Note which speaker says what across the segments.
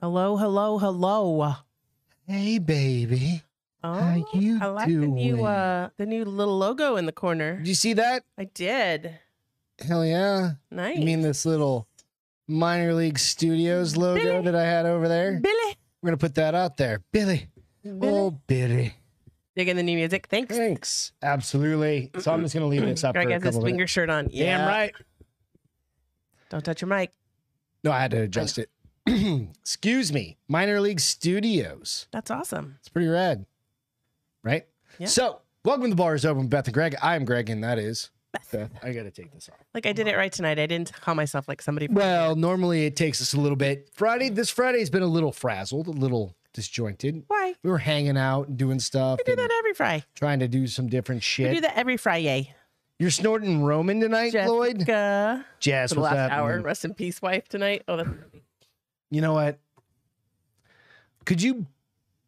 Speaker 1: Hello, hello, hello.
Speaker 2: Hey, baby.
Speaker 1: Oh,
Speaker 2: How you
Speaker 1: I like the new
Speaker 2: doing?
Speaker 1: uh the new little logo in the corner.
Speaker 2: Did you see that?
Speaker 1: I did.
Speaker 2: Hell yeah.
Speaker 1: Nice.
Speaker 2: You mean this little minor league studios logo
Speaker 1: Billy.
Speaker 2: that I had over there?
Speaker 1: Billy?
Speaker 2: We're going to put that out there. Billy.
Speaker 1: Billy.
Speaker 2: Oh, Billy.
Speaker 1: Digging the new music. Thanks.
Speaker 2: Thanks. Absolutely. So I'm just going to leave this up
Speaker 1: Greg
Speaker 2: for a
Speaker 1: has his
Speaker 2: couple
Speaker 1: finger
Speaker 2: minutes.
Speaker 1: shirt on. Yeah.
Speaker 2: Damn right.
Speaker 1: Don't touch your mic.
Speaker 2: No, I had to adjust it. Excuse me. Minor League Studios.
Speaker 1: That's awesome.
Speaker 2: It's pretty rad, right?
Speaker 1: Yeah.
Speaker 2: So, welcome to the Bar is Open, with Beth and Greg. I'm Greg, and that is Beth. I got to take this off.
Speaker 1: Like I did it right tonight. I didn't call myself like somebody.
Speaker 2: Well, normally it takes us a little bit. Friday, this Friday's been a little frazzled, a little disjointed.
Speaker 1: Why?
Speaker 2: We were hanging out and doing stuff,
Speaker 1: We do
Speaker 2: and
Speaker 1: that every Friday.
Speaker 2: trying to do some different
Speaker 1: We
Speaker 2: shit.
Speaker 1: do that every Friday.
Speaker 2: You're snorting Roman tonight, Lloyd.
Speaker 1: Jessica.
Speaker 2: Jazz,
Speaker 1: For the
Speaker 2: what's
Speaker 1: last
Speaker 2: up?
Speaker 1: hour. Rest in peace, wife, tonight. Oh, that's
Speaker 2: You know what? Could you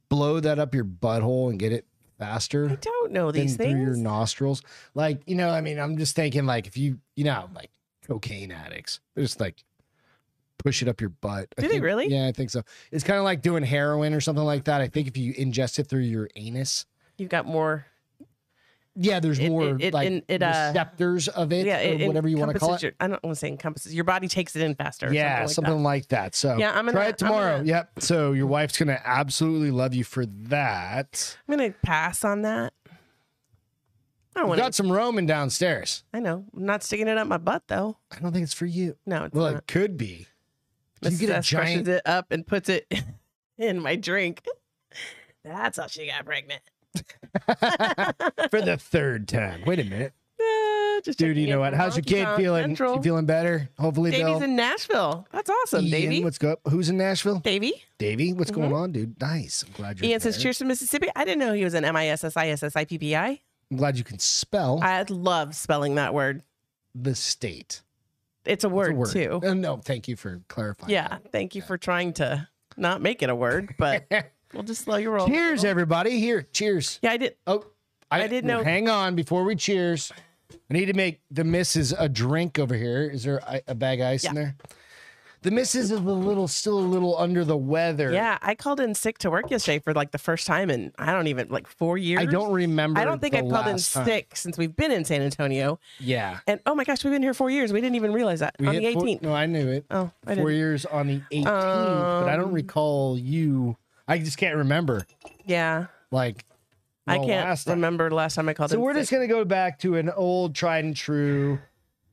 Speaker 2: blow that up your butthole and get it
Speaker 1: I
Speaker 2: faster
Speaker 1: don't know
Speaker 2: than
Speaker 1: these
Speaker 2: through your
Speaker 1: things.
Speaker 2: nostrils? Like, you know, I mean, I'm just thinking, like, if you, you know, like cocaine addicts, they're just like push it up your butt. I
Speaker 1: Do they
Speaker 2: think-
Speaker 1: really?
Speaker 2: Yeah, I think so. It's kind of like doing heroin or something like that. I think if you ingest it through your anus,
Speaker 1: You've got more.
Speaker 2: yeah, there's
Speaker 1: It-
Speaker 2: more
Speaker 1: it- it-
Speaker 2: like
Speaker 1: and it, uh,
Speaker 2: receptors of it,
Speaker 1: yeah,
Speaker 2: or whatever you want to call
Speaker 1: encompasses
Speaker 2: it.
Speaker 1: Your, I don't want to say encompasses. Your body takes it in faster. or
Speaker 2: yeah,
Speaker 1: something like that.
Speaker 2: something like that.
Speaker 1: Yeah,
Speaker 2: So
Speaker 1: I'm gonna-
Speaker 2: try it
Speaker 1: I'm
Speaker 2: tomorrow.
Speaker 1: gonna-
Speaker 2: yep. So your wife's gonna absolutely love you for that.
Speaker 1: I'm gonna pass on that. I don't
Speaker 2: We
Speaker 1: want
Speaker 2: got
Speaker 1: to.
Speaker 2: some Roman downstairs.
Speaker 1: I know. I'm not sticking it up my butt though.
Speaker 2: I don't think it's for you.
Speaker 1: No, it's
Speaker 2: Well,
Speaker 1: not.
Speaker 2: it could be. Do you
Speaker 1: Mrs.
Speaker 2: get a
Speaker 1: S Uh, crushes
Speaker 2: giant?
Speaker 1: it up and puts it in my drink. That's how she got pregnant.
Speaker 2: for the third time. Wait a minute,
Speaker 1: Uh, just
Speaker 2: dude.
Speaker 1: checking
Speaker 2: You
Speaker 1: in
Speaker 2: know what?
Speaker 1: from
Speaker 2: How's your
Speaker 1: Honky
Speaker 2: kid
Speaker 1: Tonk
Speaker 2: feeling?
Speaker 1: Central.
Speaker 2: You feeling better? Hopefully
Speaker 1: Davey's
Speaker 2: they'll.
Speaker 1: in Nashville. That's awesome,
Speaker 2: Ian,
Speaker 1: Davey.
Speaker 2: what's up? Who's in Nashville?
Speaker 1: Davey.
Speaker 2: Davey, what's going on, dude? Nice. I'm glad you're.
Speaker 1: Ian says,
Speaker 2: there.
Speaker 1: "Cheers from Mississippi." I didn't know he was an M I S S I S S I P P I.
Speaker 2: I'm glad you can spell
Speaker 1: I love spelling that word.
Speaker 2: the state.
Speaker 1: It's a
Speaker 2: It's
Speaker 1: word,
Speaker 2: a
Speaker 1: too.
Speaker 2: Uh, no, thank you for clarifying.
Speaker 1: Yeah. Thank you for trying to not make it a word, but
Speaker 2: that.
Speaker 1: we'll just slow your roll.
Speaker 2: cheers, everybody. Here, cheers.
Speaker 1: Yeah, I did.
Speaker 2: Oh, I,
Speaker 1: I didn't know-
Speaker 2: Hang on, before we cheers, I need to make the missus a drink over here. Is there a, a bag of ice in there? The missus is a little, still a little under the weather.
Speaker 1: Yeah, I called in sick to work yesterday for like the first time in I don't even like four years.
Speaker 2: I don't remember.
Speaker 1: I don't think
Speaker 2: the
Speaker 1: I've called in
Speaker 2: last time.
Speaker 1: sick since we've been in San Antonio.
Speaker 2: Yeah,
Speaker 1: And oh my gosh, we've been here four years. We didn't even realize that on the
Speaker 2: hit four-
Speaker 1: 18th.
Speaker 2: no, I knew it.
Speaker 1: oh, I didn't.
Speaker 2: Four
Speaker 1: Um,
Speaker 2: years on the 18th, but I don't recall you. I just can't remember.
Speaker 1: Yeah,
Speaker 2: Like,
Speaker 1: I
Speaker 2: the
Speaker 1: can't
Speaker 2: last time.
Speaker 1: remember the last time I called
Speaker 2: So
Speaker 1: in.
Speaker 2: we're
Speaker 1: sick.
Speaker 2: just gonna go back to an old tried and true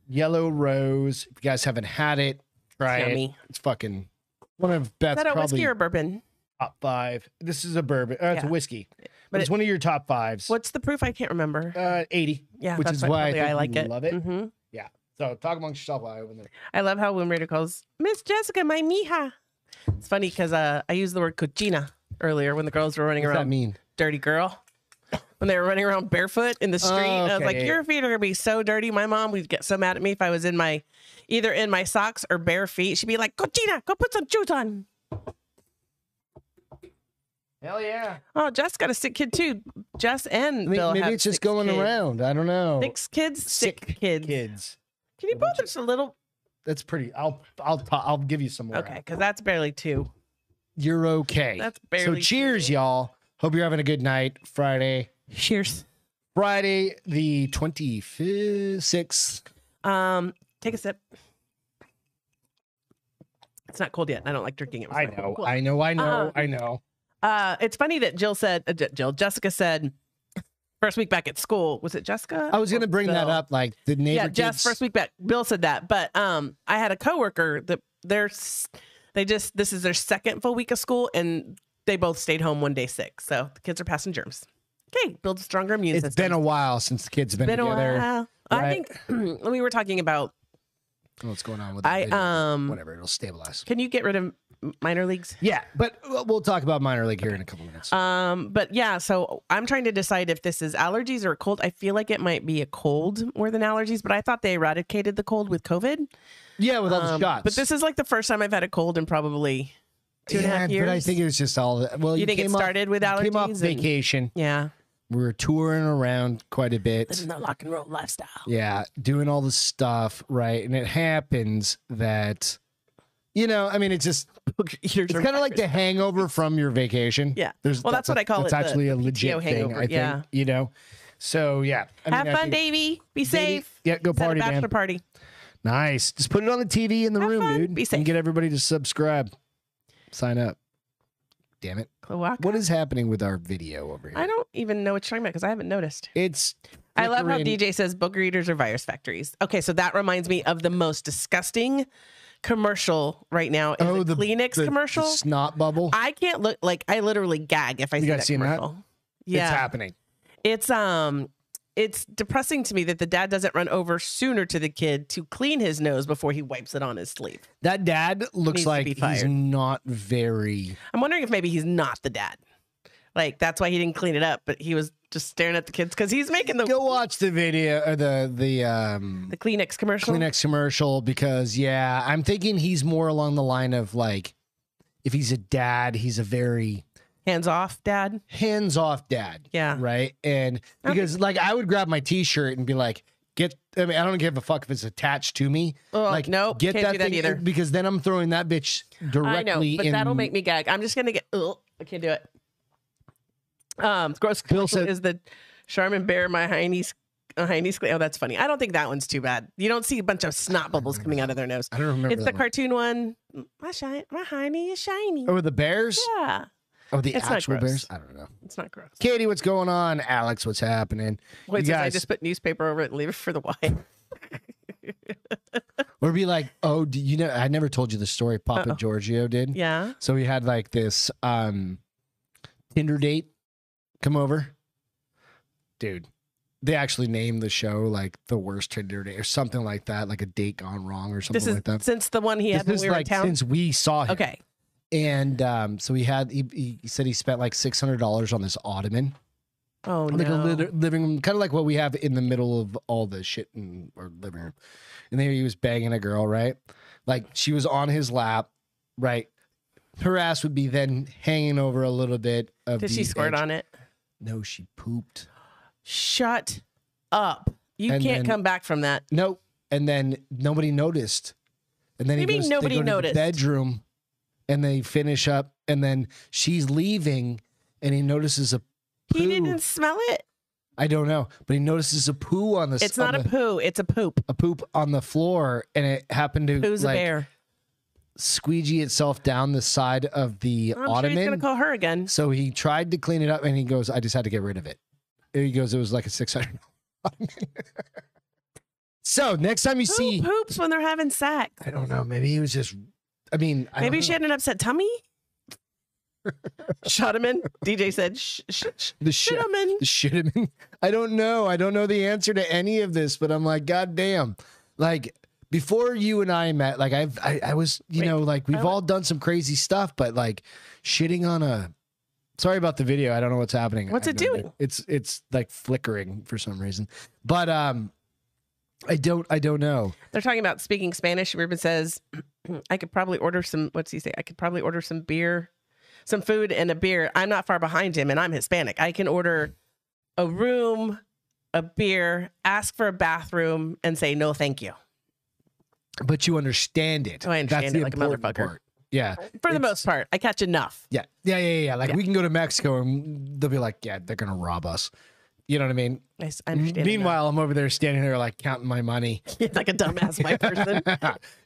Speaker 2: yellow rose. If you guys haven't had it, try it.
Speaker 1: Yummy.
Speaker 2: It's fucking one of
Speaker 1: Is
Speaker 2: Beth's
Speaker 1: that a
Speaker 2: probably
Speaker 1: whiskey or bourbon?
Speaker 2: top five. This is a bourbon. Uh, It's a
Speaker 1: Yeah.
Speaker 2: whiskey, but,
Speaker 1: But
Speaker 2: it's
Speaker 1: it-
Speaker 2: one of your top fives.
Speaker 1: What's the proof? I can't remember.
Speaker 2: Uh, Eighty.
Speaker 1: Yeah,
Speaker 2: which
Speaker 1: that's
Speaker 2: is
Speaker 1: why
Speaker 2: why I
Speaker 1: probably
Speaker 2: think
Speaker 1: I
Speaker 2: you
Speaker 1: like it.
Speaker 2: love it.
Speaker 1: hmm
Speaker 2: So talk amongst yourself while I open it.
Speaker 1: I love how Womb Raider calls Miss Jessica my mija. It's funny because uh, I used the word cochina earlier when the girls were running
Speaker 2: What does that
Speaker 1: around
Speaker 2: mean?
Speaker 1: dirty girl. When they were running around barefoot in the street, and I was
Speaker 2: Oh, okay,
Speaker 1: like,
Speaker 2: yeah,
Speaker 1: "Your feet are gonna be so dirty." My mom would get so mad at me if I was in my, either in my socks or bare feet. She'd be like, "Cochina, go put some shoes on."
Speaker 2: Hell yeah!
Speaker 1: Oh, Jess got a sick kid too. Jess and
Speaker 2: Maybe,
Speaker 1: Bill have
Speaker 2: it's just
Speaker 1: sick
Speaker 2: going
Speaker 1: kids.
Speaker 2: around. I don't know.
Speaker 1: Six kids, sick, kids.
Speaker 2: kids.
Speaker 1: Can you both just a little?
Speaker 2: That's pretty. I'll I'll ta- I'll give you some more.
Speaker 1: Okay, because that's barely two.
Speaker 2: You're okay.
Speaker 1: That's
Speaker 2: so.
Speaker 1: barely
Speaker 2: Cheers, y'all. Hope you're having a good night. Friday.
Speaker 1: Cheers.
Speaker 2: Friday, the 26th.
Speaker 1: Um, take a sip. It's not cold yet. and I don't like drinking it. with
Speaker 2: I
Speaker 1: my-
Speaker 2: know,
Speaker 1: Cool.
Speaker 2: I know, I know,
Speaker 1: Um,
Speaker 2: I know.
Speaker 1: Uh, it's funny that Jill said, uh, J- Jill, Jessica said, first week back at school. Was it Jessica?
Speaker 2: I was
Speaker 1: or
Speaker 2: going to bring that
Speaker 1: Bill?
Speaker 2: up. Like the neighbor
Speaker 1: Yeah, Jess,
Speaker 2: kids-
Speaker 1: first week back. Bill said that, but um, I had a coworker that they're s- they just this is their second full week of school, and they both stayed home one day sick. So the kids are passing germs. Okay, build a stronger immune
Speaker 2: It's
Speaker 1: system.
Speaker 2: been a while since the kids have been, together.
Speaker 1: while. I
Speaker 2: right?
Speaker 1: think we were talking about.
Speaker 2: What's going on with
Speaker 1: I
Speaker 2: the
Speaker 1: um.
Speaker 2: whatever? It'll stabilize.
Speaker 1: Can you get rid of m- minor leagues?
Speaker 2: Yeah, but we'll- we'll talk about minor league here in a couple minutes.
Speaker 1: Um, but yeah, so I'm trying to decide if this is allergies or a cold. I feel like it might be a cold more than allergies, but I thought they eradicated the cold with COVID.
Speaker 2: yeah, with all the
Speaker 1: Um,
Speaker 2: shots.
Speaker 1: But this is like the first time I've had a cold in probably two and a half
Speaker 2: Yeah,
Speaker 1: years.
Speaker 2: But I think it was just all the well.
Speaker 1: You think it
Speaker 2: came off-
Speaker 1: started with
Speaker 2: you Came
Speaker 1: allergies
Speaker 2: off
Speaker 1: and-
Speaker 2: vacation.
Speaker 1: yeah,
Speaker 2: We were touring around quite a bit.
Speaker 1: living the rock and roll lifestyle.
Speaker 2: Yeah, doing all the stuff, right? And it happens that You know, I mean, it's just
Speaker 1: Booger eaters
Speaker 2: it's
Speaker 1: are
Speaker 2: kind of like the
Speaker 1: virus.
Speaker 2: hangover from your vacation.
Speaker 1: Yeah.
Speaker 2: There's
Speaker 1: Well, that's what I call
Speaker 2: that's
Speaker 1: it, the
Speaker 2: actually a legit
Speaker 1: PTO
Speaker 2: thing,
Speaker 1: hangover,
Speaker 2: I think.
Speaker 1: yeah.
Speaker 2: You know. So yeah. I mean,
Speaker 1: Have
Speaker 2: I
Speaker 1: fun,
Speaker 2: think-
Speaker 1: Davey. Be
Speaker 2: Davey,
Speaker 1: safe.
Speaker 2: Yeah, go
Speaker 1: It's at a
Speaker 2: party,
Speaker 1: bachelor
Speaker 2: man.
Speaker 1: party.
Speaker 2: Nice. Just put it on the TV in the
Speaker 1: Have
Speaker 2: room,
Speaker 1: fun,
Speaker 2: dude.
Speaker 1: be
Speaker 2: And
Speaker 1: safe.
Speaker 2: get everybody to subscribe. Sign up. Damn it.
Speaker 1: Cloaca.
Speaker 2: What is happening with our video over here?
Speaker 1: I don't even know what you're talking about because I haven't noticed.
Speaker 2: It's
Speaker 1: I love how
Speaker 2: flickering.
Speaker 1: DJ says booger eaters are virus factories. Okay, so that reminds me of the most disgusting commercial right now. Is oh, the Kleenex
Speaker 2: the- the
Speaker 1: commercial.
Speaker 2: snot bubble.
Speaker 1: I can't look like I literally gag if I
Speaker 2: You
Speaker 1: see
Speaker 2: guys
Speaker 1: that
Speaker 2: seen that?
Speaker 1: commercial.
Speaker 2: It's
Speaker 1: Yeah,
Speaker 2: happening.
Speaker 1: it's um, it's depressing to me that the dad doesn't run over sooner to the kid to clean his nose before he wipes it on his sleeve.
Speaker 2: That dad
Speaker 1: Needs
Speaker 2: looks
Speaker 1: to
Speaker 2: like
Speaker 1: be
Speaker 2: he's
Speaker 1: fired.
Speaker 2: not very.
Speaker 1: I'm wondering if maybe he's not the dad. Like that's why he didn't clean it up, but he was just staring at the kids because he's making the
Speaker 2: Go watch the video or the the um
Speaker 1: the Kleenex commercial.
Speaker 2: Kleenex commercial because yeah, I'm thinking he's more along the line of like, if he's a dad, he's a very
Speaker 1: Hands off, dad.
Speaker 2: hands off dad.
Speaker 1: Yeah.
Speaker 2: Right. And
Speaker 1: Okay.
Speaker 2: because like I would grab my t shirt and be like, get I mean, I don't give a fuck if it's attached to me.
Speaker 1: Oh,
Speaker 2: like
Speaker 1: nope,
Speaker 2: get
Speaker 1: can't
Speaker 2: that
Speaker 1: do that
Speaker 2: thing
Speaker 1: either.
Speaker 2: because then I'm throwing that bitch
Speaker 1: I
Speaker 2: directly
Speaker 1: know, but
Speaker 2: in
Speaker 1: that'll make me gag. I'm just gonna get. Ugh, I can't do it. Um, gross.
Speaker 2: Bill
Speaker 1: commercial
Speaker 2: said-
Speaker 1: is the Charmin Bear my hiney's uh, hiney's. Oh, that's funny. I don't think that one's too bad. You don't see a bunch of snot bubbles coming out of their nose.
Speaker 2: Mm. I don't remember
Speaker 1: It's
Speaker 2: that
Speaker 1: the
Speaker 2: one.
Speaker 1: cartoon one. My shine, my hiney is shiny.
Speaker 2: Oh, the Bears?
Speaker 1: Yeah,
Speaker 2: Oh, the
Speaker 1: It's not
Speaker 2: actual
Speaker 1: gross.
Speaker 2: Bears? I don't know.
Speaker 1: it's not gross.
Speaker 2: Katie, what's going on? Alex, what's happening?
Speaker 1: Wait,
Speaker 2: you
Speaker 1: since I
Speaker 2: guys-
Speaker 1: just put newspaper over it and leave it for the wife.
Speaker 2: Or be like, oh, do you know, I never told you the story Papa Giorgio did.
Speaker 1: Yeah.
Speaker 2: So we had like this um Tinder date come over. Dude, they actually named the show like the worst Tinder date or something like that, like a date gone wrong or something
Speaker 1: This is
Speaker 2: like that.
Speaker 1: since the one he had when
Speaker 2: this
Speaker 1: we
Speaker 2: is
Speaker 1: were
Speaker 2: like
Speaker 1: in town.
Speaker 2: since we saw him.
Speaker 1: Okay.
Speaker 2: And um, so he had he, he said he spent like six hundred dollars on this ottoman.
Speaker 1: Oh
Speaker 2: like
Speaker 1: no.
Speaker 2: a lit- living room, kind of like what we have in the middle of all the shit in our living room. And there he was banging a girl, right? Like she was on his lap, right? Her ass would be then hanging over a little bit of.
Speaker 1: Did she
Speaker 2: the
Speaker 1: squirt
Speaker 2: edge.
Speaker 1: on it?
Speaker 2: No, she pooped.
Speaker 1: Shut up. You
Speaker 2: And
Speaker 1: can't
Speaker 2: then-
Speaker 1: come back from that.
Speaker 2: No, and then nobody noticed. And then
Speaker 1: What
Speaker 2: he
Speaker 1: do you
Speaker 2: goes,
Speaker 1: mean
Speaker 2: they
Speaker 1: nobody
Speaker 2: go to the
Speaker 1: noticed?
Speaker 2: bedroom, and they finish up, and then she's leaving, and he notices a. Poo.
Speaker 1: He didn't smell it.
Speaker 2: I don't know, but he notices a poo on the.
Speaker 1: It's
Speaker 2: on
Speaker 1: not a
Speaker 2: the-
Speaker 1: poo. It's a poop.
Speaker 2: a poop on the floor and it happened to
Speaker 1: Poo's
Speaker 2: like
Speaker 1: a bear.
Speaker 2: squeegee itself down the side of the
Speaker 1: I'm sure he's
Speaker 2: ottoman.
Speaker 1: gonna call her again.
Speaker 2: so he tried to clean it up and he goes, I just had to get rid of it. And he goes, it was like a 600 ottoman. so next time you
Speaker 1: Who
Speaker 2: see,
Speaker 1: poops when they're having sex?
Speaker 2: I don't know, maybe he was just, I mean, I
Speaker 1: Maybe
Speaker 2: don't
Speaker 1: she
Speaker 2: know.
Speaker 1: had an upset tummy. Shut him in. DJ said, "Shh, shh, shh,
Speaker 2: the
Speaker 1: shut
Speaker 2: shit.
Speaker 1: him in."
Speaker 2: The shit. I mean, I don't know. I don't know the answer to any of this, but I'm like, God damn. Like before you and I met, like I've, I, I was, you
Speaker 1: Wait,
Speaker 2: know, like
Speaker 1: I
Speaker 2: we've
Speaker 1: wa-
Speaker 2: all done some crazy stuff, but like shitting on a, sorry about the video. I don't know what's happening.
Speaker 1: What's
Speaker 2: I
Speaker 1: it
Speaker 2: don't know.
Speaker 1: doing?
Speaker 2: It's, it's like flickering for some reason, but, um, I don't, I don't know.
Speaker 1: They're talking about speaking Spanish. Ruben says, I could probably order some, what's he say? I could probably order some beer, some food and a beer. I'm not far behind him and I'm Hispanic. I can order a room, a beer, ask for a bathroom, and say, no, thank you.
Speaker 2: But you understand it.
Speaker 1: Oh, I
Speaker 2: That's
Speaker 1: understand
Speaker 2: the
Speaker 1: it like a
Speaker 2: important
Speaker 1: motherfucker.
Speaker 2: Part. Yeah.
Speaker 1: For the
Speaker 2: It's-
Speaker 1: most part, I catch enough.
Speaker 2: Yeah. Yeah. Yeah. Yeah. Like
Speaker 1: Yeah.
Speaker 2: we can go to Mexico and they'll be like, yeah, they're going to rob us. You know what I mean?
Speaker 1: I, s- I understand. enough.
Speaker 2: Meanwhile, I'm over there standing there like counting my money.
Speaker 1: It's like a dumbass white person.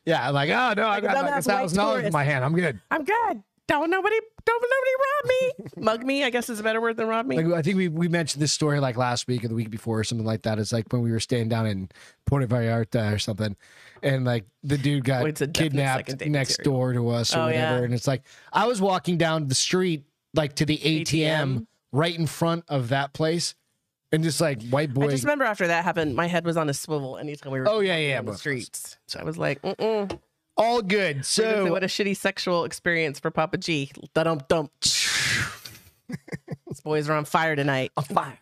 Speaker 2: yeah, I'm like, oh no,
Speaker 1: Like
Speaker 2: I
Speaker 1: a
Speaker 2: got like a
Speaker 1: dumbass white
Speaker 2: thousand dollars in
Speaker 1: tourist.
Speaker 2: my hand. I'm good.
Speaker 1: I'm good. Don't nobody, don't nobody rob me. Mug me, I guess is a better word than rob me.
Speaker 2: Like I think we we mentioned this story like last week or the week before or something like that. It's like when we were staying down in Puerto Vallarta or something, and like the dude got
Speaker 1: Well, it's a definite
Speaker 2: kidnapped
Speaker 1: second date
Speaker 2: next
Speaker 1: material.
Speaker 2: door to us or
Speaker 1: Oh,
Speaker 2: whatever.
Speaker 1: yeah.
Speaker 2: And it's like I was walking down the street like to the ATM,
Speaker 1: ATM.
Speaker 2: right in front of that place, and just like white
Speaker 1: I
Speaker 2: boy.
Speaker 1: just remember after that happened, my head was on a swivel anytime we were
Speaker 2: oh yeah, yeah,
Speaker 1: on the
Speaker 2: but
Speaker 1: streets. So I was like, mm-mm.
Speaker 2: all good.
Speaker 1: So,
Speaker 2: So
Speaker 1: what a shitty sexual experience for Papa G. Dump dump. These boys are on fire tonight. On fire. Oh,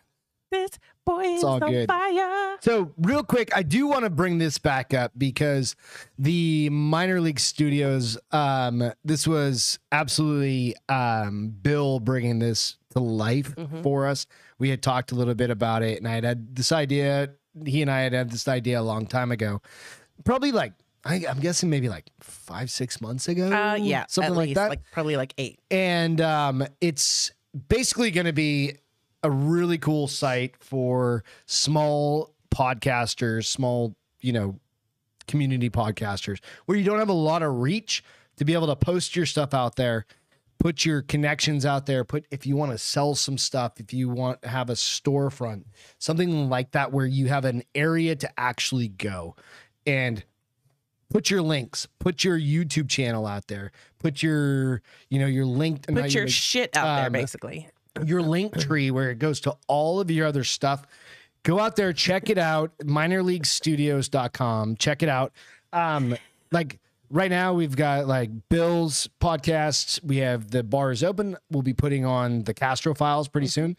Speaker 1: This boy is
Speaker 2: all
Speaker 1: on
Speaker 2: good.
Speaker 1: fire.
Speaker 2: So, real quick, I do want to bring this back up because the minor league studios, um, this was absolutely um, Bill bringing this to life
Speaker 1: Mm-hmm.
Speaker 2: for us. We had talked a little bit about it, and I had had this idea. He and I had had this idea a long time ago, probably like, I, I'm guessing maybe like five, six months ago.
Speaker 1: Uh, yeah,
Speaker 2: something
Speaker 1: at
Speaker 2: like
Speaker 1: least,
Speaker 2: that.
Speaker 1: Like probably like eight.
Speaker 2: and um, it's basically going to be a really cool site for small podcasters, small you know community podcasters, where you don't have a lot of reach to be able to post your stuff out there, put your connections out there, put if you want to sell some stuff, if you want to have a storefront, something like that, where you have an area to actually go and put your links, put your YouTube channel out there, put your you know your linked
Speaker 1: Put your
Speaker 2: make,
Speaker 1: shit out there,
Speaker 2: um,
Speaker 1: basically.
Speaker 2: your link tree where it goes to all of your other stuff. Go out there, check it out, minorleaguestudios.com. Check it out. Um, like right now we've got like Bill's podcasts. We have the bar is open. We'll be putting on the Castro files pretty soon.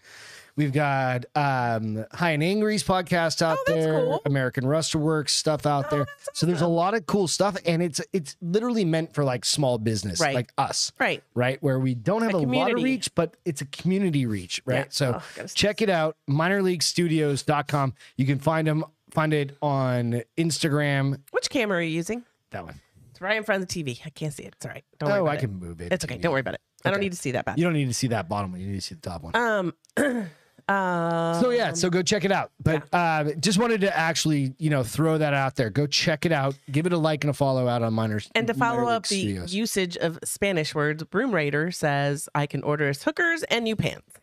Speaker 2: We've got um High and Angry's podcast out
Speaker 1: Oh, that's
Speaker 2: there,
Speaker 1: cool. Oh,
Speaker 2: American Rusterworks stuff out there. So there's a lot of cool stuff and it's it's literally meant for like small business
Speaker 1: Right.
Speaker 2: like us
Speaker 1: Right.
Speaker 2: right? Where we don't have a, lot of
Speaker 1: community.
Speaker 2: reach, but it's a community reach, right?
Speaker 1: Yeah.
Speaker 2: So
Speaker 1: Oh, gotta see
Speaker 2: check it out, minorleaguestudios.com. You can find them, find it on Instagram.
Speaker 1: Which camera are you using?
Speaker 2: That one.
Speaker 1: It's right in front of the TV. I can't see it. It's all right. Don't worry
Speaker 2: Oh,
Speaker 1: about
Speaker 2: I
Speaker 1: it.
Speaker 2: can move it.
Speaker 1: It's okay. Don't worry about it. I don't need to see that bad.
Speaker 2: You don't need to see that bottom one. You need to see the top one.
Speaker 1: Um, uh,
Speaker 2: so yeah, so go check it out. But uh, just wanted to actually, you know, throw that out there. Go check it out. Give it a like and a follow out on Miners.
Speaker 1: and to follow
Speaker 2: Minor League
Speaker 1: up the
Speaker 2: Studios.
Speaker 1: usage of Spanish words, Broom Raider says, I can order us hookers and new pants.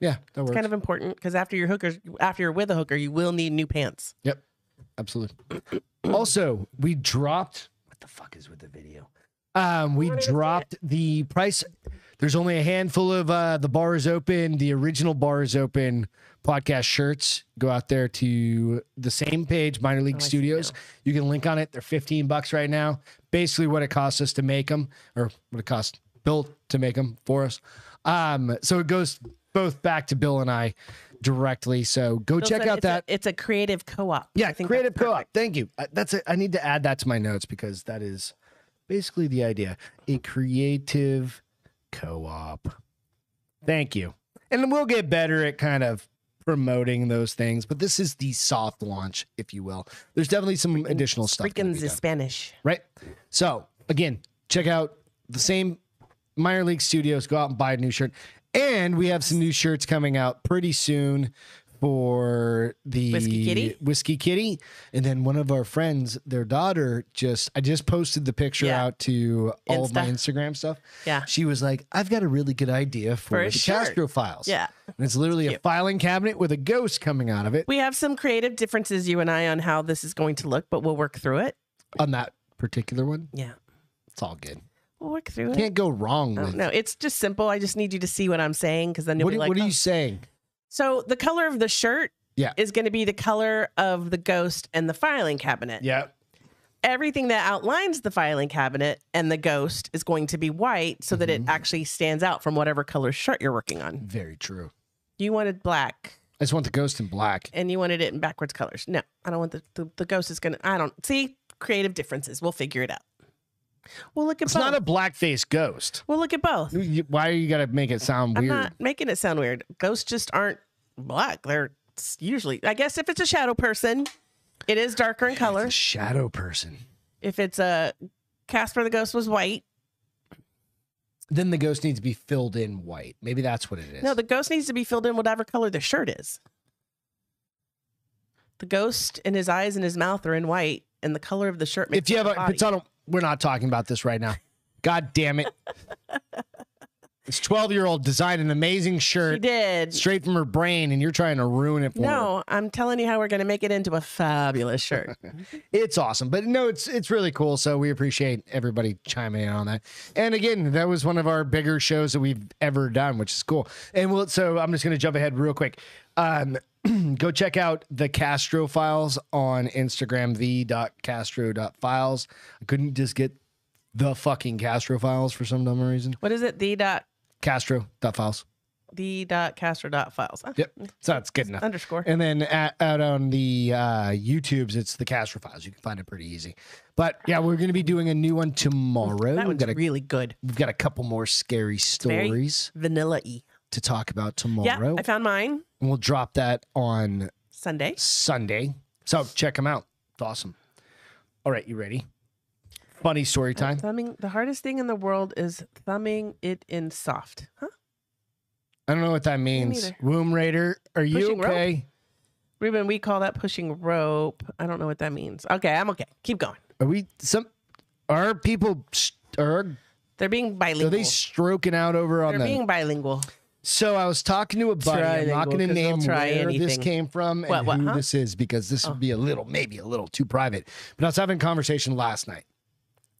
Speaker 2: yeah, that works.
Speaker 1: Kind of important because after your hookers, after you're with a hooker, you will need new pants.
Speaker 2: Yep. Absolutely. also, we dropped what the fuck is with the video? Um, we dropped the price. There's only a handful of uh the bar is open, the original bar is open podcast shirts. Go out there to the same page, minor league
Speaker 1: Oh, I see
Speaker 2: studios. You can link on it. They're 15 bucks right now. Basically what it costs us to make them or what it cost Bill to make them for us. Um, so it goes both back to Bill and I directly. So go
Speaker 1: Bill
Speaker 2: check
Speaker 1: said
Speaker 2: out
Speaker 1: it's a-
Speaker 2: that.
Speaker 1: it's a creative co-op.
Speaker 2: Yeah,
Speaker 1: I think
Speaker 2: creative co-op. Thank you. Uh, That's it. I need to add that to my notes because that is basically the idea. A creative co-op. Thank you. And we'll get better at kind of promoting those things, but this is the soft launch, if you will. There's definitely some additional stuff. gonna
Speaker 1: Freaking
Speaker 2: be
Speaker 1: the
Speaker 2: done,
Speaker 1: Spanish.
Speaker 2: right. So again, check out the same minor league studios. Go out and buy a new shirt. And we have some new shirts coming out pretty soon for the
Speaker 1: Whiskey Kitty?
Speaker 2: Whiskey Kitty. And then one of our friends, their daughter, just I just posted the picture
Speaker 1: Yeah.
Speaker 2: out to all of my
Speaker 1: Insta.
Speaker 2: Instagram stuff.
Speaker 1: Yeah.
Speaker 2: She was like, I've got a really good idea for,
Speaker 1: For a
Speaker 2: the
Speaker 1: shirt.
Speaker 2: Castro files.
Speaker 1: Yeah.
Speaker 2: And it's literally a filing cabinet with a ghost coming out of it
Speaker 1: We have some creative differences, you and I, on how this is going to look, but we'll work through it.
Speaker 2: on that particular one.
Speaker 1: Yeah.
Speaker 2: It's all good.
Speaker 1: We'll work through it.
Speaker 2: Can't go wrong with
Speaker 1: No, it's just simple. I just need you to see what I'm saying because then you'll
Speaker 2: what,
Speaker 1: be
Speaker 2: are-
Speaker 1: like,
Speaker 2: what are
Speaker 1: "Oh,
Speaker 2: you saying?
Speaker 1: So the color of the shirt
Speaker 2: Yeah.
Speaker 1: is going to be the color of the ghost and the filing cabinet.
Speaker 2: Yeah.
Speaker 1: Everything that outlines the filing cabinet and the ghost is going to be white so that it
Speaker 2: Mm-hmm.
Speaker 1: actually stands out from whatever color shirt you're working on.
Speaker 2: Very true.
Speaker 1: You wanted black
Speaker 2: I just want the ghost in black.
Speaker 1: and you wanted it in backwards colors. No, I don't want the the, the ghost is going to I don't see creative differences. We'll figure it out. We'll look at
Speaker 2: It's
Speaker 1: both.
Speaker 2: not a blackface ghost.
Speaker 1: we'll look at both.
Speaker 2: You- you- Why you gotta make it sound
Speaker 1: I'm
Speaker 2: weird?
Speaker 1: not making it sound weird. Ghosts just aren't black. They're s- usually, I guess, if it's a shadow person, it is darker in color.
Speaker 2: It's a shadow person.
Speaker 1: If it's a Casper the Ghost was white,
Speaker 2: Then the ghost needs to be filled in white. Maybe that's what it is.
Speaker 1: no, the ghost needs to be filled in whatever color the shirt is. The ghost and his eyes and his mouth are in white, and the color of the shirt makes
Speaker 2: if you have a,
Speaker 1: up
Speaker 2: if
Speaker 1: the
Speaker 2: it's on a, we're not talking about this right now. God damn it. this 12 year old designed an amazing
Speaker 1: body.
Speaker 2: shirt
Speaker 1: He did.
Speaker 2: straight from her brain and you're trying to ruin it for her.
Speaker 1: No, I'm telling you how we're going to make it into a fabulous shirt.
Speaker 2: It's awesome. But no, it's it's really cool. So we appreciate everybody chiming in on that. And again, that was one of our bigger shows that we've ever done, which is cool. And we'll so I'm just gonna jump ahead real quick. Um go check out the Castro files on Instagram, the.castro.files. I couldn't just get the fucking Castro files for some dumb reason.
Speaker 1: what is it? The dot
Speaker 2: Castro.files.
Speaker 1: the dot Castro dot files Ah,
Speaker 2: Yep. So that's good enough.
Speaker 1: underscore.
Speaker 2: And then at, out on the uh, YouTubes, it's the Castro Files. You can find it pretty easy. But yeah, we're going to be doing a new one tomorrow.
Speaker 1: That
Speaker 2: we've,
Speaker 1: one's
Speaker 2: got a,
Speaker 1: really good.
Speaker 2: we've got a couple more scary
Speaker 1: very-
Speaker 2: stories
Speaker 1: Vanilla E.
Speaker 2: to talk about
Speaker 1: Yeah,
Speaker 2: tomorrow.
Speaker 1: I found mine
Speaker 2: and we'll drop that on
Speaker 1: Sunday.
Speaker 2: Sunday. So check them out. It's awesome. All right, you ready? Funny story time.
Speaker 1: Thumbing the hardest thing in the world is thumbing it in soft. Huh?
Speaker 2: I don't know what that means.
Speaker 1: neither.
Speaker 2: Womb Raider, are you
Speaker 1: Pushing rope?
Speaker 2: okay?
Speaker 1: Ruben, we call that pushing rope. I don't know what that means. Okay, I'm okay. Keep going.
Speaker 2: Are we some? Are people st- are
Speaker 1: They're being
Speaker 2: are
Speaker 1: bilingual.
Speaker 2: they stroking out over on
Speaker 1: They're
Speaker 2: the?
Speaker 1: being bilingual.
Speaker 2: so I was talking to a buddy. I'm not
Speaker 1: Trilingual,
Speaker 2: going
Speaker 1: 'cause
Speaker 2: to
Speaker 1: they'll
Speaker 2: name where
Speaker 1: try
Speaker 2: this
Speaker 1: anything.
Speaker 2: came from and
Speaker 1: What, what,
Speaker 2: who
Speaker 1: huh? Oh.
Speaker 2: this is because this would be a little, maybe a little too private. But I was having a conversation last night.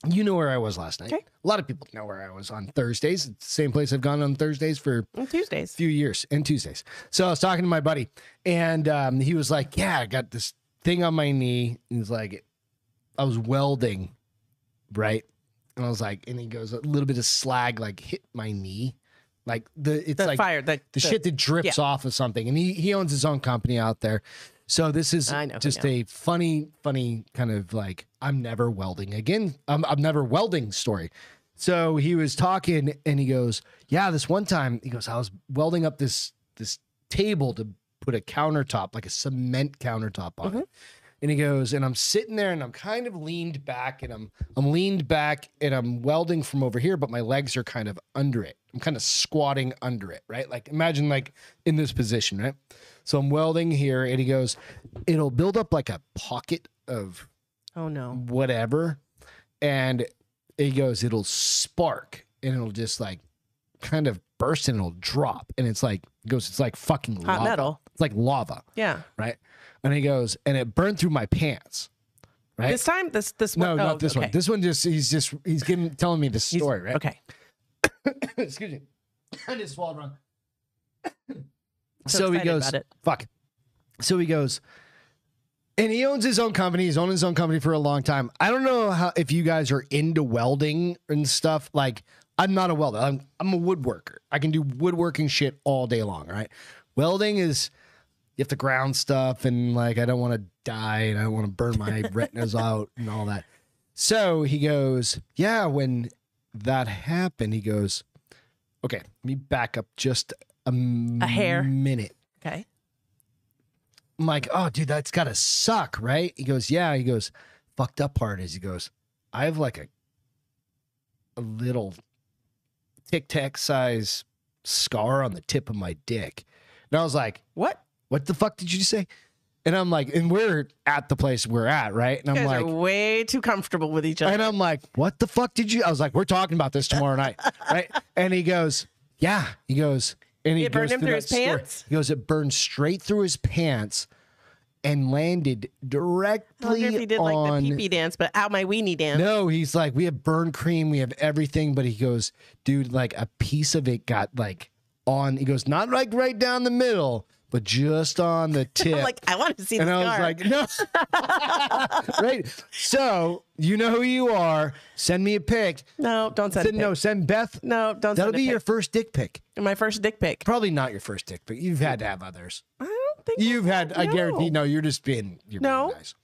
Speaker 2: You know where I was last night.
Speaker 1: Okay.
Speaker 2: A lot of people know where I was on Thursdays. It's the same place I've gone on Thursdays for
Speaker 1: On Tuesdays.
Speaker 2: few years and Tuesdays. So I was talking to my buddy, and um, he was like, "Yeah, I got this thing on my knee." And he's like, "I was welding, right?" And I was like, and he goes, "A little bit of slag like hit my knee, like the it's
Speaker 1: The
Speaker 2: like
Speaker 1: fire. The,
Speaker 2: the, shit that drips off of something." And he he owns his own company out there, so this is
Speaker 1: I know who
Speaker 2: just
Speaker 1: now.
Speaker 2: a funny, funny kind of like I'm never welding again. I'm I'm never welding story. So he was talking and he goes, Yeah, this one time he goes, I was welding up this this table to put a countertop, like a cement countertop on
Speaker 1: Mm-hmm.
Speaker 2: it. And he goes, and I'm sitting there and I'm kind of leaned back and I'm I'm leaned back and I'm welding from over here, but my legs are kind of under it. I'm kind of squatting under it, right? Like imagine like in this position, right? So I'm welding here and he goes, it'll build up like a pocket of
Speaker 1: Oh no.
Speaker 2: whatever. And it goes, it'll spark and it'll just like kind of burst and it'll drop. And it's like, it goes, it's like fucking
Speaker 1: Hot
Speaker 2: lava.
Speaker 1: metal.
Speaker 2: It's like lava,
Speaker 1: Yeah.
Speaker 2: right? And he goes, and it burned through my pants. Right?
Speaker 1: This time, this this
Speaker 2: no,
Speaker 1: one. oh,
Speaker 2: not this one.
Speaker 1: okay.
Speaker 2: This one just, he's just, he's giving, telling me the
Speaker 1: He's-
Speaker 2: story, right?
Speaker 1: Okay.
Speaker 2: Excuse me. I just swallowed wrong.
Speaker 1: So
Speaker 2: so he
Speaker 1: excited
Speaker 2: goes,
Speaker 1: about it.
Speaker 2: fuck. So he goes, and he owns his own company. He's owned his own company for a long time. I don't know how if you guys are into welding and stuff. Like, I'm not a welder. I'm I'm a woodworker. I can do woodworking shit all day long. Right? Welding is you have to ground stuff, and like I don't want to die, and I don't want to burn my retinas out, and all that. So he goes, yeah. When that happened, he goes, okay. Let me back up just a,
Speaker 1: A hair.
Speaker 2: minute.
Speaker 1: Okay.
Speaker 2: I'm like, oh, dude, that's gotta suck, right? He goes, yeah. He goes, fucked up part is he goes, I have like a a little tic tac size scar on the tip of my dick, and I was like,
Speaker 1: What?
Speaker 2: what the fuck did you say? And I'm like, and we're at the place we're at, right? And
Speaker 1: You
Speaker 2: I'm
Speaker 1: guys
Speaker 2: like,
Speaker 1: are way too comfortable with each other.
Speaker 2: and I'm like, what the fuck did you? I was like, we're talking about this tomorrow night, right? And he goes, yeah. He goes, and he
Speaker 1: It
Speaker 2: goes
Speaker 1: burned him through
Speaker 2: that
Speaker 1: his
Speaker 2: story.
Speaker 1: pants?
Speaker 2: He goes, it burned straight through his pants and landed
Speaker 1: I wonder
Speaker 2: directly
Speaker 1: if he did
Speaker 2: on.
Speaker 1: like the pee pee dance, but out my weenie dance.
Speaker 2: no, he's like, we have burn cream, we have everything, but he goes, dude, like a piece of it got like on. He goes, not like right down the middle, but just on the tip.
Speaker 1: I'm like, I want to see
Speaker 2: And
Speaker 1: the
Speaker 2: I
Speaker 1: scar.
Speaker 2: was like, no. right. So you know who you are. Send me a pic.
Speaker 1: no, don't send
Speaker 2: Send,
Speaker 1: it.
Speaker 2: no, send Beth.
Speaker 1: no, don't
Speaker 2: That'll
Speaker 1: send
Speaker 2: be
Speaker 1: a
Speaker 2: your
Speaker 1: pic.
Speaker 2: first dick pic.
Speaker 1: my first dick pic.
Speaker 2: Probably not your first dick pic. You've had to have others.
Speaker 1: I don't think
Speaker 2: You've had, I
Speaker 1: No.
Speaker 2: guarantee. No, you're just being. You're
Speaker 1: No.
Speaker 2: being nice.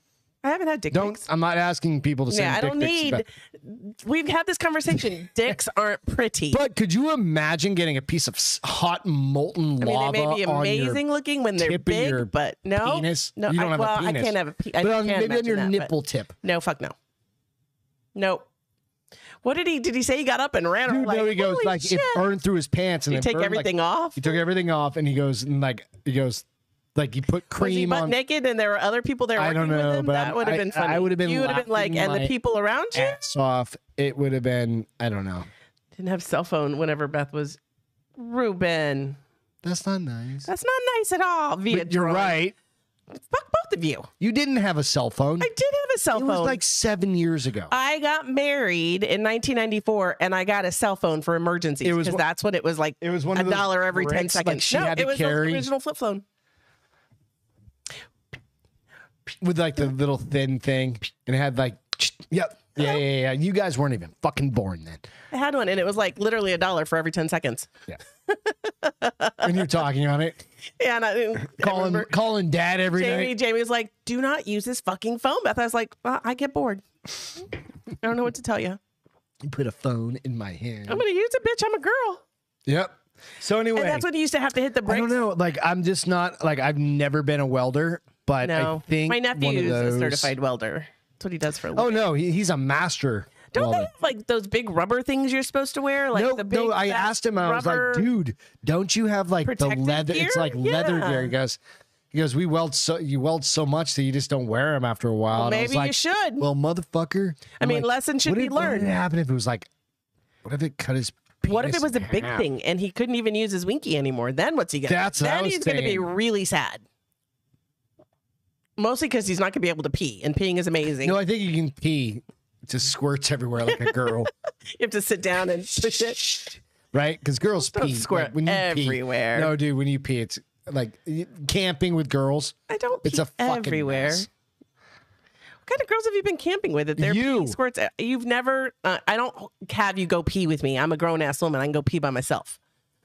Speaker 1: I haven't had dick
Speaker 2: Don't.
Speaker 1: pics.
Speaker 2: I'm not asking people to send.
Speaker 1: Yeah, I
Speaker 2: dick
Speaker 1: don't
Speaker 2: pics to
Speaker 1: need.
Speaker 2: Beth.
Speaker 1: We've had this conversation. Dicks aren't pretty.
Speaker 2: But could you imagine getting a piece of s- hot molten
Speaker 1: I mean,
Speaker 2: lava
Speaker 1: they may be
Speaker 2: on your
Speaker 1: amazing looking when they're
Speaker 2: tip of
Speaker 1: big,
Speaker 2: your
Speaker 1: but no,
Speaker 2: penis?
Speaker 1: no,
Speaker 2: you don't
Speaker 1: I,
Speaker 2: have
Speaker 1: well,
Speaker 2: a penis.
Speaker 1: I can't have a penis.
Speaker 2: but on, maybe on your nipple tip.
Speaker 1: No, fuck no. Nope. What did he? Did he say he got up and ran?
Speaker 2: Dude,
Speaker 1: like,
Speaker 2: no, he goes
Speaker 1: "Holy
Speaker 2: like
Speaker 1: shit.
Speaker 2: it burned through his pants and
Speaker 1: you
Speaker 2: it
Speaker 1: take
Speaker 2: burned, like,
Speaker 1: everything off.
Speaker 2: He took everything off and he goes and like he goes like he put
Speaker 1: Was he
Speaker 2: cream
Speaker 1: butt
Speaker 2: on.
Speaker 1: naked and there were other people there?
Speaker 2: I
Speaker 1: working
Speaker 2: don't know,
Speaker 1: with him?
Speaker 2: but
Speaker 1: that
Speaker 2: I'm-
Speaker 1: would
Speaker 2: I-
Speaker 1: have been
Speaker 2: I
Speaker 1: funny.
Speaker 2: would've been
Speaker 1: You would have been like,
Speaker 2: laughing
Speaker 1: and the
Speaker 2: my
Speaker 1: people around you
Speaker 2: Ass off. It would have been I don't know.
Speaker 1: didn't have cell phone whenever Beth was. Ruben,
Speaker 2: That's not nice.
Speaker 1: that's not nice at all. Via
Speaker 2: But you're
Speaker 1: drone.
Speaker 2: right.
Speaker 1: Fuck both of you.
Speaker 2: You didn't have a cell phone.
Speaker 1: I did have a cell
Speaker 2: it
Speaker 1: phone.
Speaker 2: was like seven years ago.
Speaker 1: I got married in 1994, and I got a cell phone for emergencies
Speaker 2: It was
Speaker 1: because
Speaker 2: one-
Speaker 1: that's when it was like
Speaker 2: it was one
Speaker 1: a
Speaker 2: of those
Speaker 1: dollar every ten
Speaker 2: bricks, like,
Speaker 1: seconds.
Speaker 2: she
Speaker 1: no,
Speaker 2: had
Speaker 1: it
Speaker 2: to
Speaker 1: was
Speaker 2: carry.
Speaker 1: the original flip phone.
Speaker 2: with like the little thin thing, and it had like yep. Yeah, yeah, yeah, yeah. You guys weren't even fucking born then.
Speaker 1: I had one, and it was like literally a dollar for every ten seconds.
Speaker 2: And you're talking on it,
Speaker 1: Yeah, and I, I
Speaker 2: calling
Speaker 1: remember
Speaker 2: calling dad every
Speaker 1: Jamie.
Speaker 2: night.
Speaker 1: Jamie was like, "Do not use this fucking phone, Beth." I was like, well, "I get bored. I don't know what to tell you.
Speaker 2: You put a phone in my hand.
Speaker 1: I'm gonna use it, bitch. I'm a girl."
Speaker 2: Yep. So anyway,
Speaker 1: And that's when you used to have to hit the
Speaker 2: I
Speaker 1: brakes.
Speaker 2: don't know. Like I'm just not like I've never been a welder, but
Speaker 1: No,
Speaker 2: I think
Speaker 1: my
Speaker 2: one of
Speaker 1: nephew's a
Speaker 2: those-
Speaker 1: certified welder. That's what he does for a living.
Speaker 2: Oh no, he, he's a master.
Speaker 1: Don't they
Speaker 2: welder.
Speaker 1: have like those big rubber things you're supposed to wear? Like
Speaker 2: no,
Speaker 1: the big
Speaker 2: no. I
Speaker 1: fat
Speaker 2: asked him. I was like,
Speaker 1: rubber-
Speaker 2: dude, don't you have like the
Speaker 1: protective
Speaker 2: leather? It's
Speaker 1: gear?
Speaker 2: like leather
Speaker 1: Yeah.
Speaker 2: gear. He goes, he goes. We weld so you weld so much that you just don't wear them after a while. and I was
Speaker 1: maybe you
Speaker 2: like,
Speaker 1: should.
Speaker 2: Well, motherfucker. I'm
Speaker 1: mean, lesson should
Speaker 2: what
Speaker 1: be
Speaker 2: if- What
Speaker 1: learned.
Speaker 2: would happen if it was like? What if it cut his?
Speaker 1: What if
Speaker 2: penis
Speaker 1: it was a
Speaker 2: in
Speaker 1: big
Speaker 2: half?
Speaker 1: thing and he couldn't even use his winky anymore? Then what's he gonna?
Speaker 2: That's what I
Speaker 1: then
Speaker 2: was
Speaker 1: he's gonna be
Speaker 2: thinking.
Speaker 1: really sad. Mostly because he's not gonna be able to pee, and peeing is amazing.
Speaker 2: No, I think you can pee. It just squirts everywhere like a girl,
Speaker 1: you have to sit down and push it.
Speaker 2: right? Because girls pee. like,
Speaker 1: squirt
Speaker 2: when you
Speaker 1: everywhere.
Speaker 2: Pee, no, dude, when you pee, it's like camping with girls.
Speaker 1: I don't. Pee
Speaker 2: It's a fucking
Speaker 1: everywhere.
Speaker 2: mess.
Speaker 1: What kind of girls have you been camping with? That they're
Speaker 2: You.
Speaker 1: peeing squirts. You've never. Uh, I don't have you go pee with me. I'm a grown ass woman. I can go pee by myself.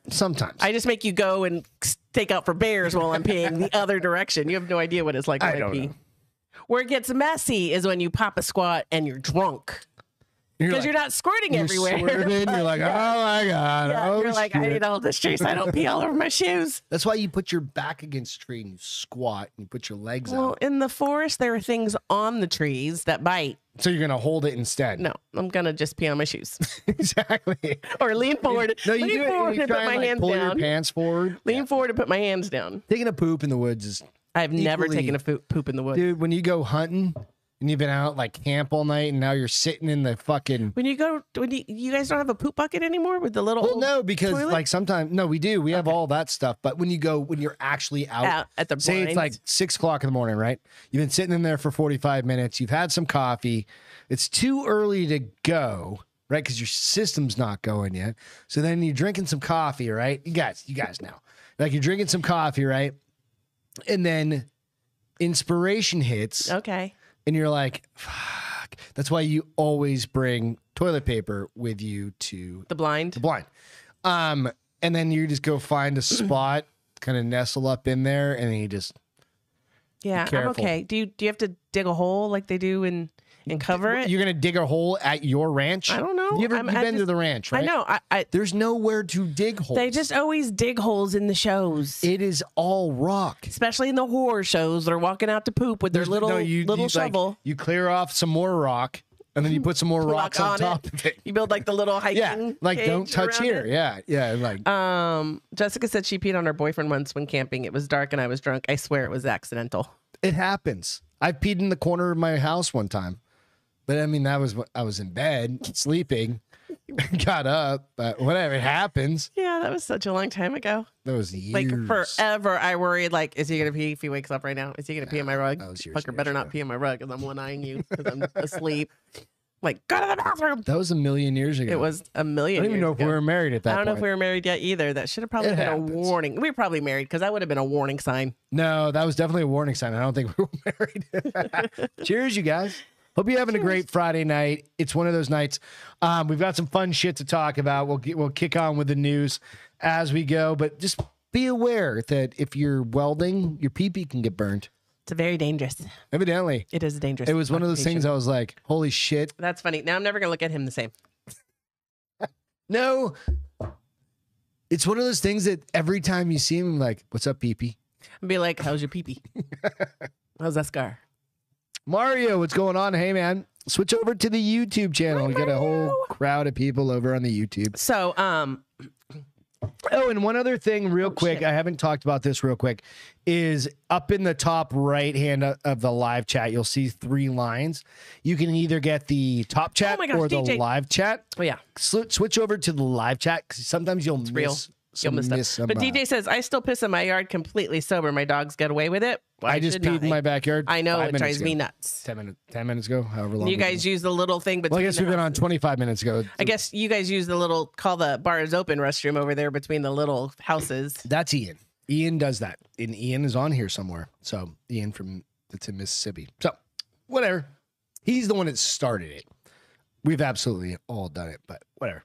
Speaker 2: Sometimes
Speaker 1: I just make you go and s- take out for bears while I'm peeing the other direction. You have no idea what it's like when
Speaker 2: I
Speaker 1: I,
Speaker 2: don't
Speaker 1: pee.
Speaker 2: know.
Speaker 1: Where it gets messy is when you pop a squat and you're drunk
Speaker 2: You're
Speaker 1: because
Speaker 2: like-
Speaker 1: you're not squirting
Speaker 2: you're
Speaker 1: everywhere.
Speaker 2: swerving, you're like, oh my god,
Speaker 1: Yeah,
Speaker 2: oh
Speaker 1: you're like, I
Speaker 2: shit."
Speaker 1: need all this juice. I don't pee all over my shoes.
Speaker 2: That's why you put your back against tree and you squat and you put your legs
Speaker 1: Well,
Speaker 2: out.
Speaker 1: in the forest, there are things on the trees that bite.
Speaker 2: So you're gonna hold it instead.
Speaker 1: No, I'm gonna just pee on my shoes
Speaker 2: exactly.
Speaker 1: or lean forward.
Speaker 2: No, you
Speaker 1: lean
Speaker 2: do it
Speaker 1: forward
Speaker 2: and you
Speaker 1: and
Speaker 2: try
Speaker 1: put
Speaker 2: and
Speaker 1: my
Speaker 2: like,
Speaker 1: hands
Speaker 2: pull
Speaker 1: down.
Speaker 2: your pants forward.
Speaker 1: Lean
Speaker 2: Yeah.
Speaker 1: forward and put my hands down.
Speaker 2: Taking a poop in the woods is,
Speaker 1: I've never
Speaker 2: Equally-
Speaker 1: taken a foo- poop in the woods.
Speaker 2: dude. When you go hunting and you've been out like camp all night and now you're sitting in the fucking.
Speaker 1: When you go, when you, you guys don't have a poop bucket anymore with the little
Speaker 2: Well,
Speaker 1: old
Speaker 2: no, because
Speaker 1: Oh, toilet?
Speaker 2: like sometimes no, we do. We have all that stuff, but when you go when you're actually out,
Speaker 1: out at the
Speaker 2: say
Speaker 1: blinds.
Speaker 2: Oh. it's like six o'clock in the morning, right? You've been sitting in there for 45 minutes. You've had some coffee. It's too early to go, right? Because your system's not going yet. So then you're drinking some coffee, right? You guys, you guys know. Like you're drinking some coffee, right? And then inspiration hits
Speaker 1: okay,
Speaker 2: and you're like, fuck. That's why you always bring toilet paper with you to
Speaker 1: the blind.
Speaker 2: the blind. Um, and then you just go find a spot, kind of nestle up in there, and then you just
Speaker 1: yeah, I'm
Speaker 2: careful.
Speaker 1: okay. Do you do you have to dig a hole like they do and and cover it?
Speaker 2: You're gonna dig a hole at your ranch.
Speaker 1: I don't know.
Speaker 2: You ever,
Speaker 1: I'm-
Speaker 2: you've
Speaker 1: I
Speaker 2: been to
Speaker 1: just-
Speaker 2: the ranch, right?
Speaker 1: I know. I, I
Speaker 2: There's nowhere to dig holes.
Speaker 1: they just always dig holes in the shows,
Speaker 2: it is all rock.
Speaker 1: especially in the horror shows. They're walking out to poop with their
Speaker 2: There's
Speaker 1: little
Speaker 2: no- you-
Speaker 1: little
Speaker 2: you, like,
Speaker 1: shovel.
Speaker 2: you clear off some more rock, and then you put some more
Speaker 1: Rock
Speaker 2: rocks on,
Speaker 1: on it.
Speaker 2: top of it.
Speaker 1: you build like the little hiking.
Speaker 2: Yeah, like don't
Speaker 1: cage
Speaker 2: touch
Speaker 1: around
Speaker 2: here.
Speaker 1: it.
Speaker 2: Yeah, yeah, like
Speaker 1: Um, Jessica said she peed on her boyfriend once when camping. It was dark and I was drunk. I swear it was accidental.
Speaker 2: it happens. I peed in the corner of my house one time, but I mean that was when I was in bed sleeping, got up, but whatever it happens.
Speaker 1: Yeah, that was such a long time ago.
Speaker 2: That was years.
Speaker 1: Like e- forever, I worried. Like, is he gonna pee if he wakes up right now? Is he gonna pee on my rug?
Speaker 2: that was years
Speaker 1: Fucker,
Speaker 2: and
Speaker 1: better
Speaker 2: years
Speaker 1: not
Speaker 2: ago.
Speaker 1: pee on my rug because I'm one eyeing you because I'm asleep. Like, go to the bathroom.
Speaker 2: That was a million years ago.
Speaker 1: It was a
Speaker 2: I
Speaker 1: million.
Speaker 2: don't even
Speaker 1: years
Speaker 2: know if
Speaker 1: ago.
Speaker 2: we were married at that
Speaker 1: I don't
Speaker 2: point.
Speaker 1: know if we were married yet either. That should have probably
Speaker 2: It
Speaker 1: been
Speaker 2: happens.
Speaker 1: a warning. We were probably married because that would have been a warning sign.
Speaker 2: No, that was definitely a warning sign. I don't think we were married. Cheers, you guys. Hope you're having a great Friday night. It's one of those nights. Um, we've got some fun shit to talk about. We'll get, we'll kick on with the news as we go, but just be aware that if you're welding, your pee pee can get burned.
Speaker 1: It's very dangerous.
Speaker 2: Evidently,
Speaker 1: It is dangerous.
Speaker 2: it was one of those things. I was like, "Holy shit!"
Speaker 1: That's funny. Now I'm never gonna look at him the same.
Speaker 2: No, it's one of those things that every time you see him, I'm like, "What's up, pee pee?"
Speaker 1: And be like, "How's your pee pee? How's that scar?"
Speaker 2: Mario, what's going on? Hey, man. Switch over to the YouTube channel. we got a whole crowd of people over on the YouTube.
Speaker 1: So, um,
Speaker 2: Oh, and one other thing, real quick.
Speaker 1: shit.
Speaker 2: I haven't talked about this real quick. Is up in the top right hand o- of the live chat, you'll see three lines. You can either get the top chat
Speaker 1: Oh my gosh,
Speaker 2: or the
Speaker 1: DJ.
Speaker 2: live chat.
Speaker 1: oh yeah.
Speaker 2: Sli- switch over to the live chat because sometimes you'll miss.
Speaker 1: real.
Speaker 2: Some,
Speaker 1: You'll miss stuff.
Speaker 2: some,
Speaker 1: but
Speaker 2: uh,
Speaker 1: DJ says I still piss in my yard completely sober. My dogs get away with it. Why
Speaker 2: I just
Speaker 1: shouldn't
Speaker 2: peed in my backyard.
Speaker 1: I know
Speaker 2: five
Speaker 1: it
Speaker 2: minutes
Speaker 1: drives
Speaker 2: ago.
Speaker 1: me nuts.
Speaker 2: Ten minutes. Ten minutes ago. However long.
Speaker 1: You
Speaker 2: we've been-
Speaker 1: guys use the little thing between.
Speaker 2: Well, I guess
Speaker 1: the
Speaker 2: we've been on
Speaker 1: houses.
Speaker 2: twenty-five minutes ago.
Speaker 1: I guess you guys use the little call the bars open restroom over there between the little houses.
Speaker 2: That's Ian. Ian does that, and Ian is on here somewhere. So Ian from that's in Mississippi. So whatever, he's the one that started it. We've absolutely all done it, but whatever.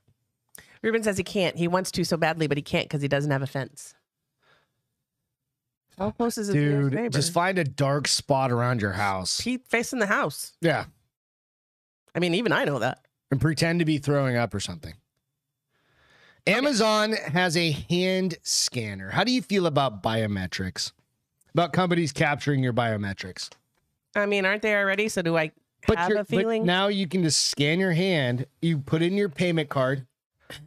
Speaker 1: Ruben says he can't. He wants to so badly, but he can't because he doesn't have a fence. How close is his nearest neighbor?
Speaker 2: Dude, just find a dark spot around your house.
Speaker 1: Pee facing the house.
Speaker 2: Yeah,
Speaker 1: I mean, even I know that.
Speaker 2: and pretend to be throwing up or something. Amazon has a hand scanner. How do you feel about biometrics? About companies capturing your biometrics?
Speaker 1: I mean, aren't they already? So do I have
Speaker 2: you're-
Speaker 1: a feeling.
Speaker 2: now you can just scan your hand. You put in your payment card,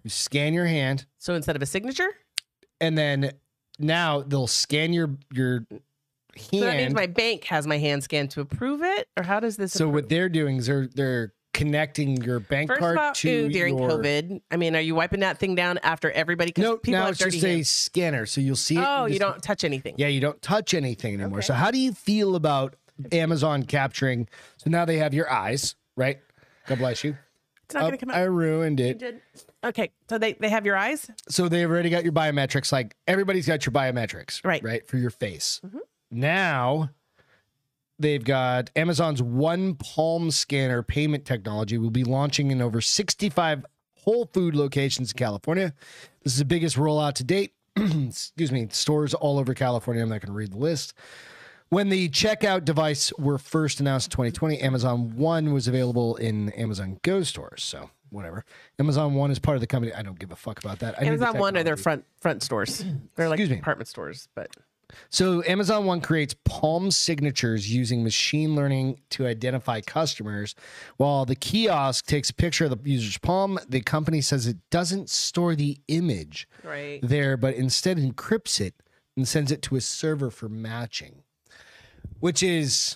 Speaker 2: you scan your hand,
Speaker 1: so instead of a signature,
Speaker 2: and then now they'll scan your your hand.
Speaker 1: so that means my bank has my hand scanned to approve it, or how does this?
Speaker 2: So
Speaker 1: approve?
Speaker 2: what they're doing is they're they're connecting your bank
Speaker 1: First
Speaker 2: card
Speaker 1: of all,
Speaker 2: to
Speaker 1: ooh, during
Speaker 2: your,
Speaker 1: COVID, I mean, are you wiping that thing down after everybody? 'cause
Speaker 2: No,
Speaker 1: people
Speaker 2: now
Speaker 1: have
Speaker 2: it's just
Speaker 1: dirty
Speaker 2: a
Speaker 1: hands.
Speaker 2: scanner, so you'll see it.
Speaker 1: oh, you
Speaker 2: just-
Speaker 1: don't touch anything.
Speaker 2: Yeah, you don't touch anything anymore.
Speaker 1: Okay.
Speaker 2: So how do you feel about Amazon capturing? So now they have your eyes, right? God bless you.
Speaker 1: it's not
Speaker 2: Oh,
Speaker 1: gonna come
Speaker 2: I
Speaker 1: out.
Speaker 2: ruined it.
Speaker 1: Okay, so they they have your eyes.
Speaker 2: So they've already got your biometrics. Like everybody's got your biometrics,
Speaker 1: Right.
Speaker 2: Right for your face. Now they've got Amazon's one palm scanner payment technology will be launching in over 65 Whole Food locations in California. This is the biggest rollout to date. Excuse me, stores all over California. I'm not going to read the list. When the checkout device were first announced in 2020, Amazon One was available in Amazon Go stores. So whatever. Amazon One is part of the company. I don't give a fuck about that. I knew the
Speaker 1: Amazon One are their
Speaker 2: technology.
Speaker 1: front front stores. They're like
Speaker 2: Excuse me.
Speaker 1: department stores, but
Speaker 2: So Amazon One creates palm signatures using machine learning to identify customers. While the kiosk takes a picture of the user's palm, the company says it doesn't store the image
Speaker 1: right.
Speaker 2: there, but instead encrypts it and sends it to a server for matching, which is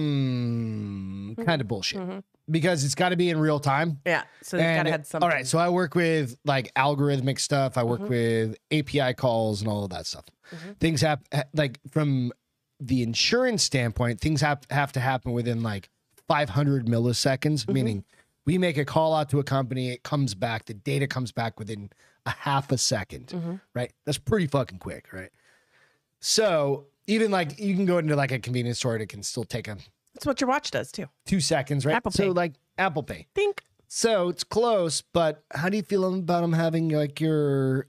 Speaker 2: mm, kind of bullshit because it's got to be in real time.
Speaker 1: Yeah, so they've got
Speaker 2: And-
Speaker 1: to have something. Mm-hmm.
Speaker 2: All right, so I work with like algorithmic stuff. I work with API calls and all of that stuff. Things have like from the insurance standpoint, things have have to happen within like 500 milliseconds.
Speaker 1: Mm-hmm.
Speaker 2: Meaning, we make a call out to a company, it comes back, the data comes back within a half a 2nd
Speaker 1: Mm-hmm.
Speaker 2: right? That's pretty fucking quick, right? So even like you can go into like a convenience store, and it can still take a
Speaker 1: That's what your watch does too.
Speaker 2: two seconds, right?
Speaker 1: Apple
Speaker 2: so
Speaker 1: Pay.
Speaker 2: like Apple Pay.
Speaker 1: Think
Speaker 2: So it's close, but how do you feel about them having like your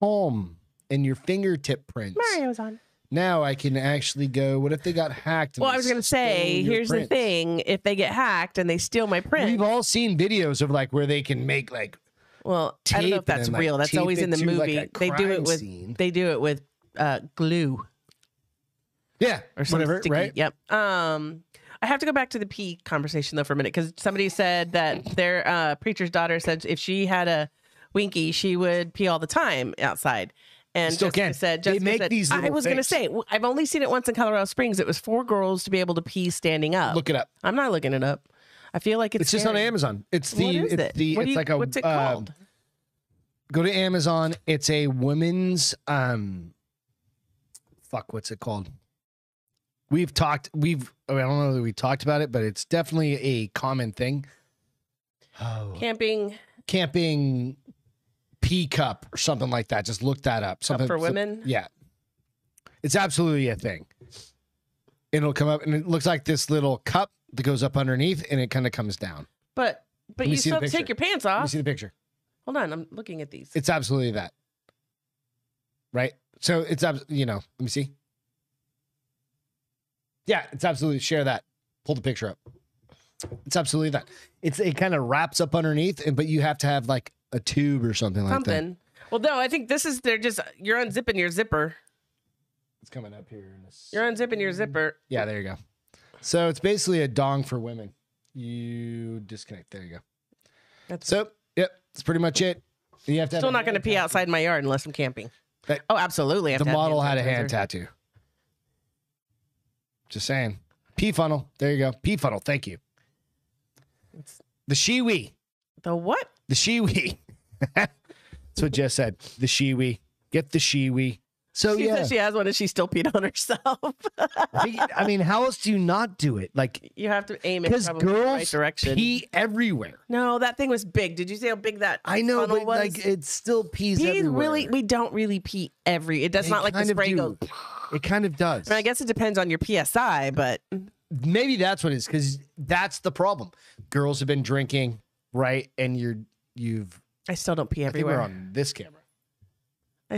Speaker 2: palm and your fingertip prints?
Speaker 1: Mario's on.
Speaker 2: Now I can actually go. What if they got hacked? and
Speaker 1: Well,
Speaker 2: they
Speaker 1: I was gonna
Speaker 2: stole
Speaker 1: say,
Speaker 2: your
Speaker 1: here's
Speaker 2: prints?
Speaker 1: the thing: if they get hacked and they steal my print,
Speaker 2: We've all seen videos of like where they can make like
Speaker 1: well, I don't
Speaker 2: tape
Speaker 1: know if
Speaker 2: and
Speaker 1: that's
Speaker 2: then, like,
Speaker 1: real. that's
Speaker 2: tape
Speaker 1: always
Speaker 2: it
Speaker 1: in the
Speaker 2: to, like,
Speaker 1: movie.
Speaker 2: a
Speaker 1: they do
Speaker 2: crime
Speaker 1: it with
Speaker 2: scene.
Speaker 1: they do it with uh, glue
Speaker 2: yeah
Speaker 1: or something.
Speaker 2: whatever
Speaker 1: sticky.
Speaker 2: right.
Speaker 1: Yep. Um, I have to go back to the pee conversation though for a minute because somebody said that their uh, preacher's daughter said if she had a winky, she would pee all the time outside. And
Speaker 2: Still
Speaker 1: Jessica
Speaker 2: can.
Speaker 1: said,
Speaker 2: They
Speaker 1: Jessica
Speaker 2: make
Speaker 1: said,
Speaker 2: these
Speaker 1: I
Speaker 2: little
Speaker 1: was going to
Speaker 2: things.
Speaker 1: say, w- I've only seen it once in Colorado Springs. It was four girls to be able to pee standing up.
Speaker 2: Look it up.
Speaker 1: I'm not looking it up. I feel like it's,
Speaker 2: It's just on
Speaker 1: scary.
Speaker 2: Amazon. It's the
Speaker 1: What is
Speaker 2: it's
Speaker 1: it?
Speaker 2: the
Speaker 1: What do
Speaker 2: it's
Speaker 1: you-
Speaker 2: like a
Speaker 1: what's it
Speaker 2: um,
Speaker 1: called?
Speaker 2: go to Amazon. It's a women's um fuck, what's it called? We've talked we've I don't know that we talked about it, but it's definitely a common thing. Oh
Speaker 1: Camping
Speaker 2: camping pea cup or something like that. Just look that up. Something
Speaker 1: for
Speaker 2: so-
Speaker 1: women?
Speaker 2: yeah. It's absolutely a thing. It'll come up and it looks like this little cup that goes up underneath and it kind of comes down.
Speaker 1: But but
Speaker 2: Let me
Speaker 1: you
Speaker 2: see
Speaker 1: still
Speaker 2: the
Speaker 1: have to take your
Speaker 2: picture.
Speaker 1: pants
Speaker 2: Let me
Speaker 1: off.
Speaker 2: see the picture.
Speaker 1: Hold on, I'm looking at these.
Speaker 2: It's absolutely that. Right? So it's abs- you know, let me see. Yeah, it's absolutely share that. Pull the picture up. It's absolutely that. It's it kind of wraps up underneath, and but you have to have like a tube or something, like that.
Speaker 1: Something. Well, no, I think this is they're just you're unzipping your zipper.
Speaker 2: It's coming up here. In this.
Speaker 1: You're unzipping your zipper.
Speaker 2: Yeah, there you go. So it's basically a dong for women. You disconnect. There you go.
Speaker 1: That's
Speaker 2: So yep, that's pretty much it. You have to
Speaker 1: still
Speaker 2: have a
Speaker 1: not going to
Speaker 2: hand
Speaker 1: pee outside my yard unless I'm camping.
Speaker 2: That-
Speaker 1: oh, absolutely. I have
Speaker 2: The
Speaker 1: to have
Speaker 2: model had
Speaker 1: hand
Speaker 2: a hand
Speaker 1: sanitizer.
Speaker 2: tattoo. Just saying. P funnel. There you go. P funnel. Thank you. The shiwi.
Speaker 1: The what?
Speaker 2: The shiwi. That's what Jess said. The shiwi. Get the shiwi. So
Speaker 1: She
Speaker 2: Oh, yeah.
Speaker 1: said she has one and she still peed on herself.
Speaker 2: I think- I mean, how else do you not do it? Like
Speaker 1: you have to aim it
Speaker 2: because
Speaker 1: probably in the right
Speaker 2: girls
Speaker 1: direction.
Speaker 2: pee everywhere.
Speaker 1: no, that thing was big. Did you see how big that?
Speaker 2: I know,
Speaker 1: funnel
Speaker 2: but
Speaker 1: was?
Speaker 2: like it still pees.
Speaker 1: Pee
Speaker 2: everywhere.
Speaker 1: really, we don't really pee every. It does
Speaker 2: They
Speaker 1: not like the
Speaker 2: kind of
Speaker 1: spray
Speaker 2: do.
Speaker 1: goes.
Speaker 2: It kind of does.
Speaker 1: I mean, I guess it depends on your psi, but
Speaker 2: maybe that's what it is because that's the problem. Girls have been drinking, right? And you're you've
Speaker 1: I still don't pee
Speaker 2: I think we're
Speaker 1: everywhere. I,
Speaker 2: on this camera.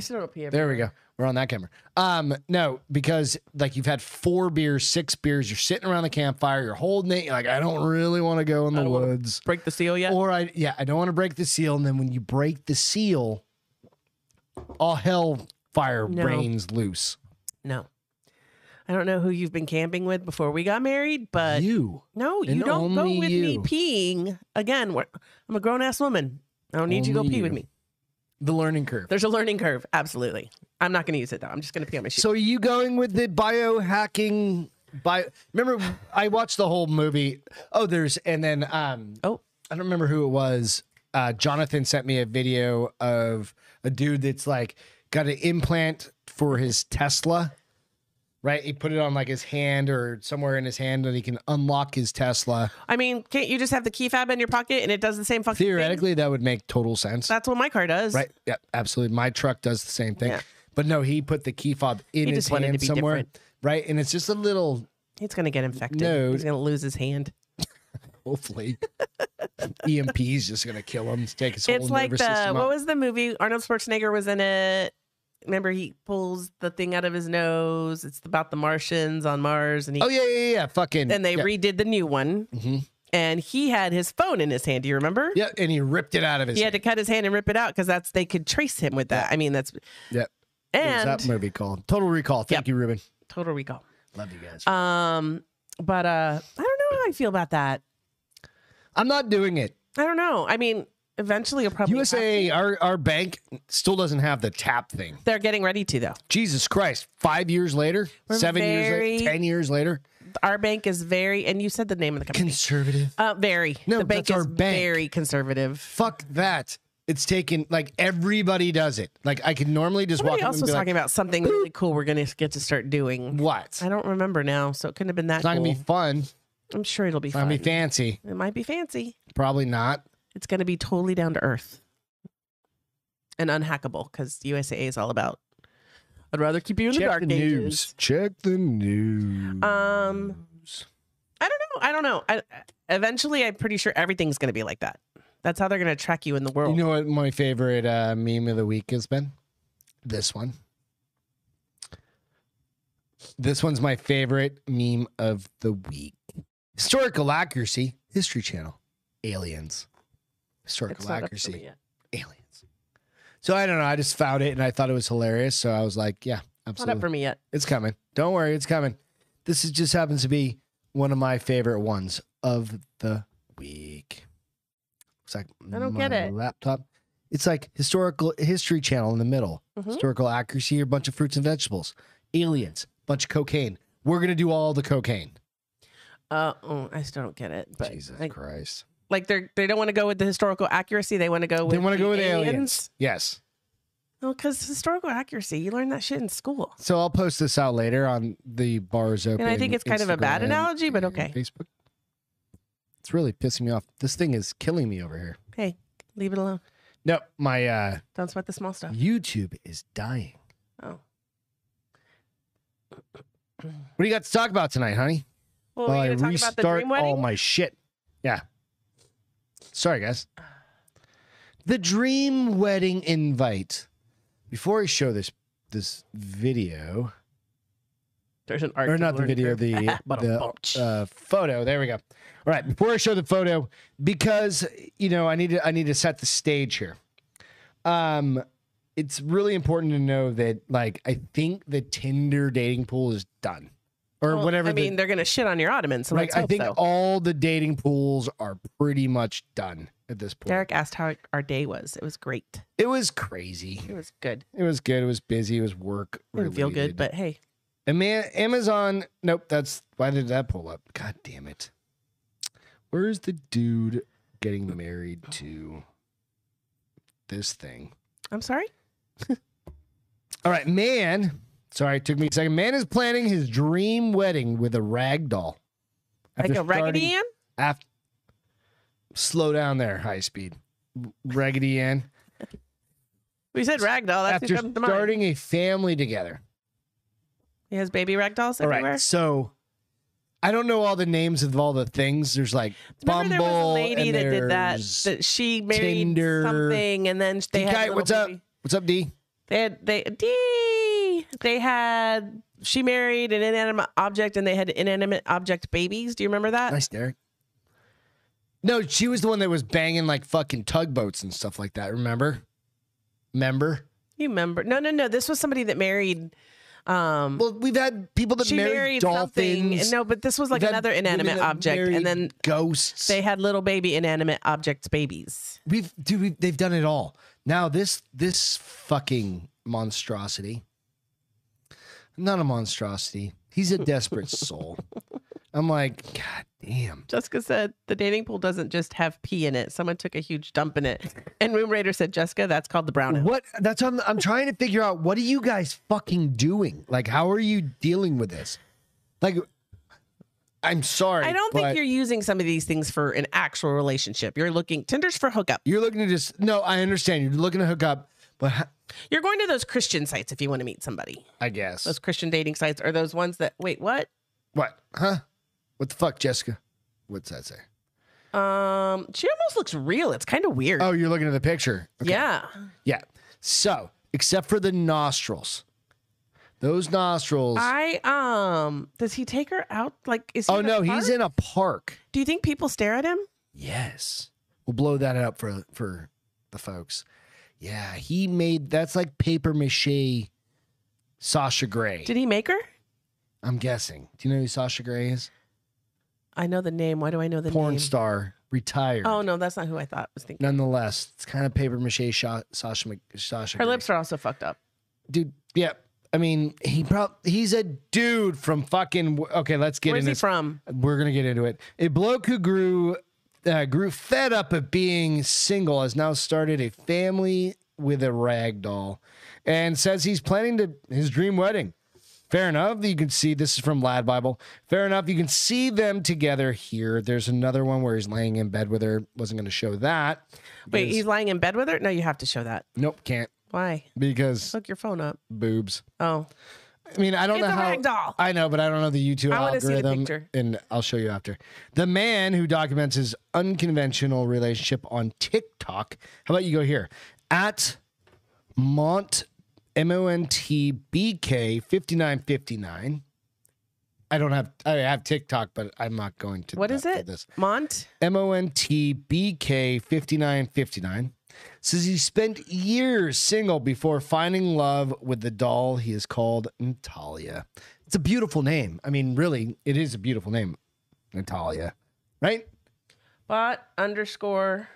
Speaker 1: still don't pee everywhere.
Speaker 2: There we go. We're on that camera. Um, no, because like you've had four beers, six beers. You're sitting around the campfire. You're holding it. You're like, I don't really want to go in the
Speaker 1: don't wanna-
Speaker 2: woods.
Speaker 1: Break the seal yet?
Speaker 2: Or I yeah, I don't want to break the seal. And then when you break the seal, all hell fire
Speaker 1: No.
Speaker 2: rains loose.
Speaker 1: No. I don't know who you've been camping with before we got married, but
Speaker 2: you.
Speaker 1: no, you
Speaker 2: and
Speaker 1: don't go
Speaker 2: only
Speaker 1: with me
Speaker 2: you.
Speaker 1: peeing again. We're, I'm a grown ass woman. I don't need you to go
Speaker 2: Only
Speaker 1: pee with
Speaker 2: you.
Speaker 1: me.
Speaker 2: The learning curve.
Speaker 1: There's a learning curve. Absolutely. I'm not going to use it though. I'm just going to pee on my shoes.
Speaker 2: So are you going with the biohacking bio remember I watched the whole movie. Oh, there's and then um
Speaker 1: oh,
Speaker 2: I don't remember who it was. Uh, Jonathan sent me a video of a dude that's like got an implant for his Tesla. Right, he put it on like his hand or somewhere in his hand, and he can unlock his Tesla.
Speaker 1: I mean, can't you just have the key fab in your pocket and it does the same fucking thing?
Speaker 2: Theoretically, that would make total sense.
Speaker 1: That's what my car does.
Speaker 2: Right. Yeah, absolutely. My truck does the same thing.
Speaker 1: Yeah.
Speaker 2: But no, he put the key fob in
Speaker 1: He
Speaker 2: his
Speaker 1: just wanted to
Speaker 2: hand
Speaker 1: be
Speaker 2: somewhere.
Speaker 1: different.
Speaker 2: Right. And it's just a little,
Speaker 1: He's going to get infected.
Speaker 2: No.
Speaker 1: He's going to lose his hand.
Speaker 2: hopefully, EMP is just going to kill him, take his whole
Speaker 1: It's like
Speaker 2: nervous
Speaker 1: the
Speaker 2: system
Speaker 1: what
Speaker 2: out.
Speaker 1: was the movie? Arnold Schwarzenegger was in it. Remember, he pulls the thing out of his nose. It's about the Martians on Mars, and he
Speaker 2: oh, yeah, yeah, yeah. Fucking.
Speaker 1: and they
Speaker 2: yeah.
Speaker 1: redid the new one.
Speaker 2: Mhm.
Speaker 1: And he had his phone in his hand. Do you remember?
Speaker 2: Yeah, and he ripped it out of his
Speaker 1: He had to cut his hand and rip it out because that's they could trace him with that. I mean, that's
Speaker 2: Yep. What was that
Speaker 1: and
Speaker 2: movie called? Total Recall. Thank
Speaker 1: Yep.
Speaker 2: you, Ruben.
Speaker 1: Total Recall.
Speaker 2: Love you guys.
Speaker 1: Um, but uh, I don't know how I feel about that.
Speaker 2: I'm not doing it.
Speaker 1: I don't know. I mean, eventually you'll probably have
Speaker 2: USA,
Speaker 1: to.
Speaker 2: our, our bank still doesn't have the tap thing.
Speaker 1: They're getting ready to though.
Speaker 2: Jesus Christ. Five years later,
Speaker 1: We're
Speaker 2: seven
Speaker 1: very-
Speaker 2: years later, 10 years later.
Speaker 1: Our bank is very, and you said the name of the company.
Speaker 2: Conservative.
Speaker 1: Uh, very.
Speaker 2: No,
Speaker 1: the bank
Speaker 2: that's our
Speaker 1: is
Speaker 2: bank.
Speaker 1: very conservative.
Speaker 2: fuck that. It's taken like everybody does it. Like I could normally just
Speaker 1: Somebody
Speaker 2: walk
Speaker 1: else
Speaker 2: up and
Speaker 1: was
Speaker 2: be
Speaker 1: talking
Speaker 2: like,
Speaker 1: about something really cool we're going to get to start doing.
Speaker 2: "What?
Speaker 1: I
Speaker 2: It's
Speaker 1: don't remember now, so it couldn't have been that
Speaker 2: not
Speaker 1: cool.
Speaker 2: gonna be fun. It's
Speaker 1: I'm sure it'll be
Speaker 2: not
Speaker 1: fun.
Speaker 2: gonna be fancy.
Speaker 1: it might be fancy.
Speaker 2: Probably not.
Speaker 1: It's going to be totally down to earth and unhackable because USA is all about. I'd rather keep you in the dark ages.
Speaker 2: Check the
Speaker 1: Um,
Speaker 2: news.
Speaker 1: I don't know. I don't know. I, eventually, I'm pretty sure everything's going to be like that. That's how they're going to track you in the world.
Speaker 2: you know what my favorite uh, meme of the week has been? This one. This one's my favorite meme of the week. Historical accuracy, History Channel, aliens. Historical
Speaker 1: It's not up to
Speaker 2: accuracy.
Speaker 1: me yet.
Speaker 2: aliens. So I don't know. I just found it and I thought it was hilarious. So I was like, yeah,
Speaker 1: Not up
Speaker 2: absolutely.
Speaker 1: for me yet.
Speaker 2: It's coming. Don't worry. It's coming. This is just happens to be one of my favorite ones of the week. It's like,
Speaker 1: I don't
Speaker 2: my
Speaker 1: get it.
Speaker 2: Laptop. It's like historical history channel in the middle.
Speaker 1: Mhm.
Speaker 2: Historical accuracy, a bunch of fruits and vegetables. Aliens, bunch of cocaine. We're going to do all the cocaine.
Speaker 1: Uh, oh, I still don't get it. But
Speaker 2: Jesus
Speaker 1: like,
Speaker 2: Christ.
Speaker 1: like they're they don't want to go with the historical accuracy. They want to go. With
Speaker 2: They want to
Speaker 1: the
Speaker 2: go with aliens. Yes.
Speaker 1: No, because historical accuracy, you learn that shit in school.
Speaker 2: So I'll post this out later on the bars open.
Speaker 1: And I think it's kind of a bad
Speaker 2: Instagram
Speaker 1: analogy, but
Speaker 2: and
Speaker 1: okay.
Speaker 2: Facebook. It's really pissing me off. This thing is killing me over here.
Speaker 1: Hey, leave it alone.
Speaker 2: Nope, my uh,
Speaker 1: Don't sweat the small stuff.
Speaker 2: YouTube is dying.
Speaker 1: Oh,
Speaker 2: What do you got to talk about tonight, honey?
Speaker 1: well,
Speaker 2: While
Speaker 1: we're
Speaker 2: I
Speaker 1: gonna talk about the
Speaker 2: restart
Speaker 1: dream wedding.
Speaker 2: all my shit. Yeah. Sorry, guys. The dream wedding invite. Before I show this this video,
Speaker 1: There's an art.
Speaker 2: or
Speaker 1: to
Speaker 2: not the
Speaker 1: learning
Speaker 2: video,
Speaker 1: curve.
Speaker 2: the
Speaker 1: Ba-dum-bumch.
Speaker 2: the uh, photo. There we go. All right, before I show the photo, because you know, I need to I need to set the stage here. Um, it's really important to know that, like, I think the Tinder dating pool is done, or
Speaker 1: Well,
Speaker 2: whatever.
Speaker 1: I mean,
Speaker 2: the,
Speaker 1: they're gonna shit on your ottoman, so
Speaker 2: like,
Speaker 1: let's
Speaker 2: I
Speaker 1: hope
Speaker 2: think
Speaker 1: so.
Speaker 2: all the dating pools are pretty much done at this point.
Speaker 1: Derek asked how our day was. It was great.
Speaker 2: It was crazy.
Speaker 1: It was good.
Speaker 2: It was good. It was busy. It was work.
Speaker 1: Didn't feel good,
Speaker 2: related.
Speaker 1: but hey,
Speaker 2: Ama- Amazon. Nope. That's why did that pull up? God damn it. Where is the dude getting married to this thing?
Speaker 1: I'm sorry.
Speaker 2: All right, man. Sorry, it took me a second. Man is planning his dream wedding with a rag doll.
Speaker 1: like a raggedy Ann.
Speaker 2: After, slow down there, high speed. Raggedy Ann.
Speaker 1: We said ragdoll. That's
Speaker 2: After
Speaker 1: who comes to mind.
Speaker 2: starting a family together.
Speaker 1: He has baby ragdolls
Speaker 2: All right,
Speaker 1: everywhere.
Speaker 2: So I don't know all the names of all the things. There's like Bumble.
Speaker 1: Remember there was a lady
Speaker 2: and
Speaker 1: that did that.
Speaker 2: there's-
Speaker 1: That she married
Speaker 2: Tinder.
Speaker 1: something, and then they
Speaker 2: D.
Speaker 1: had. a
Speaker 2: Kite,
Speaker 1: little
Speaker 2: what's up?
Speaker 1: baby.
Speaker 2: What's up, D?
Speaker 1: They had they D. They had she married an inanimate object, and they had inanimate object babies. Do you remember that?
Speaker 2: Nice, Derek. No, she was the one that was banging like fucking tugboats and stuff like that. Remember? Remember?
Speaker 1: You remember? No, no, no. This was somebody that married. Um,
Speaker 2: Well, we've had people that
Speaker 1: she
Speaker 2: married,
Speaker 1: married something.
Speaker 2: dolphins.
Speaker 1: and- No, but this was like
Speaker 2: We've had
Speaker 1: another
Speaker 2: women
Speaker 1: inanimate
Speaker 2: that
Speaker 1: object,
Speaker 2: married
Speaker 1: and then
Speaker 2: ghosts.
Speaker 1: they had little baby inanimate objects babies.
Speaker 2: we've dude, we've, they've done it all. Now this this fucking monstrosity. Not a monstrosity. He's a desperate soul. I'm like, God damn.
Speaker 1: Jessica said the dating pool doesn't just have pee in it. Someone took a huge dump in it. And Room Raider said, Jessica, that's called the brownout.
Speaker 2: What? That's I'm, I'm trying to figure out. What are you guys fucking doing? Like, how are you dealing with this? Like, I'm sorry.
Speaker 1: I don't think
Speaker 2: but
Speaker 1: you're using some of these things for an actual relationship. You're looking Tinder's for hookup.
Speaker 2: You're looking to just no. I understand. You're looking to hook up, but ha-
Speaker 1: You're going to those Christian sites if you want to meet somebody.
Speaker 2: I guess
Speaker 1: Those Christian dating sites are those ones that wait, what?
Speaker 2: what? Huh? What the fuck, Jessica? What's that say?
Speaker 1: Um, she almost looks real. It's kind of weird.
Speaker 2: Oh, you're looking at the picture. Okay.
Speaker 1: Yeah.
Speaker 2: Yeah. So, except for the nostrils, those nostrils.
Speaker 1: I um does he take her out? Like is he
Speaker 2: oh
Speaker 1: in a
Speaker 2: no, he's
Speaker 1: park?
Speaker 2: in a park.
Speaker 1: Do you think people stare at him?
Speaker 2: Yes. We'll blow that up for for the folks. Yeah, he made that's like paper mache Sasha Gray.
Speaker 1: Did he make her?
Speaker 2: I'm guessing. Do you know who Sasha Gray is?
Speaker 1: I know the name. Why do I know the
Speaker 2: Porn
Speaker 1: name?
Speaker 2: star, retired.
Speaker 1: Oh no, that's not who I thought was thinking.
Speaker 2: Nonetheless, it's kind of paper mache Sha- Sasha Mc- Sasha.
Speaker 1: Her
Speaker 2: Grey.
Speaker 1: lips are also fucked up.
Speaker 2: dude. Yeah, I mean, he probably he's a dude from fucking. Okay, let's get
Speaker 1: Where's
Speaker 2: into
Speaker 1: he
Speaker 2: this.
Speaker 1: from?
Speaker 2: We're gonna get into it. A bloke who grew uh, grew fed up of being single has now started a family with a rag doll, and says he's planning to his dream wedding. Fair enough. You can see this is from Lad Bible. Fair enough. You can see them together here. There's another one where he's laying in bed with her. Wasn't going to show that.
Speaker 1: Wait,
Speaker 2: because-
Speaker 1: he's lying in bed with her? No, you have to show that.
Speaker 2: nope, can't
Speaker 1: Why?
Speaker 2: because
Speaker 1: Look your phone up.
Speaker 2: boobs.
Speaker 1: Oh.
Speaker 2: I mean, I don't
Speaker 1: It's
Speaker 2: know
Speaker 1: a
Speaker 2: how.
Speaker 1: rag doll.
Speaker 2: I know, but I don't know the YouTube
Speaker 1: I wanna see the
Speaker 2: algorithm,
Speaker 1: picture.
Speaker 2: and I'll show you after. The man who documents his unconventional relationship on TikTok. How about you go here at Mont M O N T B K fifty nine fifty nine. I don't have I have TikTok, but I'm not going to.
Speaker 1: What is
Speaker 2: that-
Speaker 1: it?
Speaker 2: This
Speaker 1: Mont?
Speaker 2: M O N T B K 5959 says he spent years single before finding love with the doll he is called Natalia. It's a beautiful name. I mean, really, it is a beautiful name, Natalia, right?
Speaker 1: Bot underscore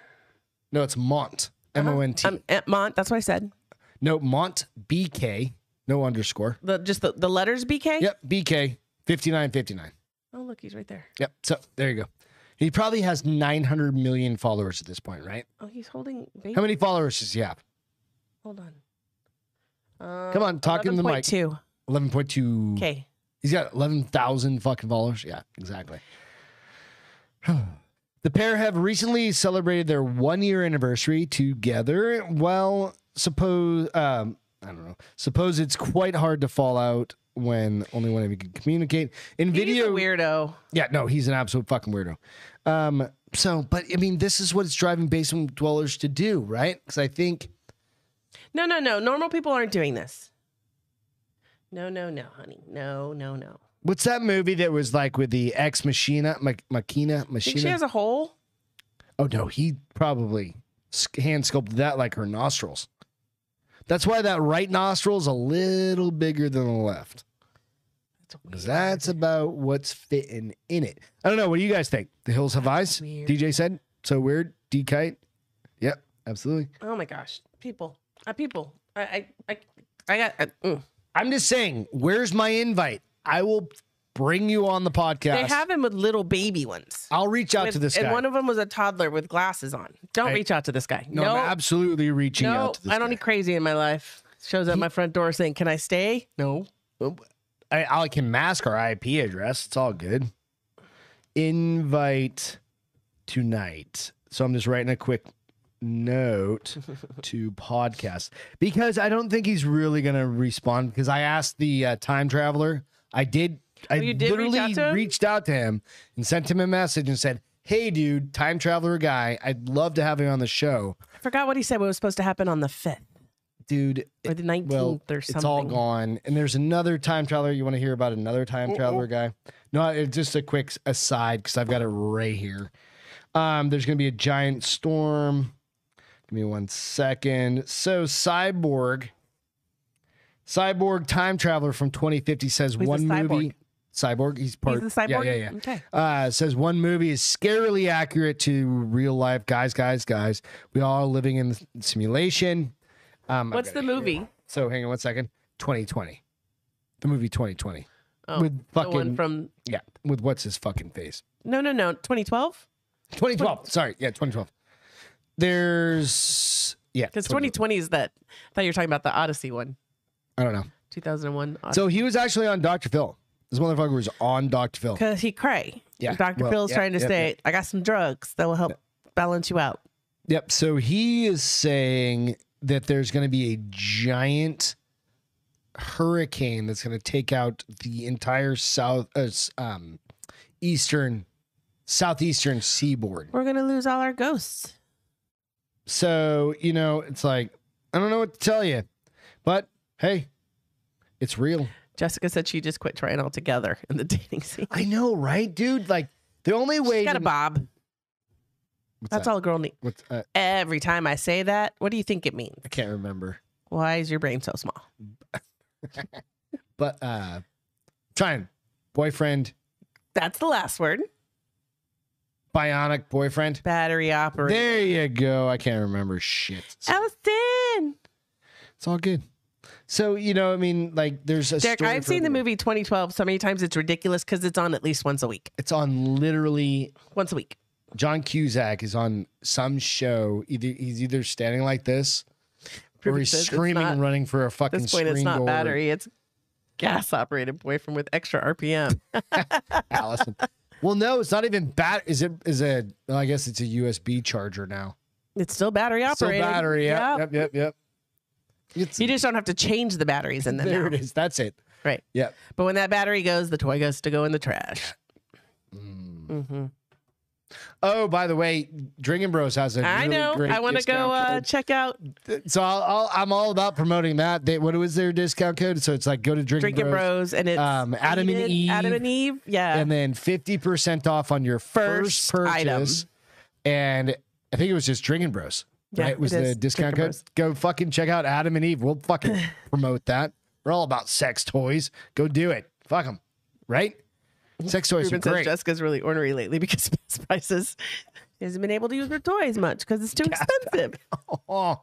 Speaker 2: No, it's Mont. M O N T.
Speaker 1: um, at Mont. That's what I said.
Speaker 2: No, Mont B K. No underscore.
Speaker 1: The just the, the letters BK.
Speaker 2: Yep, B K 5959.
Speaker 1: Oh look, he's right there.
Speaker 2: Yep. So there you go. He probably has 900 million followers at this point, right?
Speaker 1: Oh, he's holding baby.
Speaker 2: How many followers does he have?
Speaker 1: Hold on. Uh,
Speaker 2: Come on, talk in the mic.
Speaker 1: 11.2.
Speaker 2: 11.2.
Speaker 1: Okay.
Speaker 2: He's got 11,000 fucking followers. Yeah, exactly. the pair have recently celebrated their one year anniversary together. Well, suppose, um, I don't know, suppose it's quite hard to fall out when only one of you can communicate. In
Speaker 1: He's a
Speaker 2: video,
Speaker 1: weirdo.
Speaker 2: yeah, no, he's an absolute fucking weirdo. Um, so, but I mean, this is what it's driving basement dwellers to do, right? Because I think,
Speaker 1: No, no, no. Normal people aren't doing this. No, no, no, honey. No, no, no.
Speaker 2: what's that movie that was like with the ex machina, ma- machina,
Speaker 1: Think
Speaker 2: machina?
Speaker 1: she has a hole?
Speaker 2: Oh no, he probably sc- hand sculpted that like her nostrils. That's why that right nostril's a little bigger than the left.
Speaker 1: That's weird.
Speaker 2: 'Cause that's about what's fitting in it. I don't know. What do you guys think? The hills have eyes.
Speaker 1: weird.
Speaker 2: DJ said so weird. D kite. Yep, absolutely.
Speaker 1: Oh my gosh, people, uh, people. I, I, I, I got. I, mm.
Speaker 2: I'm just saying. Where's my invite? I will bring you on the podcast.
Speaker 1: They have him with little baby ones.
Speaker 2: I'll reach out to
Speaker 1: With-
Speaker 2: this
Speaker 1: and
Speaker 2: guy.
Speaker 1: one of them was a toddler with glasses on. Don't
Speaker 2: I-
Speaker 1: reach out to this guy.
Speaker 2: no,
Speaker 1: No,
Speaker 2: I'm absolutely reaching
Speaker 1: no.
Speaker 2: out to this.
Speaker 1: I don't
Speaker 2: guy.
Speaker 1: need crazy in my life. Shows up my front door saying, "Can I stay?" No.
Speaker 2: I, I can mask our IP address. It's all good. Invite tonight. So I'm just writing a quick note to podcast because I don't think he's really going to respond. Because I asked the uh, time traveler. I did. I
Speaker 1: Oh, you did reach out
Speaker 2: literally
Speaker 1: to him?
Speaker 2: reached out to him and sent him a message and said, "Hey, dude, time traveler guy, I'd love to have you on the show,
Speaker 1: I forgot what he said. What was supposed to happen on the fifth
Speaker 2: dude."
Speaker 1: or the nineteenth
Speaker 2: well,
Speaker 1: or something.
Speaker 2: it's all gone. And there's another time traveler. You want to hear about another time traveler guy? No, it's just a quick aside because I've got it right here. Um, there's going to be a giant storm. Give me one second. So, Cyborg Cyborg time traveler from 2050 says
Speaker 1: Who's
Speaker 2: one
Speaker 1: the Oh, cyborg?
Speaker 2: movie. Cyborg, he's part.
Speaker 1: He's the cyborg.
Speaker 2: Yeah, yeah, yeah.
Speaker 1: Okay.
Speaker 2: Uh, says one movie is scarily accurate to real life. Guys, guys, guys. We all are living in the simulation. Um, I've
Speaker 1: What's
Speaker 2: got
Speaker 1: the
Speaker 2: it here.
Speaker 1: movie?
Speaker 2: So hang on one second. 2020, the movie 2020
Speaker 1: Oh,
Speaker 2: with
Speaker 1: the one
Speaker 2: fucking
Speaker 1: from
Speaker 2: yeah, with what's his fucking face.
Speaker 1: no, no, no, 2012.
Speaker 2: 2012. Sorry, yeah, 2012. There's yeah,
Speaker 1: Because
Speaker 2: 2012.
Speaker 1: 2020 is that. I thought you were talking about the Odyssey one,
Speaker 2: I don't know.
Speaker 1: 2001. Odyssey.
Speaker 2: So he was actually on Dr. Phil. This motherfucker was on Dr. Phil.
Speaker 1: Because he cray.
Speaker 2: Yeah,
Speaker 1: Dr.
Speaker 2: well,
Speaker 1: Phil's
Speaker 2: yeah,
Speaker 1: trying to
Speaker 2: yeah,
Speaker 1: say, I got some drugs that will help balance you out.
Speaker 2: Yep. So he is saying that there's going to be a giant hurricane that's going to take out the entire south, uh, s- um, eastern, southeastern seaboard.
Speaker 1: We're going to lose all our ghosts.
Speaker 2: So you know, it's like I don't know what to tell you, but hey, it's real.
Speaker 1: Jessica said she just quit trying altogether in the dating scene.
Speaker 2: I know, right, dude? Like the only way
Speaker 1: She's got a
Speaker 2: to-
Speaker 1: bob.
Speaker 2: What's
Speaker 1: That's
Speaker 2: that?
Speaker 1: all a girl needs.
Speaker 2: What's, uh,
Speaker 1: Every time I say that, what do you think it means?
Speaker 2: I can't remember,
Speaker 1: Why is your brain so small?
Speaker 2: but uh, trying boyfriend,
Speaker 1: That's the last word.
Speaker 2: bionic boyfriend.
Speaker 1: Battery operated.
Speaker 2: There you go. I can't remember shit. It's,
Speaker 1: Allison!
Speaker 2: it's all good. So you know, I mean, like, there's a.
Speaker 1: Derek,
Speaker 2: story
Speaker 1: I've
Speaker 2: for
Speaker 1: seen the
Speaker 2: everyone.
Speaker 1: movie 2012 so many times it's ridiculous because it's on at least once a week.
Speaker 2: It's on literally.
Speaker 1: Once a week.
Speaker 2: John Cusack is on some show. Either he's either standing like this, or
Speaker 1: Ruby
Speaker 2: he's
Speaker 1: says it's
Speaker 2: screaming
Speaker 1: not-
Speaker 2: and running for a
Speaker 1: At
Speaker 2: fucking
Speaker 1: this point, it's
Speaker 2: screen
Speaker 1: not
Speaker 2: door.
Speaker 1: battery, it's gas operated boyfriend with extra RPM.
Speaker 2: Allison. well, no, it's not even bat. Is it? Is it? well, I guess it's a USB charger now.
Speaker 1: It's still battery
Speaker 2: Still
Speaker 1: operated.
Speaker 2: battery.
Speaker 1: Yeah.
Speaker 2: Yep. Yep. Yep. yep. It's,
Speaker 1: You just don't have to change the batteries in them
Speaker 2: there
Speaker 1: now.
Speaker 2: it is. That's it.
Speaker 1: Right.
Speaker 2: Yep.
Speaker 1: But when that battery goes, the toy goes to go in the trash. Mm-hmm.
Speaker 2: Oh, by the way, Drinking Bros has a
Speaker 1: I
Speaker 2: really
Speaker 1: know.
Speaker 2: great
Speaker 1: I want to go
Speaker 2: discount
Speaker 1: uh,
Speaker 2: code.
Speaker 1: check out
Speaker 2: so I'll, I'll, I'm all about promoting that. They, what was their discount code? So it's like go to Drinking,
Speaker 1: Drinking
Speaker 2: Bros,
Speaker 1: Bros, and it's
Speaker 2: Um, Adam and
Speaker 1: needed- Adam
Speaker 2: Eve.
Speaker 1: and Eve. Yeah.
Speaker 2: and then 50% off on your first,
Speaker 1: First item.
Speaker 2: purchase. And I think it was just Drinking Bros.
Speaker 1: Yeah,
Speaker 2: right? Was
Speaker 1: it
Speaker 2: the
Speaker 1: is
Speaker 2: discount
Speaker 1: Drinking
Speaker 2: code? Go fucking check out Adam and Eve. We'll fucking promote that. We're all about sex toys. Go do it. Fuck them. Right? Sex toys
Speaker 1: Ruben
Speaker 2: are
Speaker 1: says
Speaker 2: great.
Speaker 1: Jessica's really ornery lately because of gas prices. She hasn't been able to use her toys much because it's too expensive.
Speaker 2: oh,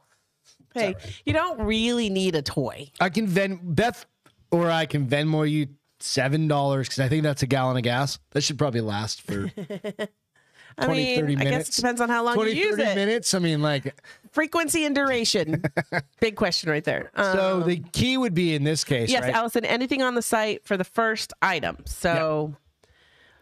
Speaker 1: Hey, you don't really need a toy.
Speaker 2: I can Ven Beth or I can Venmo you $7 because I think that's a gallon of gas. That should probably last for
Speaker 1: I
Speaker 2: 20,
Speaker 1: mean,
Speaker 2: 30
Speaker 1: I guess it
Speaker 2: minutes.
Speaker 1: depends on how long
Speaker 2: 20,
Speaker 1: you use
Speaker 2: 30
Speaker 1: it.
Speaker 2: minutes. I mean, like,
Speaker 1: Frequency and duration. Big question right there.
Speaker 2: so
Speaker 1: Um,
Speaker 2: the key would be in this case,
Speaker 1: Yes,
Speaker 2: right?
Speaker 1: Allison, anything on the site for the first item. So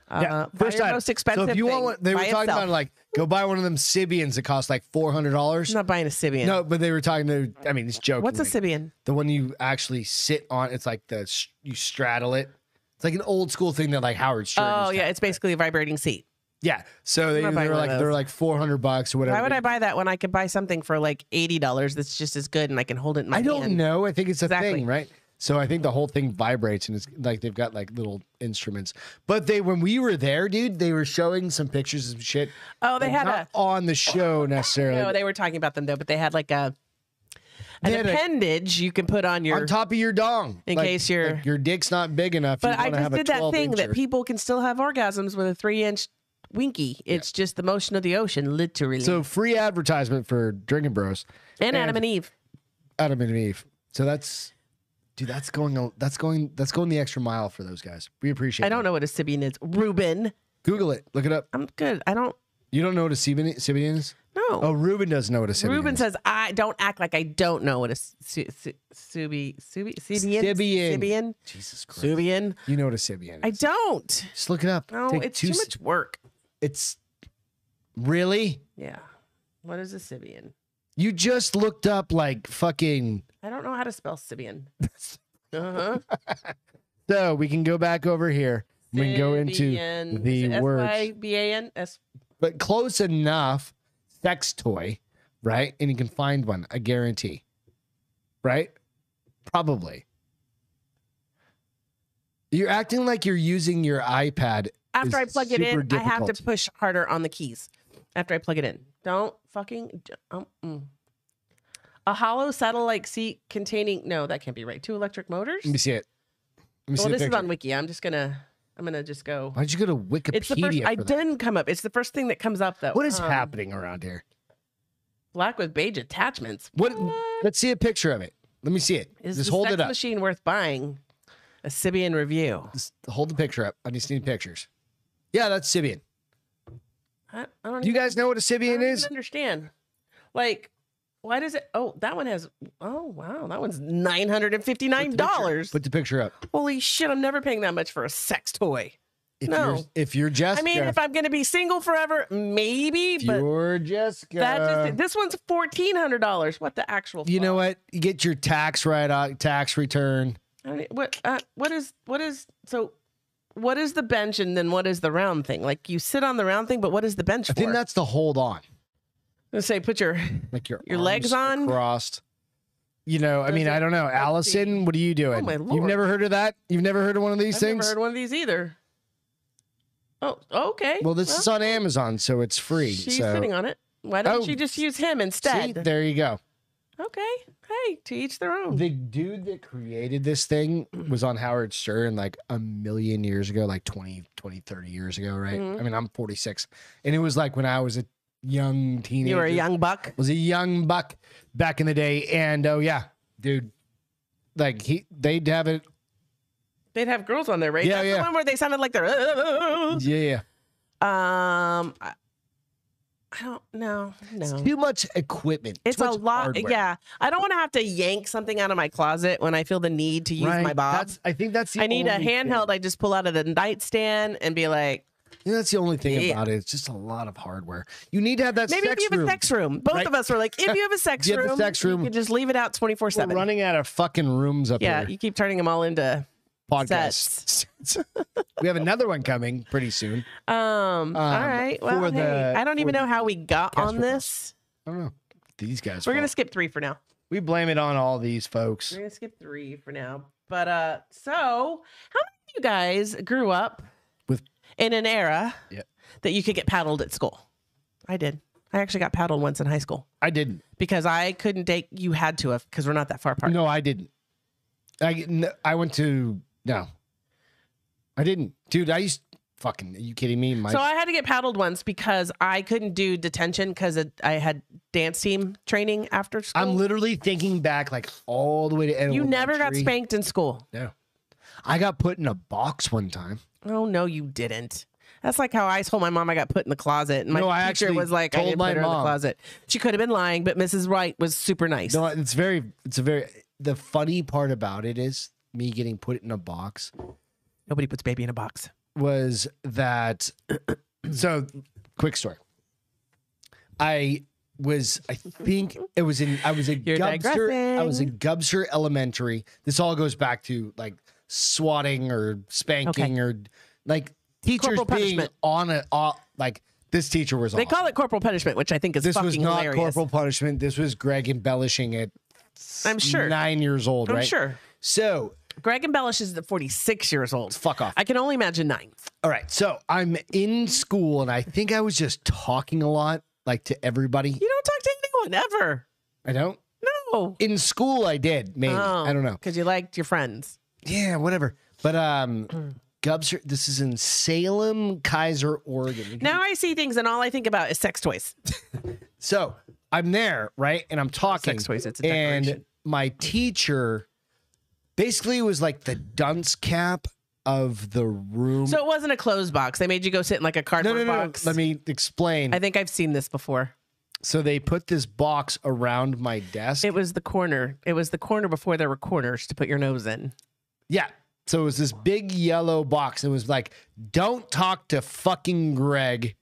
Speaker 1: uh, buy your
Speaker 2: item.
Speaker 1: most expensive
Speaker 2: So if you
Speaker 1: thing
Speaker 2: want, one, they were
Speaker 1: by
Speaker 2: talking
Speaker 1: itself.
Speaker 2: about like go buy one of them Sibians that cost like four hundred dollars.
Speaker 1: I'm not buying a Sibian.
Speaker 2: No, but they were talking to. I mean, it's joking.
Speaker 1: What's a
Speaker 2: like,
Speaker 1: Sibian?
Speaker 2: The one you actually sit on. It's like the s- you straddle it. It's like an old school thing that like Howard Stern.
Speaker 1: Oh,
Speaker 2: used to
Speaker 1: yeah,
Speaker 2: have.
Speaker 1: it's basically a vibrating seat.
Speaker 2: yeah. So they,
Speaker 1: not
Speaker 2: they
Speaker 1: buying
Speaker 2: were
Speaker 1: one of
Speaker 2: like they're
Speaker 1: those.
Speaker 2: like four hundred bucks or whatever.
Speaker 1: Why would I buy that when I could buy something for like eighty dollars that's just as good and I can hold it in my
Speaker 2: I don't
Speaker 1: hand?
Speaker 2: know. I think it's a
Speaker 1: Exactly.
Speaker 2: thing, right? So I think the whole thing vibrates and it's like they've got like little instruments. But they when we were there, dude, they were showing some pictures and shit.
Speaker 1: Oh, they
Speaker 2: Like,
Speaker 1: had
Speaker 2: not on the show
Speaker 1: a
Speaker 2: necessarily.
Speaker 1: no, they were talking about them though, but they had like a an
Speaker 2: They had a-
Speaker 1: appendage you can put on your
Speaker 2: on top of your dong
Speaker 1: In case
Speaker 2: your
Speaker 1: you're-
Speaker 2: your dick's not big enough.
Speaker 1: But I
Speaker 2: wanna
Speaker 1: just
Speaker 2: have a
Speaker 1: did that
Speaker 2: 12
Speaker 1: thing that
Speaker 2: incher.
Speaker 1: people can still have orgasms with a three inch winky. It's just the motion of the ocean, literally.
Speaker 2: So free advertisement for Drinking Bros,
Speaker 1: and Adam
Speaker 2: and-
Speaker 1: and Eve.
Speaker 2: Adam and Eve. So that's, dude, that's going a- that's going that's going the extra mile for those guys. We appreciate.
Speaker 1: I don't know what a Sibian is. Ruben.
Speaker 2: It. Google it, look it up.
Speaker 1: I'm good. I don't
Speaker 2: You don't know what a Sibian Sibian is? Oh,
Speaker 1: know.
Speaker 2: Ruben doesn't know what a Sibian.
Speaker 1: Ruben
Speaker 2: is.
Speaker 1: says, I don't act like I don't know what a Subi, Subi, Subi, Sibian,
Speaker 2: Sibian.
Speaker 1: Sibian,
Speaker 2: Jesus Christ,
Speaker 1: Subian.
Speaker 2: you know what a Sibian? Is.
Speaker 1: I don't.
Speaker 2: Just look it up.
Speaker 1: No,
Speaker 2: Take
Speaker 1: it's
Speaker 2: two
Speaker 1: too
Speaker 2: s-
Speaker 1: much work.
Speaker 2: It's really
Speaker 1: Yeah. What is a Sibian?
Speaker 2: you just looked up like fucking.
Speaker 1: I don't know how to spell Sibian. Uh-huh.
Speaker 2: So we can go back over here. We can go into
Speaker 1: Sibian.
Speaker 2: the
Speaker 1: Is it
Speaker 2: words.
Speaker 1: S-Y-B-A-N? S-
Speaker 2: but close enough sex toy, right? And you can find one, I guarantee. Right? Probably. You're acting like you're using your iPad.
Speaker 1: after I
Speaker 2: is
Speaker 1: plug it in,
Speaker 2: super
Speaker 1: I have to
Speaker 2: difficult.
Speaker 1: push harder on the keys after I plug it in. Don't fucking. j- Um, mm. A hollow satellite seat containing no, that can't be right. Two electric motors.
Speaker 2: Let me see it. Let me see
Speaker 1: Well,
Speaker 2: the
Speaker 1: this is
Speaker 2: picture.
Speaker 1: on Wiki. I'm just gonna I'm gonna just go.
Speaker 2: Why'd you go to Wikipedia?
Speaker 1: It's the first. I
Speaker 2: for that?
Speaker 1: didn't come up. It's the first thing that comes up though.
Speaker 2: What is
Speaker 1: Um,
Speaker 2: happening around here?
Speaker 1: Black with beige attachments.
Speaker 2: What? Let's see a picture of it. Let me see it.
Speaker 1: Is
Speaker 2: Just
Speaker 1: the
Speaker 2: hold
Speaker 1: sex
Speaker 2: it up.
Speaker 1: machine worth buying? A Sibian review.
Speaker 2: Just hold the picture up. I just need pictures. Yeah, that's Sibian.
Speaker 1: I, I don't.
Speaker 2: Do you guys know what a
Speaker 1: I
Speaker 2: Sibian
Speaker 1: don't
Speaker 2: is?
Speaker 1: even understand. Like, why does it? Oh, that one has. Oh wow, that one's nine hundred and fifty nine dollars.
Speaker 2: Put the picture up.
Speaker 1: Holy shit! I'm never paying that much for a sex toy.
Speaker 2: If
Speaker 1: No.
Speaker 2: you're if you're Jessica,
Speaker 1: I mean, if I'm gonna be single forever, maybe.
Speaker 2: if
Speaker 1: But
Speaker 2: you're Jessica,
Speaker 1: that just, this one's fourteen hundred dollars. What the actual?
Speaker 2: you know
Speaker 1: fuck?
Speaker 2: what? You get your tax write off tax return.
Speaker 1: I don't e- what? Uh, what is? What is? So, what is the bench, and then what is the round thing? Like you sit on the round thing, but what is the bench
Speaker 2: I
Speaker 1: for?
Speaker 2: think that's to hold on,
Speaker 1: Let's say, put your.
Speaker 2: like your
Speaker 1: Your legs
Speaker 2: arms
Speaker 1: on?
Speaker 2: crossed. You know, I
Speaker 1: Does
Speaker 2: mean,
Speaker 1: it-
Speaker 2: I don't know,
Speaker 1: let's
Speaker 2: Allison.
Speaker 1: see. Oh,
Speaker 2: What are you doing?
Speaker 1: my
Speaker 2: You've
Speaker 1: Lord.
Speaker 2: never heard of that? You've never heard of one of these
Speaker 1: I've
Speaker 2: things?
Speaker 1: never heard one of these either. Oh, okay.
Speaker 2: Well, this is on Amazon, so it's free.
Speaker 1: She's
Speaker 2: so
Speaker 1: sitting on it. Why don't
Speaker 2: Oh,
Speaker 1: you just use him
Speaker 2: See,
Speaker 1: instead?
Speaker 2: there you go.
Speaker 1: okay. Hey, to each their own.
Speaker 2: The dude that created this thing was on Howard Stern like a million years ago, like 20, 20 30 years ago, right?
Speaker 1: Mhm.
Speaker 2: I mean, I'm 46. And it was like when I was a young teenager.
Speaker 1: you were a young buck.
Speaker 2: was a young buck back in the day. And oh yeah, dude. Like he they'd have it.
Speaker 1: They'd have girls on there, right?
Speaker 2: Yeah,
Speaker 1: That's
Speaker 2: yeah.
Speaker 1: The one where they sounded like they're. Um,
Speaker 2: Yeah, yeah.
Speaker 1: I, I don't know. No.
Speaker 2: Too much equipment.
Speaker 1: It's
Speaker 2: too
Speaker 1: a
Speaker 2: much
Speaker 1: lot.
Speaker 2: hardware.
Speaker 1: Yeah. I don't want to have to yank something out of my closet when I feel the need to use
Speaker 2: Right?
Speaker 1: my bob.
Speaker 2: That's, I think that's the
Speaker 1: I need a
Speaker 2: only thing.
Speaker 1: handheld I just pull out of the nightstand and be like,
Speaker 2: You know, that's the only thing
Speaker 1: Yeah.
Speaker 2: about it. It's just a lot of hardware. You need to have that
Speaker 1: maybe if
Speaker 2: sex
Speaker 1: you have
Speaker 2: room.
Speaker 1: a sex room. Both
Speaker 2: right?
Speaker 1: of us were like, if you have a sex
Speaker 2: You have
Speaker 1: room,
Speaker 2: a sex room.
Speaker 1: you can just leave it out 24
Speaker 2: We're
Speaker 1: 7.
Speaker 2: running out of fucking rooms up
Speaker 1: Yeah,
Speaker 2: here.
Speaker 1: you keep turning them all into.
Speaker 2: podcast. we have another one coming pretty soon.
Speaker 1: Um, all right. Well,
Speaker 2: for
Speaker 1: hey,
Speaker 2: the-
Speaker 1: I don't
Speaker 2: for
Speaker 1: even know how we got
Speaker 2: cast
Speaker 1: on
Speaker 2: remote.
Speaker 1: this.
Speaker 2: I don't know. These guys.
Speaker 1: We're gonna
Speaker 2: fault.
Speaker 1: skip three for now.
Speaker 2: we blame it on all these folks.
Speaker 1: We're gonna skip three for now. But uh, so how many of you guys grew up
Speaker 2: With-
Speaker 1: in an era
Speaker 2: Yeah.
Speaker 1: that you could get paddled at school? I did. I actually got paddled once in high school
Speaker 2: I didn't.
Speaker 1: because I couldn't date. You had to have because we're not that far apart.
Speaker 2: No, I didn't. I no, I went to no. I didn't, dude. I used fucking. Are you kidding me? My
Speaker 1: So I had to get paddled once because I couldn't do detention because I had dance team training after school.
Speaker 2: I'm literally thinking back like all the way to
Speaker 1: you never got
Speaker 2: elementary.
Speaker 1: spanked in school.
Speaker 2: No, I got put in a box one time.
Speaker 1: Oh no, you didn't. That's like how I told my mom I got put in the closet, and my
Speaker 2: No, I
Speaker 1: teacher
Speaker 2: actually
Speaker 1: was like, "I
Speaker 2: told
Speaker 1: didn't
Speaker 2: my
Speaker 1: put her in the
Speaker 2: mom.
Speaker 1: closet." She could have been lying, but Mrs. Wright was super nice.
Speaker 2: No, it's very. It's a very. The funny part about it is me getting put in a box
Speaker 1: Nobody puts baby in a box.
Speaker 2: was that so quick story i was i think it was in i was a
Speaker 1: You're
Speaker 2: gubster i was in
Speaker 1: digressing.
Speaker 2: gubster elementary this all goes back to like swatting or spanking or like teachers
Speaker 1: Corporal
Speaker 2: being
Speaker 1: punishment.
Speaker 2: on a off, like this teacher was
Speaker 1: They
Speaker 2: awesome.
Speaker 1: call it corporal punishment, which I think is
Speaker 2: this
Speaker 1: fucking
Speaker 2: was not
Speaker 1: hilarious.
Speaker 2: corporal punishment this was greg embellishing at
Speaker 1: I'm sure.
Speaker 2: nine years old
Speaker 1: I'm
Speaker 2: right
Speaker 1: sure.
Speaker 2: so
Speaker 1: Greg embellishes at 46 years old.
Speaker 2: fuck off
Speaker 1: I can only imagine nine.
Speaker 2: All right. So I'm in school and I think I was just talking a lot, like to everybody.
Speaker 1: You don't talk to anyone ever.
Speaker 2: I don't.
Speaker 1: No.
Speaker 2: In school, I did, maybe.
Speaker 1: Oh.
Speaker 2: I don't know.
Speaker 1: Because you liked your friends.
Speaker 2: Yeah, whatever. But um, Gubster, this is in Salem, Kaiser, Oregon.
Speaker 1: Now I see things, and all I think about is sex toys.
Speaker 2: So I'm there, right? And I'm talking.
Speaker 1: sex toys, it's a
Speaker 2: and
Speaker 1: decoration.
Speaker 2: my teacher basically was like the dunce cap of the room.
Speaker 1: So it wasn't a closed box. They made you go sit in like a
Speaker 2: no,
Speaker 1: cardboard
Speaker 2: no, no, no.
Speaker 1: box.
Speaker 2: Let me explain.
Speaker 1: I think I've seen this before.
Speaker 2: so they put this box around my desk.
Speaker 1: It was the corner. It was the corner before there were corners to put your nose in.
Speaker 2: Yeah. So it was this big yellow box. It was like, don't talk to fucking Greg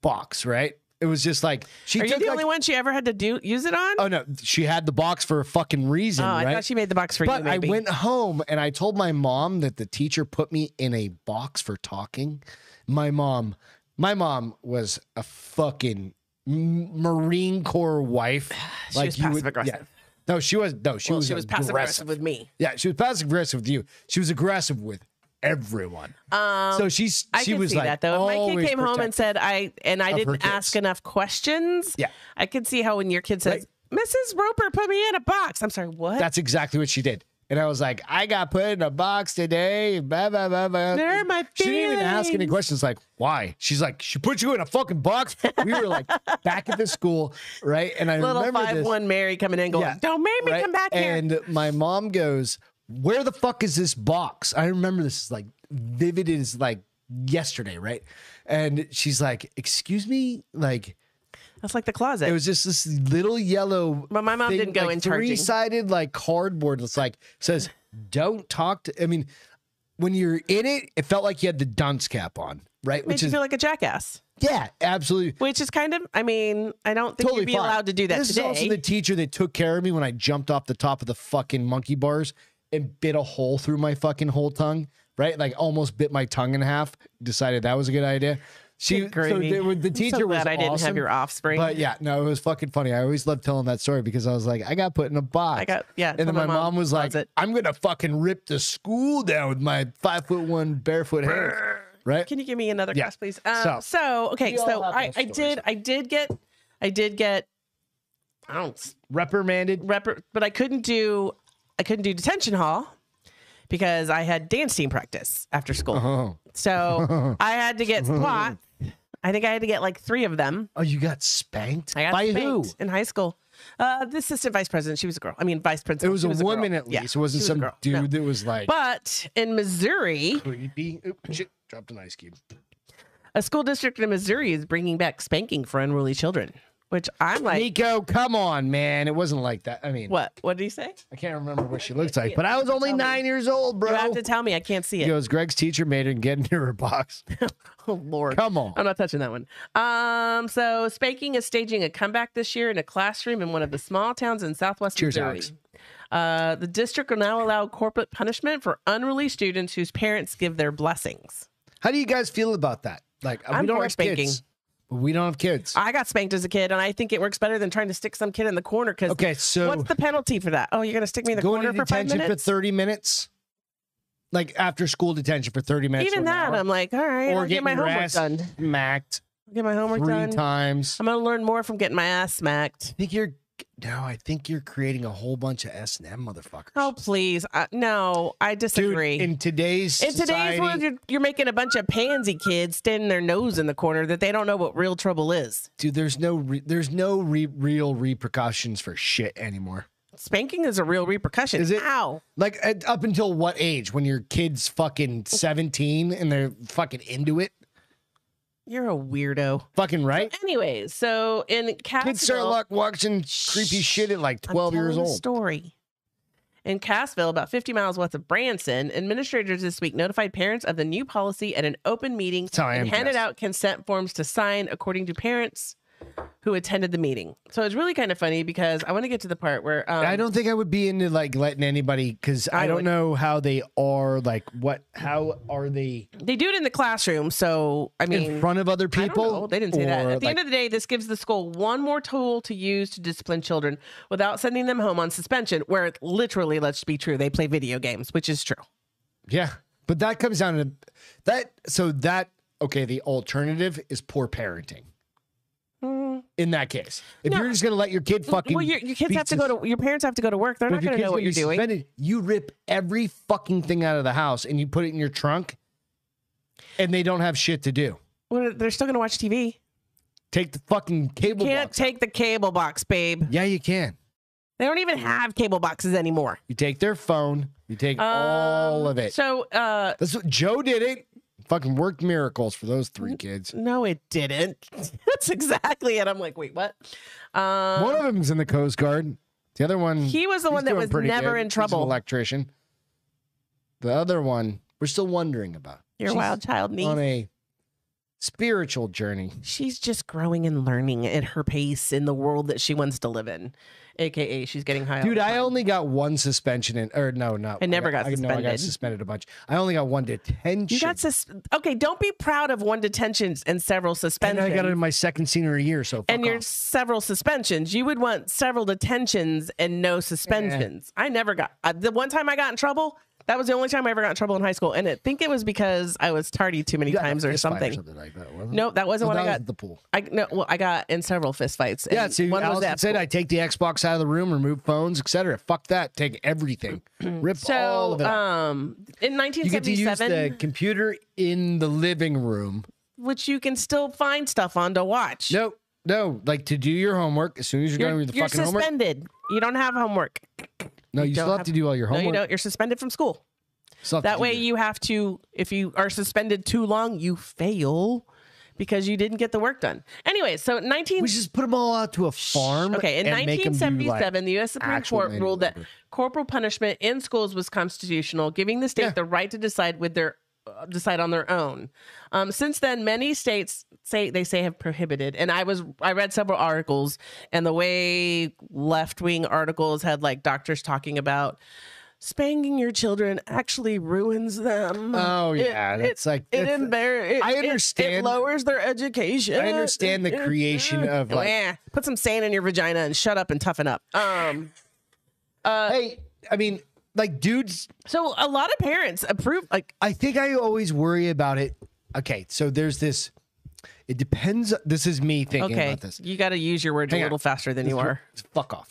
Speaker 2: box, right? It was just like she
Speaker 1: Are you
Speaker 2: took
Speaker 1: the
Speaker 2: like,
Speaker 1: only one she ever had to do use it on? Oh,
Speaker 2: Oh no, she had the box for a fucking reason,
Speaker 1: I
Speaker 2: right?
Speaker 1: thought she made the box for you.
Speaker 2: but I
Speaker 1: Maybe.
Speaker 2: went home and I told my mom that the teacher put me in a box for talking. My mom, my mom was a fucking M- Marine Corps wife.
Speaker 1: She was passive aggressive.
Speaker 2: No, she was no, she
Speaker 1: Well,
Speaker 2: was
Speaker 1: she was passive aggressive with me.
Speaker 2: Yeah, she was passive aggressive with you. She was aggressive with everyone.
Speaker 1: Um,
Speaker 2: so she's
Speaker 1: I
Speaker 2: she
Speaker 1: can
Speaker 2: was
Speaker 1: see
Speaker 2: like
Speaker 1: that though. If my kid
Speaker 2: always
Speaker 1: came home and
Speaker 2: protective.
Speaker 1: said I and I
Speaker 2: of her
Speaker 1: didn't ask
Speaker 2: kids.
Speaker 1: enough questions.
Speaker 2: Yeah.
Speaker 1: I could see how when your kid says,
Speaker 2: Right.
Speaker 1: Mrs. Roper put me in a box. I'm sorry, what?
Speaker 2: That's exactly what she did. And I was like, I got put in a box today. Blah, blah, blah, blah.
Speaker 1: There are my
Speaker 2: She didn't even ask any
Speaker 1: feelings.
Speaker 2: questions like, why? She's like, she put you in a fucking box. We were like back at the school, right? And I
Speaker 1: Little
Speaker 2: remember
Speaker 1: five
Speaker 2: this.
Speaker 1: one Mary coming in, going,
Speaker 2: Yeah,
Speaker 1: "Don't make me
Speaker 2: right?
Speaker 1: come back here."
Speaker 2: And my mom goes, Where the fuck is this box? I remember this is like vivid as like yesterday, right? And she's like, Excuse me? Like,
Speaker 1: That's like the closet.
Speaker 2: it was just this little yellow.
Speaker 1: But my mom didn't go
Speaker 2: like,
Speaker 1: in charging.
Speaker 2: Three sided like cardboard. It's like says, don't talk to. I mean, when you're in it, it felt like you had the dunce cap on, right?
Speaker 1: Makes
Speaker 2: Which
Speaker 1: you
Speaker 2: is
Speaker 1: feel like a jackass.
Speaker 2: yeah, absolutely.
Speaker 1: Which is kind of, I mean, I don't think
Speaker 2: Totally
Speaker 1: you'd be
Speaker 2: fine.
Speaker 1: allowed to do that
Speaker 2: this
Speaker 1: today.
Speaker 2: is also the teacher that took care of me when I jumped off the top of the fucking monkey bars and bit a hole through my fucking whole tongue, right? Like almost bit my tongue in half. Decided that was a good idea. She,
Speaker 1: Good
Speaker 2: so
Speaker 1: gravy.
Speaker 2: the, the
Speaker 1: I'm so
Speaker 2: teacher was
Speaker 1: glad I didn't
Speaker 2: awesome.
Speaker 1: have your offspring.
Speaker 2: But yeah, no, it was fucking funny. I always loved telling that story because I was like, I got put in a box.
Speaker 1: I got- yeah,
Speaker 2: And then
Speaker 1: tell
Speaker 2: my
Speaker 1: my
Speaker 2: mom,
Speaker 1: mom
Speaker 2: was like,
Speaker 1: loves it.
Speaker 2: I'm gonna fucking rip the school down with my five foot one barefoot hands. Right?
Speaker 1: Can you give me another
Speaker 2: Yeah.
Speaker 1: class, please? Um,
Speaker 2: So-
Speaker 1: so, okay,
Speaker 2: We all
Speaker 1: so
Speaker 2: have
Speaker 1: I,
Speaker 2: those
Speaker 1: I did,
Speaker 2: stories.
Speaker 1: I did get, I did get, I don't s-
Speaker 2: Reprimanded.
Speaker 1: rep, but I couldn't do, I couldn't do detention hall because I had dance team practice after school.
Speaker 2: Oh.
Speaker 1: So I had to get SWAT. I think I had to get like three of them.
Speaker 2: Oh, you got spanked?
Speaker 1: I got
Speaker 2: By
Speaker 1: spanked
Speaker 2: who?
Speaker 1: in high school. Uh, the assistant vice president, she was a girl. I mean, vice
Speaker 2: It
Speaker 1: principal.
Speaker 2: was,
Speaker 1: she
Speaker 2: a, woman
Speaker 1: girl.
Speaker 2: at
Speaker 1: Yeah,
Speaker 2: least. it wasn't
Speaker 1: she was a
Speaker 2: some
Speaker 1: girl.
Speaker 2: dude
Speaker 1: No.
Speaker 2: that was like
Speaker 1: But in Missouri,
Speaker 2: creepy. Oop, shit, dropped an ice cube.
Speaker 1: a school district in Missouri is bringing back spanking for unruly children, which I'm like,
Speaker 2: Nico, come on, man. It wasn't like that. I mean,
Speaker 1: what? What did he say?
Speaker 2: I can't remember what she looked like, but I was only
Speaker 1: Tell me.
Speaker 2: nine years old, bro.
Speaker 1: You have to tell me. I can't see
Speaker 2: He
Speaker 1: it.
Speaker 2: goes, Greg's teacher made her get into her box.
Speaker 1: Oh, Lord.
Speaker 2: Come on.
Speaker 1: I'm not touching that one. Um, so Spanking is staging a comeback this year in a classroom in one of the small towns in Southwest
Speaker 2: Cheers,
Speaker 1: Missouri.
Speaker 2: Alex.
Speaker 1: Uh, the district will now allow corporate punishment for unruly students whose parents give their blessings.
Speaker 2: How do you guys feel about that? Like uh, we
Speaker 1: I'm
Speaker 2: don't
Speaker 1: for
Speaker 2: have
Speaker 1: spanking.
Speaker 2: kids. But we don't have kids.
Speaker 1: I got spanked as a kid, and I think it works better than trying to stick some kid in the corner. Because
Speaker 2: okay, so
Speaker 1: what's the penalty for that? Oh, you're gonna stick me in the
Speaker 2: going to
Speaker 1: corner for five
Speaker 2: detention for
Speaker 1: minutes?
Speaker 2: thirty minutes, like after school detention for thirty minutes.
Speaker 1: Even
Speaker 2: to an
Speaker 1: that,
Speaker 2: hour,
Speaker 1: I'm like, all right,
Speaker 2: or
Speaker 1: I'll get
Speaker 2: getting
Speaker 1: my
Speaker 2: your
Speaker 1: homework
Speaker 2: ass
Speaker 1: done.
Speaker 2: smacked
Speaker 1: I'll get my homework
Speaker 2: three
Speaker 1: done.
Speaker 2: times. I
Speaker 1: I'm gonna learn more from getting my ass smacked.
Speaker 2: think you're no. I think you're creating a whole bunch of S and M motherfuckers.
Speaker 1: Oh please, I, no, I
Speaker 2: Dude,
Speaker 1: disagree.
Speaker 2: in today's
Speaker 1: In today's
Speaker 2: society,
Speaker 1: world, you're, you're making a bunch of pansy kids standing their nose in the corner that they don't know what real trouble is.
Speaker 2: dude, there's no re- there's no re- real repercussions for shit anymore.
Speaker 1: Spanking is a real repercussion.
Speaker 2: Is it?
Speaker 1: Ow.
Speaker 2: Like at, up until what age? When your kid's fucking seventeen and they're fucking into it,
Speaker 1: You're a weirdo.
Speaker 2: fucking right.
Speaker 1: Anyways, so in Cassville,
Speaker 2: Kid Sherlock watching creepy shit at like
Speaker 1: I'm
Speaker 2: 12 years
Speaker 1: telling a
Speaker 2: old.
Speaker 1: Story. In Cassville, about 50 miles west of Branson, administrators this week notified parents of the new policy at an open meeting
Speaker 2: how I
Speaker 1: and
Speaker 2: am,
Speaker 1: handed
Speaker 2: Cass.
Speaker 1: out consent forms to sign according to parents who attended the meeting. So it's really kind of funny because I want to get to the part where um,
Speaker 2: I don't think I would be into like letting anybody because I,
Speaker 1: I
Speaker 2: don't
Speaker 1: would.
Speaker 2: know how they are. Like, what? How are they
Speaker 1: they do it in the classroom. So I mean,
Speaker 2: in front of other
Speaker 1: I don't
Speaker 2: people?
Speaker 1: know. They didn't say that.
Speaker 2: Or,
Speaker 1: At the end
Speaker 2: like,
Speaker 1: of the day, this gives the school one more tool to use to discipline children without sending them home on suspension, where it literally, let's be true, they play video games, which is true.
Speaker 2: yeah, but that comes down to that. So that okay, the alternative is poor parenting. In that case, if
Speaker 1: Mm-hmm. No.
Speaker 2: you're just gonna let your kid fucking
Speaker 1: well, your, your kids
Speaker 2: be
Speaker 1: have to go to your parents have to go to work. They're
Speaker 2: But
Speaker 1: not
Speaker 2: if your
Speaker 1: going to
Speaker 2: kid's
Speaker 1: know what
Speaker 2: gonna
Speaker 1: you're
Speaker 2: be
Speaker 1: doing.
Speaker 2: suspended, You rip every fucking thing out of the house and you put it in your trunk, and they don't have shit to do.
Speaker 1: Well, they're still going to watch TV.
Speaker 2: Take the fucking cable
Speaker 1: Can't
Speaker 2: box.
Speaker 1: take the cable box, babe.
Speaker 2: yeah, you can.
Speaker 1: They don't even have cable boxes anymore.
Speaker 2: You take their phone. You take all
Speaker 1: Um,
Speaker 2: of it.
Speaker 1: So, uh,
Speaker 2: That's what Joe did. It fucking worked miracles for those three kids.
Speaker 1: no, it didn't. That's exactly it. I'm like, wait, what? Um,
Speaker 2: one of them's in the Coast Guard. The other one.
Speaker 1: He was the
Speaker 2: he's
Speaker 1: one that
Speaker 2: doing
Speaker 1: was
Speaker 2: pretty
Speaker 1: never in
Speaker 2: good. He's an
Speaker 1: trouble.
Speaker 2: electrician. The other one, we're still wondering about.
Speaker 1: your
Speaker 2: She's
Speaker 1: wild child niece.
Speaker 2: on a spiritual journey.
Speaker 1: She's just growing and learning at her pace in the world that she wants to live in. AKA, she's getting high. all
Speaker 2: Dude,
Speaker 1: the
Speaker 2: I
Speaker 1: time.
Speaker 2: only got one suspension in, or no, not.
Speaker 1: I never got
Speaker 2: I, no, I got
Speaker 1: suspended.
Speaker 2: suspended a bunch. I only got one detention.
Speaker 1: You got sus- okay. Don't be proud of one detentions and several
Speaker 2: and
Speaker 1: suspensions.
Speaker 2: I got it in my second senior year. So fuck
Speaker 1: and your
Speaker 2: off.
Speaker 1: several suspensions. You would want several detentions and no suspensions. I never got uh, the one time I got in trouble. That was the only time I ever got in trouble in high school, and I think it was because I was tardy too many
Speaker 2: You got in a
Speaker 1: times or
Speaker 2: fist fight
Speaker 1: something.
Speaker 2: something like that, wasn't it?
Speaker 1: No, that wasn't
Speaker 2: Well,
Speaker 1: when I
Speaker 2: that was
Speaker 1: got.
Speaker 2: at the pool.
Speaker 1: I no, well, I got in several fistfights. and
Speaker 2: Yeah, see,
Speaker 1: one was
Speaker 2: Allison
Speaker 1: at
Speaker 2: said
Speaker 1: school.
Speaker 2: I take the Xbox out of the room, remove phones, etc. Fuck that. Take everything. Rip all of
Speaker 1: So,
Speaker 2: it. out.
Speaker 1: um, in
Speaker 2: you get to use
Speaker 1: 1977,
Speaker 2: the computer in the living room.
Speaker 1: which you can still find stuff on to watch.
Speaker 2: No, no, like to do your homework. As soon as you're,
Speaker 1: you're,
Speaker 2: done with the
Speaker 1: you're
Speaker 2: fucking homework,
Speaker 1: suspended. You no, you don't have homework.
Speaker 2: no, you,
Speaker 1: don't
Speaker 2: still have
Speaker 1: have-
Speaker 2: to do all your
Speaker 1: No, you
Speaker 2: homework.
Speaker 1: don't. You're suspended from school.
Speaker 2: Still have to
Speaker 1: That
Speaker 2: do
Speaker 1: way,
Speaker 2: your-
Speaker 1: you have to, if you are suspended too long, you fail because you didn't get the work done. Anyway, so 19.
Speaker 2: we just put them all out to a farm.
Speaker 1: Okay, in
Speaker 2: and make 'em do, like-
Speaker 1: 1977, the U.S. Supreme
Speaker 2: actual
Speaker 1: Court
Speaker 2: manual
Speaker 1: ruled that
Speaker 2: labor.
Speaker 1: corporal punishment in schools was constitutional, giving the state
Speaker 2: Yeah.
Speaker 1: the right to decide with their uh, decide on their own. Um, since then, many states say they say have prohibited, and I was I read several articles, and the way left wing articles had like doctors talking about spanking your children actually ruins them.
Speaker 2: Oh, yeah, that's like-
Speaker 1: it,
Speaker 2: that's-
Speaker 1: embar- it-
Speaker 2: I
Speaker 1: it- It,
Speaker 2: understand-
Speaker 1: lowers their education.
Speaker 2: I understand the creation of, like-
Speaker 1: Eh, put some sand in your vagina and shut up and toughen up. Um, uh,
Speaker 2: hey, I mean, like dudes
Speaker 1: so a lot of parents approve. Like,
Speaker 2: I think I always worry about it. Okay, so there's this. It depends. This is me thinking
Speaker 1: okay,
Speaker 2: about this.
Speaker 1: you got to use your words
Speaker 2: Hang
Speaker 1: a
Speaker 2: on.
Speaker 1: little faster than you are.
Speaker 2: Fuck off.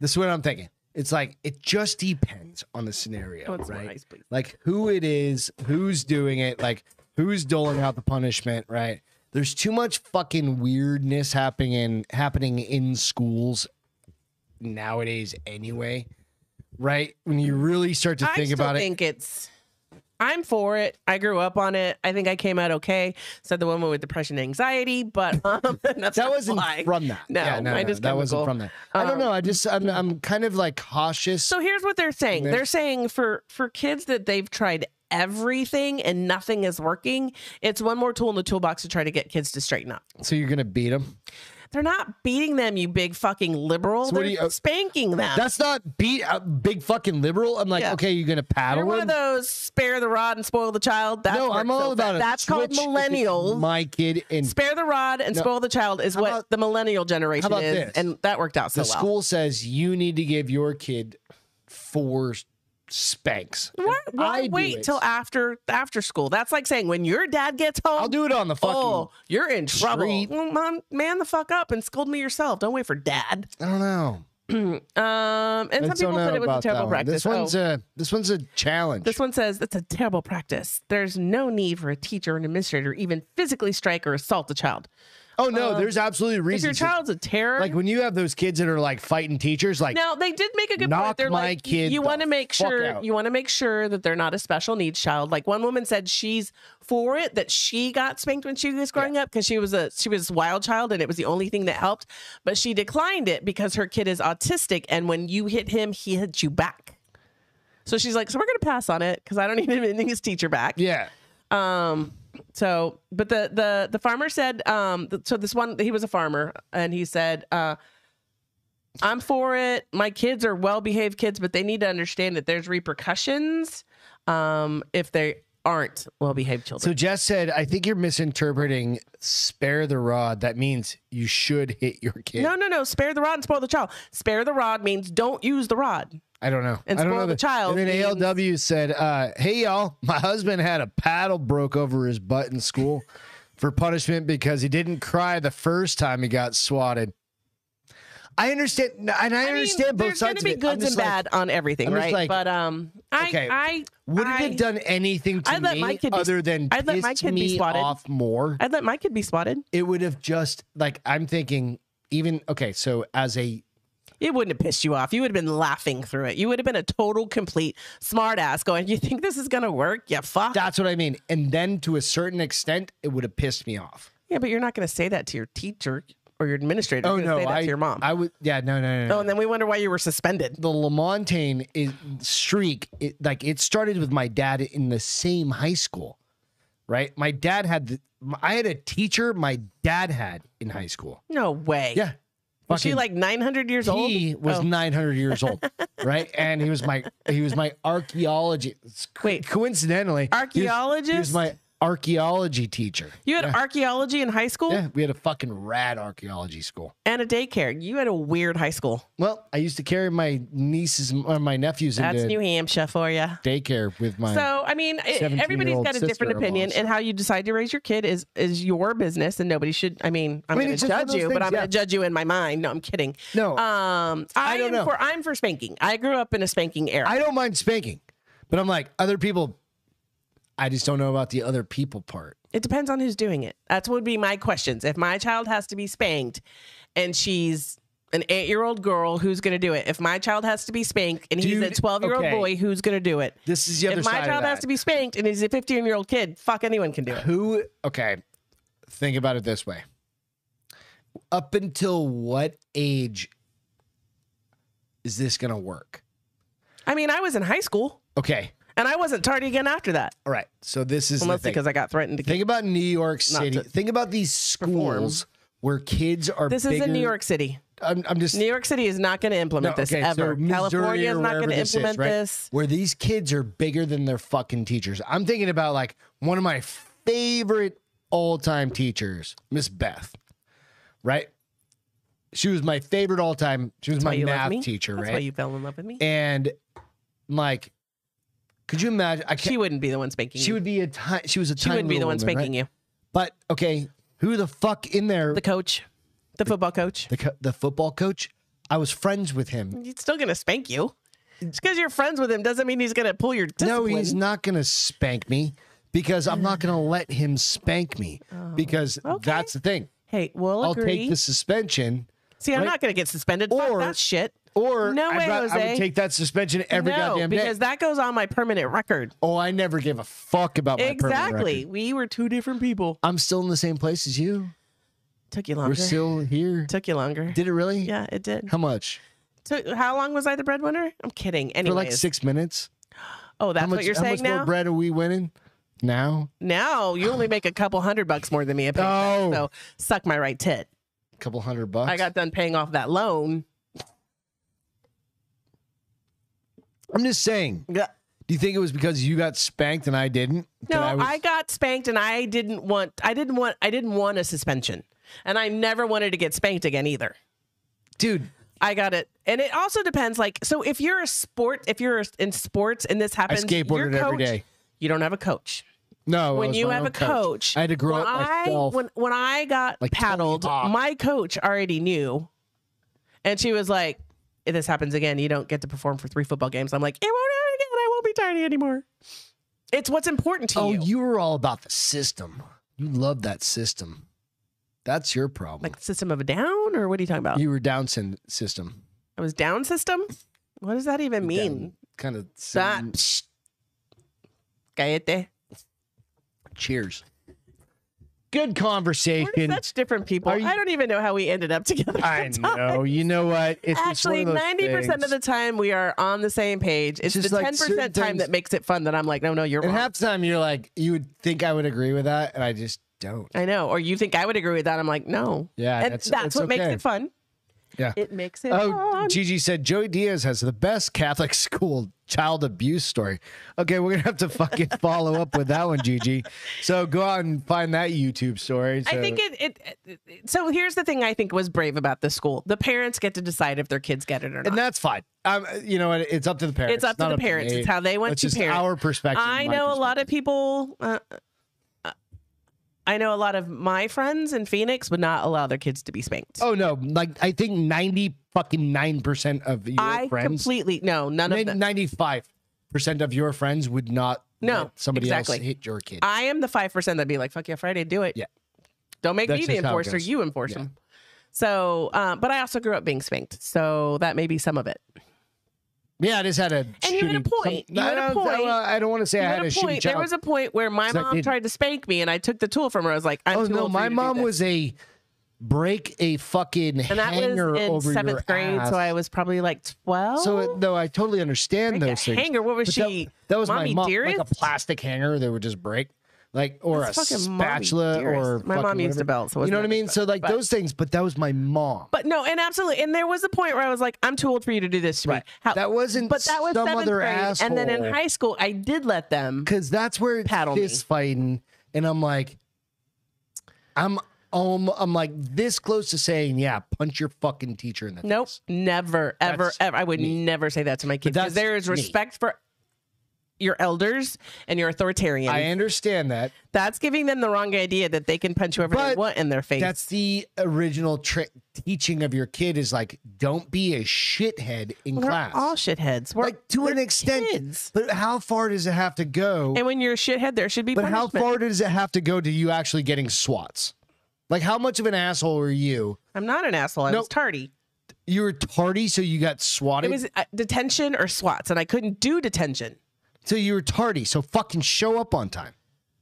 Speaker 2: This is what I'm thinking. It's like it just depends on the scenario,
Speaker 1: want some
Speaker 2: right?
Speaker 1: ice, Oh, please.
Speaker 2: like who it is, who's doing it, like who's doling out the punishment, right? There's too much fucking weirdness happening in happening in schools nowadays, anyway. Right when you really start to
Speaker 1: I
Speaker 2: think
Speaker 1: still
Speaker 2: about it,
Speaker 1: think it's. I'm for it. I grew up on it. I think I came out okay. Said the woman with depression, and anxiety, but um, that's
Speaker 2: that
Speaker 1: not
Speaker 2: wasn't
Speaker 1: lying.
Speaker 2: from that.
Speaker 1: No,
Speaker 2: Yeah,
Speaker 1: I just
Speaker 2: that
Speaker 1: chemical.
Speaker 2: wasn't from that. I don't know. I just I'm I'm kind of like cautious.
Speaker 1: Um, So here's what they're saying. They're saying for for kids that they've tried everything and nothing is working, it's one more tool in the toolbox to try to get kids to straighten up.
Speaker 2: So you're gonna beat them.
Speaker 1: They're not beating them, you big fucking liberal.
Speaker 2: what
Speaker 1: They're
Speaker 2: do you- uh,
Speaker 1: spanking them.
Speaker 2: That's not beat a big fucking liberal. I'm like,
Speaker 1: Yeah.
Speaker 2: okay, you're gonna
Speaker 1: You're
Speaker 2: paddle
Speaker 1: one
Speaker 2: them.
Speaker 1: of those spare the rod and spoil the child. That
Speaker 2: no, I'm
Speaker 1: works so
Speaker 2: all about
Speaker 1: fast.
Speaker 2: it.
Speaker 1: That's called
Speaker 2: Switch if it's
Speaker 1: millennials.
Speaker 2: My kid and
Speaker 1: spare the rod and spoil the child is what
Speaker 2: about-
Speaker 1: the millennial generation
Speaker 2: about
Speaker 1: is,
Speaker 2: this?
Speaker 1: and that worked out so
Speaker 2: the
Speaker 1: well.
Speaker 2: school says you need to give your kid four spanks.
Speaker 1: why why
Speaker 2: I do
Speaker 1: wait
Speaker 2: it.
Speaker 1: till after after school? That's like saying when your dad gets home,
Speaker 2: I'll do it on the fucking.
Speaker 1: oh, you're in trouble.
Speaker 2: street.
Speaker 1: Well, Mom, man the fuck up and scold me yourself. Don't wait for dad.
Speaker 2: I don't know.
Speaker 1: Um, and
Speaker 2: I
Speaker 1: some
Speaker 2: just don't
Speaker 1: people said
Speaker 2: know
Speaker 1: it was a
Speaker 2: about that
Speaker 1: terrible
Speaker 2: one.
Speaker 1: practice.
Speaker 2: This one's
Speaker 1: oh.
Speaker 2: a this one's a challenge.
Speaker 1: This one says that's a terrible practice. There's no need for a teacher or an administrator to even physically strike or assault a child.
Speaker 2: oh no, there's absolutely
Speaker 1: uh, If your
Speaker 2: reasons. to-
Speaker 1: child's a terror,
Speaker 2: like when you have those kids that are like fighting teachers, like
Speaker 1: now they did make a good point.
Speaker 2: Knock
Speaker 1: They're
Speaker 2: my
Speaker 1: like,
Speaker 2: kid
Speaker 1: you
Speaker 2: the
Speaker 1: want to make
Speaker 2: fuck
Speaker 1: sure
Speaker 2: out.
Speaker 1: you want to make sure that they're not a special needs child. Like one woman said, she's for it that she got spanked when she was growing up because she was a she was a wild child and it was the only thing that helped. But she declined it because her kid is autistic and when you hit him, he hits you back. So she's like, so we're gonna pass on it because I don't need him hitting his teacher back.
Speaker 2: yeah,
Speaker 1: Um, so, but the the the farmer said, um, th- so this one he was a farmer, and he said, uh, "I'm for it. My kids are well behaved kids, but they need to understand that there's repercussions um, if they aren't well behaved children."
Speaker 2: So Jess said, I think you're misinterpreting spare the rod. That means you should hit your kid.
Speaker 1: no, no, no. Spare the rod and spoil the child. Spare the rod means don't use the rod.
Speaker 2: I don't know.
Speaker 1: And
Speaker 2: I don't
Speaker 1: spoil
Speaker 2: know
Speaker 1: the
Speaker 2: that-
Speaker 1: child
Speaker 2: And then
Speaker 1: means-
Speaker 2: ALW said, uh, hey y'all, my husband had a paddle broke over his butt in school for punishment because he didn't cry the first time he got swatted. I understand and I understand both
Speaker 1: there's
Speaker 2: sides of
Speaker 1: gonna
Speaker 2: it.
Speaker 1: be
Speaker 2: I'm
Speaker 1: goods
Speaker 2: just
Speaker 1: and
Speaker 2: like,
Speaker 1: bad on everything,
Speaker 2: I'm just
Speaker 1: right?
Speaker 2: like,
Speaker 1: but um, I
Speaker 2: okay,
Speaker 1: I
Speaker 2: Would it
Speaker 1: I,
Speaker 2: have done anything to
Speaker 1: I'd let
Speaker 2: me
Speaker 1: my kid be-
Speaker 2: other than
Speaker 1: I'd let my
Speaker 2: pissed
Speaker 1: kid be
Speaker 2: me
Speaker 1: swatted.
Speaker 2: off more?
Speaker 1: I'd let my kid be spotted.
Speaker 2: It would have just like I'm thinking even okay, so as a
Speaker 1: It wouldn't have pissed you off. You would have been laughing through it. You would have been a total, complete smartass going, You think this is going to work? You fuck.
Speaker 2: That's what I mean. And then to a certain extent, it would have pissed me off.
Speaker 1: Yeah, but you're not going to say that to your teacher or your administrator. You're gonna say that
Speaker 2: Oh, I,
Speaker 1: to your mom.
Speaker 2: I would. Yeah, no, no, no. no.
Speaker 1: oh, and then we wonder why you were suspended.
Speaker 2: the Lamontagne is streak. It, like it started with my dad in the same high school, right? My dad had. The, I had a teacher. My dad had in high school.
Speaker 1: No way.
Speaker 2: Yeah.
Speaker 1: Was she
Speaker 2: Fucking-
Speaker 1: like 900 years old?
Speaker 2: he was
Speaker 1: Oh.
Speaker 2: 900 years old, right? And he was my he was my archaeologist.
Speaker 1: Wait.
Speaker 2: coincidentally, he was- he was
Speaker 1: Archaeologist?
Speaker 2: my archaeology teacher.
Speaker 1: You had archaeology in high school
Speaker 2: Yeah, we had a fucking rad archaeology school.
Speaker 1: and a daycare. You had a weird high school.
Speaker 2: Well, I used to carry my nieces or my nephews
Speaker 1: That's
Speaker 2: into
Speaker 1: New Hampshire for you.
Speaker 2: daycare with my.
Speaker 1: So I mean, it-
Speaker 2: 17-year-old
Speaker 1: everybody's got a different
Speaker 2: sister-in-laws.
Speaker 1: opinion, and how you decide to raise your kid is is your business, and nobody should. I mean, I'm
Speaker 2: I mean,
Speaker 1: going
Speaker 2: it's
Speaker 1: to
Speaker 2: just one of
Speaker 1: judge
Speaker 2: those
Speaker 1: you, but
Speaker 2: things,
Speaker 1: I'm
Speaker 2: yeah.
Speaker 1: going to judge you in my mind. No, I'm kidding.
Speaker 2: No.
Speaker 1: um, I,
Speaker 2: don't
Speaker 1: am
Speaker 2: know.
Speaker 1: for I'm for spanking. I grew up in a spanking era.
Speaker 2: I don't mind spanking, but I'm like other people. I just don't know about the other people part.
Speaker 1: it depends on who's doing it. That's would be my questions. If my child has to be spanked, and she's an eight year old girl, who's going to do it? If my child has to be spanked and he's a
Speaker 2: Dude,
Speaker 1: twelve year old
Speaker 2: okay.
Speaker 1: boy, who's going to do it?
Speaker 2: This is the other
Speaker 1: If my
Speaker 2: side of
Speaker 1: child
Speaker 2: that.
Speaker 1: has to be spanked and he's a fifteen year old kid, fuck anyone can do it.
Speaker 2: Who? Okay, think about it this way. Up until what age is this gonna work?
Speaker 1: I mean, I was in high school.
Speaker 2: Okay,
Speaker 1: And I wasn't tardy again after that,
Speaker 2: all right. So this is
Speaker 1: unless
Speaker 2: the thing.
Speaker 1: because I got threatened to
Speaker 2: Think about New York City.
Speaker 1: to
Speaker 2: Think about these schools where kids are.
Speaker 1: This is in
Speaker 2: bigger-
Speaker 1: New York City.
Speaker 2: I'm, I'm just
Speaker 1: New York City is not going to implement
Speaker 2: No,
Speaker 1: this
Speaker 2: okay, so
Speaker 1: ever.
Speaker 2: Missouri
Speaker 1: California is
Speaker 2: or
Speaker 1: not going
Speaker 2: wherever
Speaker 1: to
Speaker 2: this is,
Speaker 1: implement
Speaker 2: right?
Speaker 1: this.
Speaker 2: Where these kids are bigger than their fucking teachers. I'm thinking about like one of my favorite all time teachers, Miss Beth, right? She was my favorite all time. She was
Speaker 1: That's why
Speaker 2: my
Speaker 1: you love me.
Speaker 2: math teacher,
Speaker 1: That's
Speaker 2: right?
Speaker 1: why you fell in love with me.
Speaker 2: and like, could you imagine? I can't.
Speaker 1: she wouldn't be the one spanking
Speaker 2: She,
Speaker 1: you.
Speaker 2: would be a ti- She was a
Speaker 1: She
Speaker 2: tiny
Speaker 1: wouldn't be the
Speaker 2: little
Speaker 1: one
Speaker 2: woman, right?
Speaker 1: spanking you.
Speaker 2: But okay, who the fuck in there?
Speaker 1: The
Speaker 2: The
Speaker 1: coach, the football coach.
Speaker 2: the, co- the football coach. I was friends with him.
Speaker 1: He's still going to spank you. Just because you're friends with him doesn't mean he's going to pull your discipline.
Speaker 2: No, he's not going to spank me because I'm not going to let him spank me
Speaker 1: Oh.
Speaker 2: because that's the thing.
Speaker 1: Hey, we'll
Speaker 2: I'll
Speaker 1: agree.
Speaker 2: take the suspension
Speaker 1: See, I'm
Speaker 2: right?
Speaker 1: not going to get suspended.
Speaker 2: Or-
Speaker 1: Fuck that shit.
Speaker 2: or
Speaker 1: No
Speaker 2: I'd
Speaker 1: way,
Speaker 2: ra- I would
Speaker 1: Jose.
Speaker 2: take that suspension every
Speaker 1: no,
Speaker 2: goddamn day.
Speaker 1: because that goes on my permanent record.
Speaker 2: oh, I never gave a fuck about my permanent
Speaker 1: Exactly.
Speaker 2: record.
Speaker 1: We were two different people.
Speaker 2: I'm still in the same place as you.
Speaker 1: Took you
Speaker 2: We're
Speaker 1: longer.
Speaker 2: still here.
Speaker 1: Took you longer.
Speaker 2: Did it really?
Speaker 1: Yeah, it did.
Speaker 2: How much?
Speaker 1: So how long was I the breadwinner? I'm kidding. Anyways,
Speaker 2: For like six minutes.
Speaker 1: oh, that's
Speaker 2: how much?
Speaker 1: what you're
Speaker 2: how
Speaker 1: saying
Speaker 2: much
Speaker 1: now.
Speaker 2: more bread are we winning now?
Speaker 1: now you only make a couple hundred bucks more than me. A paycheck,
Speaker 2: Oh.
Speaker 1: so suck my right tit.
Speaker 2: A couple hundred bucks.
Speaker 1: I got done paying off that loan.
Speaker 2: I'm just saying.
Speaker 1: Gah.
Speaker 2: Do you think it was because you got spanked and I didn't?
Speaker 1: No,
Speaker 2: that
Speaker 1: I,
Speaker 2: was-
Speaker 1: got spanked, and I didn't want. I didn't want. I didn't want a suspension, and I never wanted to get spanked again either.
Speaker 2: dude.
Speaker 1: I got it, and it also depends. Like, so if you're a sport, if you're in sports, and this happens, your
Speaker 2: skateboarded every
Speaker 1: coach-
Speaker 2: day.
Speaker 1: You don't have a coach.
Speaker 2: No, I
Speaker 1: when
Speaker 2: was
Speaker 1: you
Speaker 2: my
Speaker 1: have
Speaker 2: own
Speaker 1: a coach,
Speaker 2: I had to grow
Speaker 1: when
Speaker 2: up myself.
Speaker 1: I, when when I got
Speaker 2: Like Tony
Speaker 1: paddled,
Speaker 2: Hawk.
Speaker 1: my coach already knew, and she was like, "If this happens again, you don't get to perform for three football games." I'm like, "It won't happen again. I won't be tardy anymore." It's what's important to
Speaker 2: oh,
Speaker 1: you.
Speaker 2: you. were all about the system. You love that system. That's your problem.
Speaker 1: like uh, system of a down, or what are you talking about?
Speaker 2: you were Down syn- system.
Speaker 1: I was down system. What does that even mean?
Speaker 2: Kind of.
Speaker 1: That psh, Cállate.
Speaker 2: Cheers. Good
Speaker 1: We're
Speaker 2: conversation.
Speaker 1: such different people.
Speaker 2: Are you-
Speaker 1: I don't even know how we ended up together.
Speaker 2: I
Speaker 1: sometimes.
Speaker 2: know. You know what? It's just one
Speaker 1: Actually,
Speaker 2: of those
Speaker 1: ninety percent of
Speaker 2: things.
Speaker 1: the time we are on the same page. It's
Speaker 2: Just
Speaker 1: the
Speaker 2: like
Speaker 1: ten
Speaker 2: certain
Speaker 1: percent time
Speaker 2: things-
Speaker 1: that makes it fun that I'm like, no, no, you're
Speaker 2: And
Speaker 1: wrong.
Speaker 2: half the time you're like, you would think I would agree with that, and I just don't.
Speaker 1: I know, or you think I would agree with that? I'm like, no.
Speaker 2: Yeah,
Speaker 1: and
Speaker 2: that's-
Speaker 1: that's,
Speaker 2: that's
Speaker 1: what makes
Speaker 2: okay.
Speaker 1: it fun.
Speaker 2: Yeah.
Speaker 1: it makes it
Speaker 2: Oh,
Speaker 1: fun.
Speaker 2: Gigi said Joey Diaz has the best Catholic school child abuse story. Okay, we're gonna have to fucking follow up with that one, Gigi. So go out and find that YouTube story.
Speaker 1: I think it, it, it- it- So here's the thing I think was brave about the school: the parents get to decide if their kids get it or
Speaker 2: and
Speaker 1: not.
Speaker 2: that's fine. Um, you know, what? it's up to the parents.
Speaker 1: It's up to
Speaker 2: not
Speaker 1: the parents.
Speaker 2: me.
Speaker 1: It's how they want
Speaker 2: It's
Speaker 1: to
Speaker 2: just
Speaker 1: parent.
Speaker 2: our perspective.
Speaker 1: I
Speaker 2: my
Speaker 1: know a lot of people. Uh, uh, I know a lot of my friends in Phoenix would not allow their kids to be spanked.
Speaker 2: perspective. Oh no, like I think ninety fucking nine percent of your
Speaker 1: I
Speaker 2: friends,
Speaker 1: completely no, none of them.
Speaker 2: ninety five percent of your friends would not.
Speaker 1: No,
Speaker 2: let somebody else
Speaker 1: exactly.
Speaker 2: hit your kid.
Speaker 1: I am the five percent that'd be like, "Fuck yeah, Friday, do it."
Speaker 2: Yeah.
Speaker 1: Don't make
Speaker 2: That's
Speaker 1: me the
Speaker 2: just how it
Speaker 1: enforcer.
Speaker 2: goes.
Speaker 1: You enforce
Speaker 2: Yeah.
Speaker 1: them. So, um, but I also grew up being spanked, so that may be some of it.
Speaker 2: yeah, I just had a.
Speaker 1: you had a
Speaker 2: shitty-
Speaker 1: point. You had a
Speaker 2: I don't-
Speaker 1: point.
Speaker 2: I don't want to say I
Speaker 1: You
Speaker 2: had,
Speaker 1: had a
Speaker 2: shitty
Speaker 1: point. There
Speaker 2: childhood.
Speaker 1: was a point where my
Speaker 2: 'Cause I
Speaker 1: mom
Speaker 2: didn't.
Speaker 1: tried to spank me, and I took the tool from her. I was like, "I'm
Speaker 2: Oh
Speaker 1: too
Speaker 2: no,
Speaker 1: old for
Speaker 2: my
Speaker 1: you to do
Speaker 2: mom
Speaker 1: this.
Speaker 2: was a break a fucking
Speaker 1: and that was
Speaker 2: hanger
Speaker 1: in
Speaker 2: over your
Speaker 1: seventh grade,
Speaker 2: ass.
Speaker 1: so I was probably like twelve.
Speaker 2: So it- no, I totally understand
Speaker 1: Like a
Speaker 2: those things.
Speaker 1: hanger, what was
Speaker 2: But
Speaker 1: she,
Speaker 2: That, that was
Speaker 1: Mommy
Speaker 2: my mom,
Speaker 1: Dearest?
Speaker 2: like a plastic hanger that would just break, like or
Speaker 1: That's
Speaker 2: a
Speaker 1: fucking Mommy
Speaker 2: spatula
Speaker 1: Dearest.
Speaker 2: or
Speaker 1: My mom
Speaker 2: fucking
Speaker 1: used a
Speaker 2: whatever.
Speaker 1: belt, so it
Speaker 2: you know what I
Speaker 1: wasn't
Speaker 2: mean. So like
Speaker 1: but-
Speaker 2: those things, but that was my mom.
Speaker 1: but no, and absolutely, and there was a point where I was like, "I'm too old for you to do this to
Speaker 2: Right.
Speaker 1: me." How-
Speaker 2: That wasn't
Speaker 1: but that was
Speaker 2: some
Speaker 1: seventh
Speaker 2: other
Speaker 1: grade, and then in
Speaker 2: asshole.
Speaker 1: high school, I did let them.
Speaker 2: Because that's where it's
Speaker 1: Paddle me.
Speaker 2: fist fighting. and I'm like, I'm um, I'm like this close to saying, yeah, punch your fucking teacher in the
Speaker 1: Nope.
Speaker 2: face.
Speaker 1: Never, ever,
Speaker 2: That's
Speaker 1: ever. I would
Speaker 2: me.
Speaker 1: never say that to my kids because
Speaker 2: that's
Speaker 1: there is
Speaker 2: me.
Speaker 1: respect for your elders and your authoritarian.
Speaker 2: I understand that.
Speaker 1: that's giving them the wrong idea that they can punch whoever they
Speaker 2: But
Speaker 1: want in their face.
Speaker 2: That's the original tri- teaching of your kid is like, don't be a shithead in
Speaker 1: We're
Speaker 2: class.
Speaker 1: all shitheads. We're
Speaker 2: like to an extent,
Speaker 1: kids.
Speaker 2: but how far does it have to go?
Speaker 1: And when you're a shithead, there should be
Speaker 2: But how
Speaker 1: punishment.
Speaker 2: far does it have to go to you actually getting swats? Like, how much of an asshole are you?
Speaker 1: I'm not an asshole. I was
Speaker 2: Nope.
Speaker 1: tardy.
Speaker 2: You were tardy, so you got
Speaker 1: It
Speaker 2: swatted.
Speaker 1: was uh, detention or SWATs, and I couldn't do detention.
Speaker 2: so you were tardy, so fucking show up on time.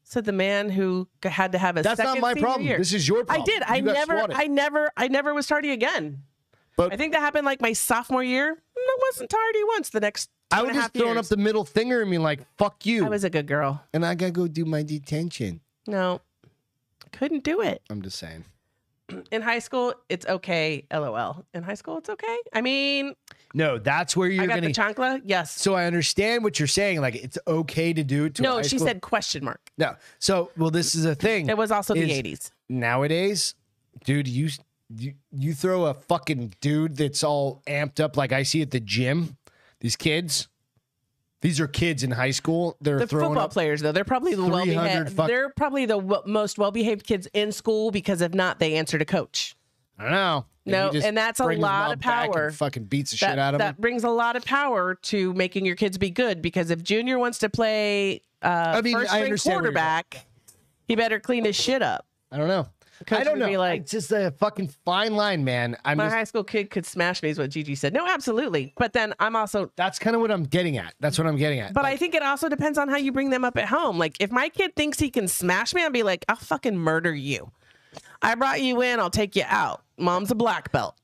Speaker 1: Said the man who g- had to have a
Speaker 2: That's not
Speaker 1: second
Speaker 2: my
Speaker 1: senior
Speaker 2: problem.
Speaker 1: year.
Speaker 2: This is your
Speaker 1: I
Speaker 2: problem.
Speaker 1: did. I
Speaker 2: You got
Speaker 1: never.
Speaker 2: swatted.
Speaker 1: I never. I never was tardy again.
Speaker 2: But-
Speaker 1: I think that happened like my sophomore year. I wasn't tardy once. The next. two
Speaker 2: I
Speaker 1: and
Speaker 2: was
Speaker 1: a
Speaker 2: just
Speaker 1: half
Speaker 2: throwing
Speaker 1: years.
Speaker 2: up the middle finger and being like, fuck you.
Speaker 1: I was a good girl.
Speaker 2: and I gotta go do my detention.
Speaker 1: No, couldn't do it
Speaker 2: I'm just saying.
Speaker 1: in high school. It's okay. LOL. In high school, it's okay. I mean,
Speaker 2: No, that's where you're
Speaker 1: I got
Speaker 2: gonna.
Speaker 1: the chancla. Yes.
Speaker 2: so I understand what you're saying. Like it's okay to do it to. a
Speaker 1: No,
Speaker 2: high
Speaker 1: she
Speaker 2: school-
Speaker 1: said question mark.
Speaker 2: no. So well, this is a thing.
Speaker 1: It was also
Speaker 2: Is-
Speaker 1: the 80s.
Speaker 2: nowadays, dude, you, you you throw a fucking dude that's all amped up like I see at the gym. These kids, these are kids in high school. They're
Speaker 1: The
Speaker 2: throwing
Speaker 1: football
Speaker 2: up.
Speaker 1: players, though, they're probably the well
Speaker 2: 300
Speaker 1: behaved.
Speaker 2: fuck-
Speaker 1: They're probably the w- most well behaved kids in school because if not, they answer to coach.
Speaker 2: I don't know.
Speaker 1: No,
Speaker 2: you just
Speaker 1: and that's a
Speaker 2: bring his
Speaker 1: lot
Speaker 2: mom
Speaker 1: of
Speaker 2: back and
Speaker 1: power.
Speaker 2: fucking beats the
Speaker 1: That,
Speaker 2: shit out of
Speaker 1: that
Speaker 2: him.
Speaker 1: brings a lot of power to making your kids be good because if Junior wants to play uh,
Speaker 2: mean,
Speaker 1: first
Speaker 2: I
Speaker 1: string
Speaker 2: understand where you're going.
Speaker 1: quarterback, he better clean his shit up.
Speaker 2: I don't know.
Speaker 1: Coach
Speaker 2: I don't
Speaker 1: would
Speaker 2: know.
Speaker 1: be like-
Speaker 2: it's just a fucking fine line, man. I'm
Speaker 1: My
Speaker 2: just,
Speaker 1: high school kid could smash me, is what Gigi said. No, absolutely. But then I'm also
Speaker 2: that's kind of what I'm getting at. That's what I'm getting at.
Speaker 1: But I think it also depends on how you bring them up at home. Like if my kid thinks he can smash me, I'll be like, I'll fucking murder you. I brought you in, I'll take you out. Mom's a black belt.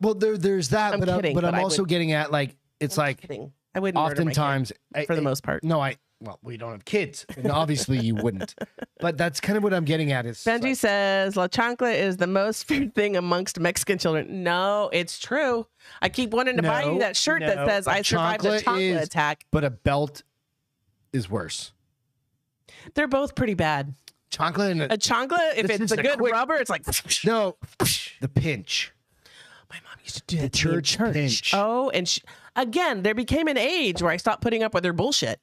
Speaker 2: well, there, there's that,
Speaker 1: I'm
Speaker 2: but,
Speaker 1: kidding,
Speaker 2: I, but,
Speaker 1: but
Speaker 2: I'm
Speaker 1: I
Speaker 2: also
Speaker 1: would-
Speaker 2: getting at like it's like
Speaker 1: Kidding. I wouldn't murder my kid,
Speaker 2: oftentimes I-
Speaker 1: for the
Speaker 2: I-
Speaker 1: most part.
Speaker 2: No, I well, we don't have kids, and obviously you wouldn't. But that's kind of what I'm getting at. Is
Speaker 1: Benji
Speaker 2: like,
Speaker 1: says La Chancla is the most feared thing amongst Mexican children. No, it's true. I keep wanting to buy you
Speaker 2: No,
Speaker 1: that shirt
Speaker 2: no.
Speaker 1: that says
Speaker 2: La
Speaker 1: I survived the
Speaker 2: chancla
Speaker 1: chancla
Speaker 2: is-
Speaker 1: attack.
Speaker 2: but a belt is worse.
Speaker 1: They're both pretty bad.
Speaker 2: Chocolate and a,
Speaker 1: A chancla, if
Speaker 2: This
Speaker 1: it's
Speaker 2: is
Speaker 1: a
Speaker 2: a
Speaker 1: good
Speaker 2: quick-
Speaker 1: rubber, it's like
Speaker 2: no, the pinch.
Speaker 1: My mom used to do that to me in
Speaker 2: church pinch.
Speaker 1: Oh, and she, again, there became an age where I stopped putting up with her bullshit.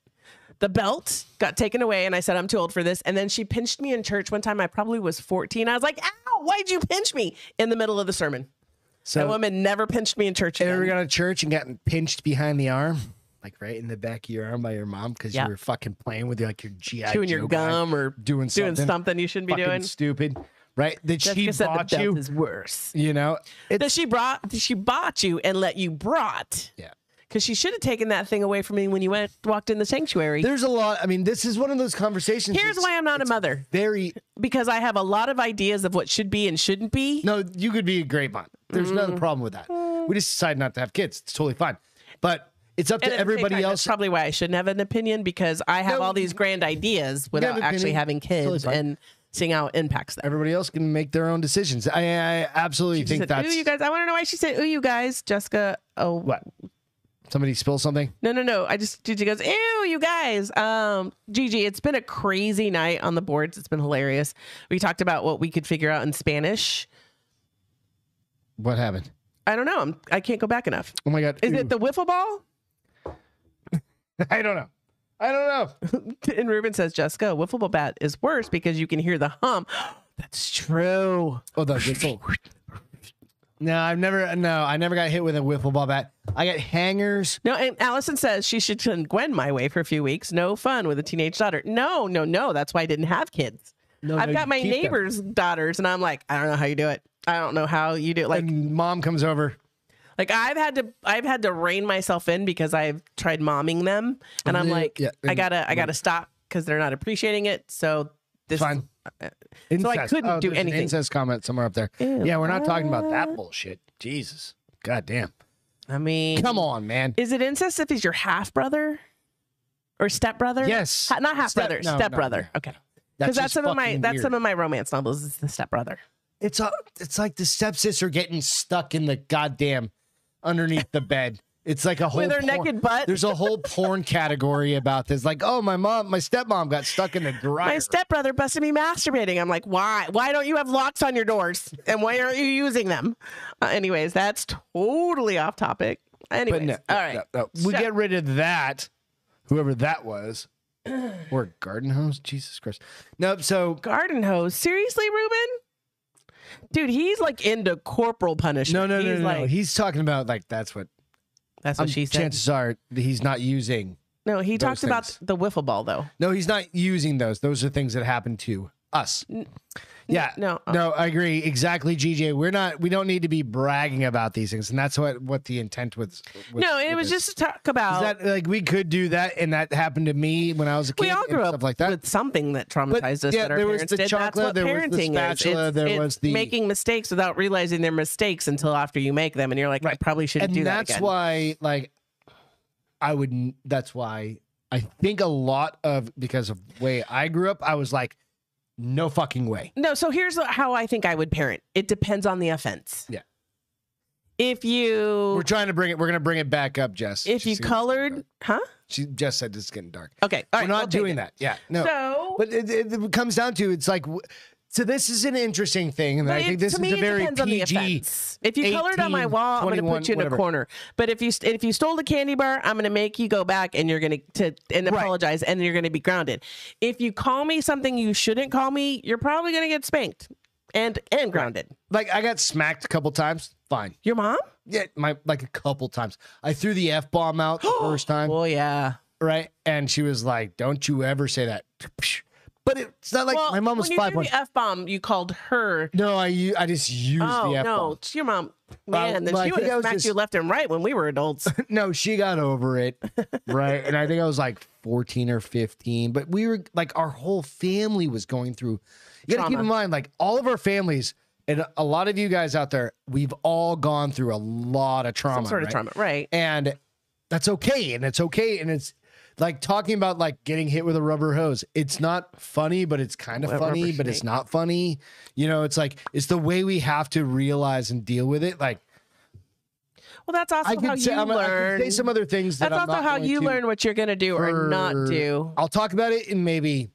Speaker 1: The belt got taken away, and I said, I'm too old for this. And then she pinched me in church one time. I probably was 14. I was like, ow, why'd you pinch me in the middle of the sermon? That
Speaker 2: So
Speaker 1: woman never pinched me in church.
Speaker 2: ever
Speaker 1: again.
Speaker 2: gone to church and gotten pinched behind the arm, like right in the back of your arm by your mom because
Speaker 1: Yeah.
Speaker 2: you were fucking playing with like your GI
Speaker 1: Chewing your
Speaker 2: Joe guy,
Speaker 1: gum or
Speaker 2: doing something,
Speaker 1: doing something you shouldn't be
Speaker 2: fucking
Speaker 1: doing.
Speaker 2: stupid, right? That she
Speaker 1: Jessica said the
Speaker 2: bought
Speaker 1: belt
Speaker 2: you,
Speaker 1: is worse.
Speaker 2: you know. It's,
Speaker 1: That she brought, she bought you and let you brought.
Speaker 2: yeah.
Speaker 1: Because she should have taken that thing away from me when you went walked in the sanctuary.
Speaker 2: There's a lot. I mean, this is one of those conversations.
Speaker 1: Here's
Speaker 2: that's
Speaker 1: why I'm not a mother.
Speaker 2: very
Speaker 1: Because I have a lot of ideas of what should be and shouldn't be.
Speaker 2: No, you could be a great mom. There's no
Speaker 1: Mm-hmm.
Speaker 2: problem with that. We just decide not to have kids. It's totally fine. But it's up
Speaker 1: And
Speaker 2: to
Speaker 1: at the same
Speaker 2: everybody
Speaker 1: time, that's
Speaker 2: else.
Speaker 1: probably why I shouldn't have an opinion because I have
Speaker 2: No,
Speaker 1: all these grand ideas
Speaker 2: have
Speaker 1: without
Speaker 2: an
Speaker 1: actually
Speaker 2: opinion.
Speaker 1: having
Speaker 2: Totally
Speaker 1: kids
Speaker 2: fine.
Speaker 1: and seeing how it impacts them.
Speaker 2: everybody else can make their own decisions. I, I absolutely
Speaker 1: She
Speaker 2: think
Speaker 1: said,
Speaker 2: that's
Speaker 1: ooh, you guys. I want to know why she said, "Ooh, you guys." Jessica. Oh,
Speaker 2: what. Somebody spill something.
Speaker 1: no, no, no. I just Gigi goes, "Ew, you guys." Um, Gigi, it's been a crazy night on the boards. It's been hilarious. We talked about what we could figure out in Spanish.
Speaker 2: What happened?
Speaker 1: I don't know. I'm, I can't go back enough.
Speaker 2: Oh my god.
Speaker 1: Is
Speaker 2: Ooh.
Speaker 1: it the wiffle ball?
Speaker 2: I don't know. I don't know.
Speaker 1: And Ruben says, Jessica, a wiffle ball bat is worse because you can hear the hum. That's true.
Speaker 2: Oh, the whistle. No, I've never. No, I never got hit with a wiffle ball bat. I got hangers.
Speaker 1: No, and Allison says she should send Gwen my way for a few weeks. No fun with a teenage daughter. No, no, no. That's why I didn't have kids.
Speaker 2: No,
Speaker 1: I've
Speaker 2: no,
Speaker 1: got
Speaker 2: you
Speaker 1: my
Speaker 2: keep them.
Speaker 1: neighbors' daughters, and I'm like, I don't know how you do it. I don't know how you do it. Like,
Speaker 2: And mom comes over.
Speaker 1: like I've had to, I've had to rein myself in because I've tried momming them, and I'm
Speaker 2: Yeah,
Speaker 1: like,
Speaker 2: yeah,
Speaker 1: I
Speaker 2: and-
Speaker 1: gotta, I gotta stop because they're not appreciating it. So this,
Speaker 2: Fine.
Speaker 1: so I
Speaker 2: Incest.
Speaker 1: couldn't
Speaker 2: Oh,
Speaker 1: do
Speaker 2: there's an
Speaker 1: anything. Uh.
Speaker 2: incest comment somewhere up there. Yeah, we're not talking about that bullshit. Jesus. God damn.
Speaker 1: I mean,
Speaker 2: Come on, man.
Speaker 1: is it incest if he's your half brother or step brother?
Speaker 2: Yes.
Speaker 1: Ha- not half brother,
Speaker 2: Step- no,
Speaker 1: step
Speaker 2: no,
Speaker 1: brother. Okay. Because that's
Speaker 2: just
Speaker 1: some of my
Speaker 2: fucking
Speaker 1: that's
Speaker 2: weird.
Speaker 1: some of my romance novels is the stepbrother.
Speaker 2: it's a, it's like the stepsister getting stuck in the goddamn underneath the bed It's like a whole
Speaker 1: With her
Speaker 2: porn-
Speaker 1: naked butt.
Speaker 2: There's a whole porn category about this. Like, oh, my mom, my stepmom got stuck in the dryer.
Speaker 1: My stepbrother busted me masturbating. I'm like, why? Why don't you have locks on your doors? And why aren't you using them? Uh, anyways, that's totally off topic. Anyways,
Speaker 2: but no,
Speaker 1: all right.
Speaker 2: no, no. we
Speaker 1: So-
Speaker 2: get rid of that. Whoever that was, or garden hose. Jesus Christ. Nope. So
Speaker 1: Garden hose. Seriously, Ruben? Dude, he's like into corporal
Speaker 2: no,
Speaker 1: punishment.
Speaker 2: no, no,
Speaker 1: he's
Speaker 2: no,
Speaker 1: like,
Speaker 2: no. He's talking about like that's what.
Speaker 1: That's
Speaker 2: I'm-
Speaker 1: what she said.
Speaker 2: Chances are that he's not using.
Speaker 1: no, he
Speaker 2: those
Speaker 1: talked about
Speaker 2: things.
Speaker 1: the wiffle ball though.
Speaker 2: No, he's not using those. Those are things that happen to us. Yeah.
Speaker 1: no, uh-
Speaker 2: No, I agree exactly, GJ. We're not. We don't need to be bragging about these things, and that's what what the intent was. was
Speaker 1: no, it
Speaker 2: with
Speaker 1: was
Speaker 2: this.
Speaker 1: just to talk about.
Speaker 2: Is that like we could do that, and that happened to me when I was a kid.
Speaker 1: we all grew
Speaker 2: and
Speaker 1: up
Speaker 2: stuff like that.
Speaker 1: with something that traumatized us.
Speaker 2: yeah,
Speaker 1: that our
Speaker 2: there was
Speaker 1: parents
Speaker 2: the
Speaker 1: did.
Speaker 2: chocolate,
Speaker 1: That's what
Speaker 2: there was the
Speaker 1: parenting
Speaker 2: spatula,
Speaker 1: is. It's,
Speaker 2: there
Speaker 1: it's
Speaker 2: was the-
Speaker 1: making mistakes without realizing they're mistakes until after you make them, and you're like, I
Speaker 2: Right.
Speaker 1: probably shouldn't
Speaker 2: and
Speaker 1: do
Speaker 2: that's
Speaker 1: that again.
Speaker 2: why, like, I would. not That's why I think a lot of because of the way I grew up, I was like, no fucking way.
Speaker 1: No, so here's how I think I would parent. It depends on the offense.
Speaker 2: Yeah.
Speaker 1: If you
Speaker 2: We're trying to bring it. We're gonna bring it back up, Jess.
Speaker 1: if
Speaker 2: She
Speaker 1: you
Speaker 2: said it's getting
Speaker 1: colored,
Speaker 2: dark.
Speaker 1: huh?
Speaker 2: she Jess said it's getting dark.
Speaker 1: Okay, all right,
Speaker 2: We're not
Speaker 1: I'll take
Speaker 2: doing
Speaker 1: it.
Speaker 2: that. Yeah, no.
Speaker 1: So,
Speaker 2: but it, it, it comes down to it's like. w- So this is an interesting thing, and
Speaker 1: But
Speaker 2: I
Speaker 1: it-
Speaker 2: think this
Speaker 1: to
Speaker 2: is
Speaker 1: me,
Speaker 2: a
Speaker 1: it
Speaker 2: very
Speaker 1: depends on the
Speaker 2: PG.
Speaker 1: offense. If you colored on my
Speaker 2: 18,
Speaker 1: wall, I'm going to
Speaker 2: 21,
Speaker 1: put you in
Speaker 2: whatever.
Speaker 1: a corner. But if you st- if you stole a candy bar, I'm going to make you go back and you're going to and
Speaker 2: Right.
Speaker 1: apologize and you're going to be grounded. If you call me something you shouldn't call me, you're probably going to get spanked and and grounded.
Speaker 2: Like I got smacked a couple times. Fine.
Speaker 1: Your mom?
Speaker 2: Yeah, my like a couple times. I threw the f bomb out the first time,
Speaker 1: Oh yeah.
Speaker 2: right? And she was like, "Don't you ever say that." But it's not like
Speaker 1: well,
Speaker 2: my mom was
Speaker 1: when you
Speaker 2: five
Speaker 1: threw
Speaker 2: points.
Speaker 1: the f bomb, you called her.
Speaker 2: No, I u- I just used
Speaker 1: Oh
Speaker 2: the f
Speaker 1: no,
Speaker 2: bomb.
Speaker 1: it's your mom. Man, then
Speaker 2: well, I
Speaker 1: she would
Speaker 2: think I
Speaker 1: have
Speaker 2: was
Speaker 1: smacked
Speaker 2: just-
Speaker 1: you left and right when we were adults.
Speaker 2: No. she got over it, right? and I think I was like fourteen or fifteen. But we were like our whole family was going through. You got to keep
Speaker 1: Trauma.
Speaker 2: in mind, like all of our families. And a lot of you guys out there, we've all gone through a lot of trauma.
Speaker 1: Some sort of
Speaker 2: right?
Speaker 1: trauma, right?
Speaker 2: and that's okay and it's okay and it's like talking about like getting hit with a rubber hose it's not funny but it's kind of
Speaker 1: What
Speaker 2: funny
Speaker 1: rubber
Speaker 2: but it's
Speaker 1: snake?
Speaker 2: not funny you know it's like it's the way we have to realize and deal with it like
Speaker 1: Well, that's also
Speaker 2: i
Speaker 1: how
Speaker 2: could
Speaker 1: you
Speaker 2: say, I'm- I
Speaker 1: learn.
Speaker 2: could say some other things that
Speaker 1: That's
Speaker 2: I'm
Speaker 1: also
Speaker 2: not
Speaker 1: how
Speaker 2: going
Speaker 1: you
Speaker 2: to
Speaker 1: learn what you're going to do or not
Speaker 2: for-
Speaker 1: do.
Speaker 2: i'll talk about it and maybe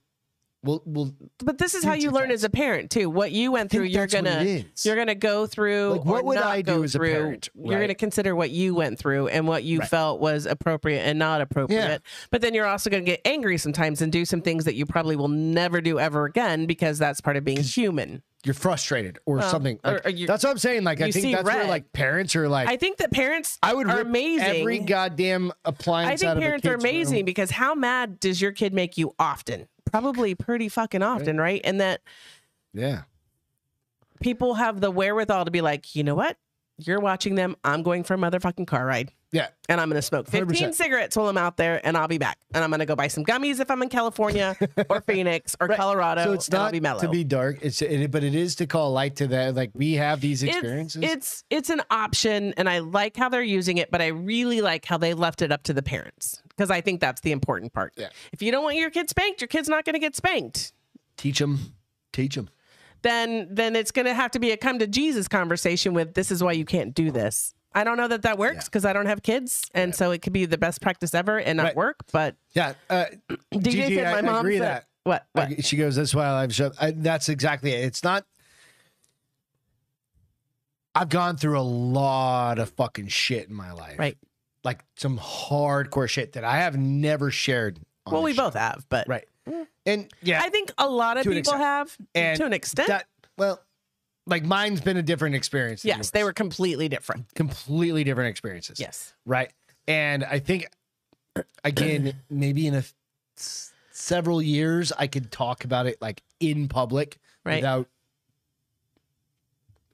Speaker 2: we'll we'll
Speaker 1: But this is how you
Speaker 2: Future
Speaker 1: learn as a parent too. What you went through,
Speaker 2: think
Speaker 1: you're
Speaker 2: that's what
Speaker 1: gonna
Speaker 2: it is.
Speaker 1: you're gonna go through.
Speaker 2: Like, what
Speaker 1: or
Speaker 2: would
Speaker 1: not
Speaker 2: I do
Speaker 1: go
Speaker 2: as a
Speaker 1: through.
Speaker 2: parent,
Speaker 1: You're
Speaker 2: right?
Speaker 1: gonna consider what you went through and what you felt was appropriate and not appropriate.
Speaker 2: Yeah.
Speaker 1: But then you're also gonna get angry sometimes and do some things that you probably will never do ever again because that's part of being human.
Speaker 2: you're frustrated or something
Speaker 1: Oh, or-
Speaker 2: like,
Speaker 1: or you-
Speaker 2: that's what i'm saying like i
Speaker 1: you
Speaker 2: think
Speaker 1: see
Speaker 2: that's where
Speaker 1: red.
Speaker 2: like parents are like
Speaker 1: I
Speaker 2: i,
Speaker 1: think that parents
Speaker 2: would
Speaker 1: are
Speaker 2: rip
Speaker 1: amazing.
Speaker 2: every goddamn appliance
Speaker 1: I think
Speaker 2: out of a
Speaker 1: parents are
Speaker 2: kid's room.
Speaker 1: amazing because how mad does your kid make you often? Probably pretty fucking often, right? And that
Speaker 2: yeah
Speaker 1: people have the wherewithal to be like, you know what? You're watching them. I'm going for a motherfucking car ride.
Speaker 2: yeah
Speaker 1: And I'm going to smoke 15
Speaker 2: 100%.
Speaker 1: cigarettes while I'm out there and I'll be back. And I'm going to go buy some gummies if I'm in California or Phoenix or Colorado.
Speaker 2: So it's
Speaker 1: and I'll
Speaker 2: not
Speaker 1: be mellow.
Speaker 2: to be dark. It's it, but it is to call light to that. Like we have these
Speaker 1: It's-
Speaker 2: experiences.
Speaker 1: It's, it's an option and I like how they're using it, but I really like how they left it up to the parents because I think that's the important part.
Speaker 2: Yeah.
Speaker 1: If you don't want your kid spanked, your kid's not going to get spanked.
Speaker 2: teach them, teach them.
Speaker 1: Then then it's going to have to be a come to Jesus conversation with this is why you can't do this. I don't know that that works because I don't have kids, and so it could be the best practice ever and not
Speaker 2: Right.
Speaker 1: work. But
Speaker 2: Yeah, uh,
Speaker 1: DJ
Speaker 2: Gigi,
Speaker 1: said
Speaker 2: I-
Speaker 1: my
Speaker 2: I
Speaker 1: mom
Speaker 2: agree
Speaker 1: said-
Speaker 2: that.
Speaker 1: what what
Speaker 2: like, she goes. That's why I live show. I, that's exactly it. It's not. I've gone through a lot of fucking shit in my life.
Speaker 1: right.
Speaker 2: Like some hardcore shit that I have never shared. On
Speaker 1: Well,
Speaker 2: the
Speaker 1: we
Speaker 2: show.
Speaker 1: both have, but
Speaker 2: Right. And yeah,
Speaker 1: I think a lot of
Speaker 2: To an
Speaker 1: people
Speaker 2: extent.
Speaker 1: have
Speaker 2: and
Speaker 1: to an extent.
Speaker 2: that- well, like mine's been a different experience. than
Speaker 1: yes, they
Speaker 2: yours.
Speaker 1: were completely different.
Speaker 2: completely different experiences.
Speaker 1: Yes.
Speaker 2: right? And I think again, maybe in a f- s- several years, I could talk about it like in public
Speaker 1: Right.
Speaker 2: without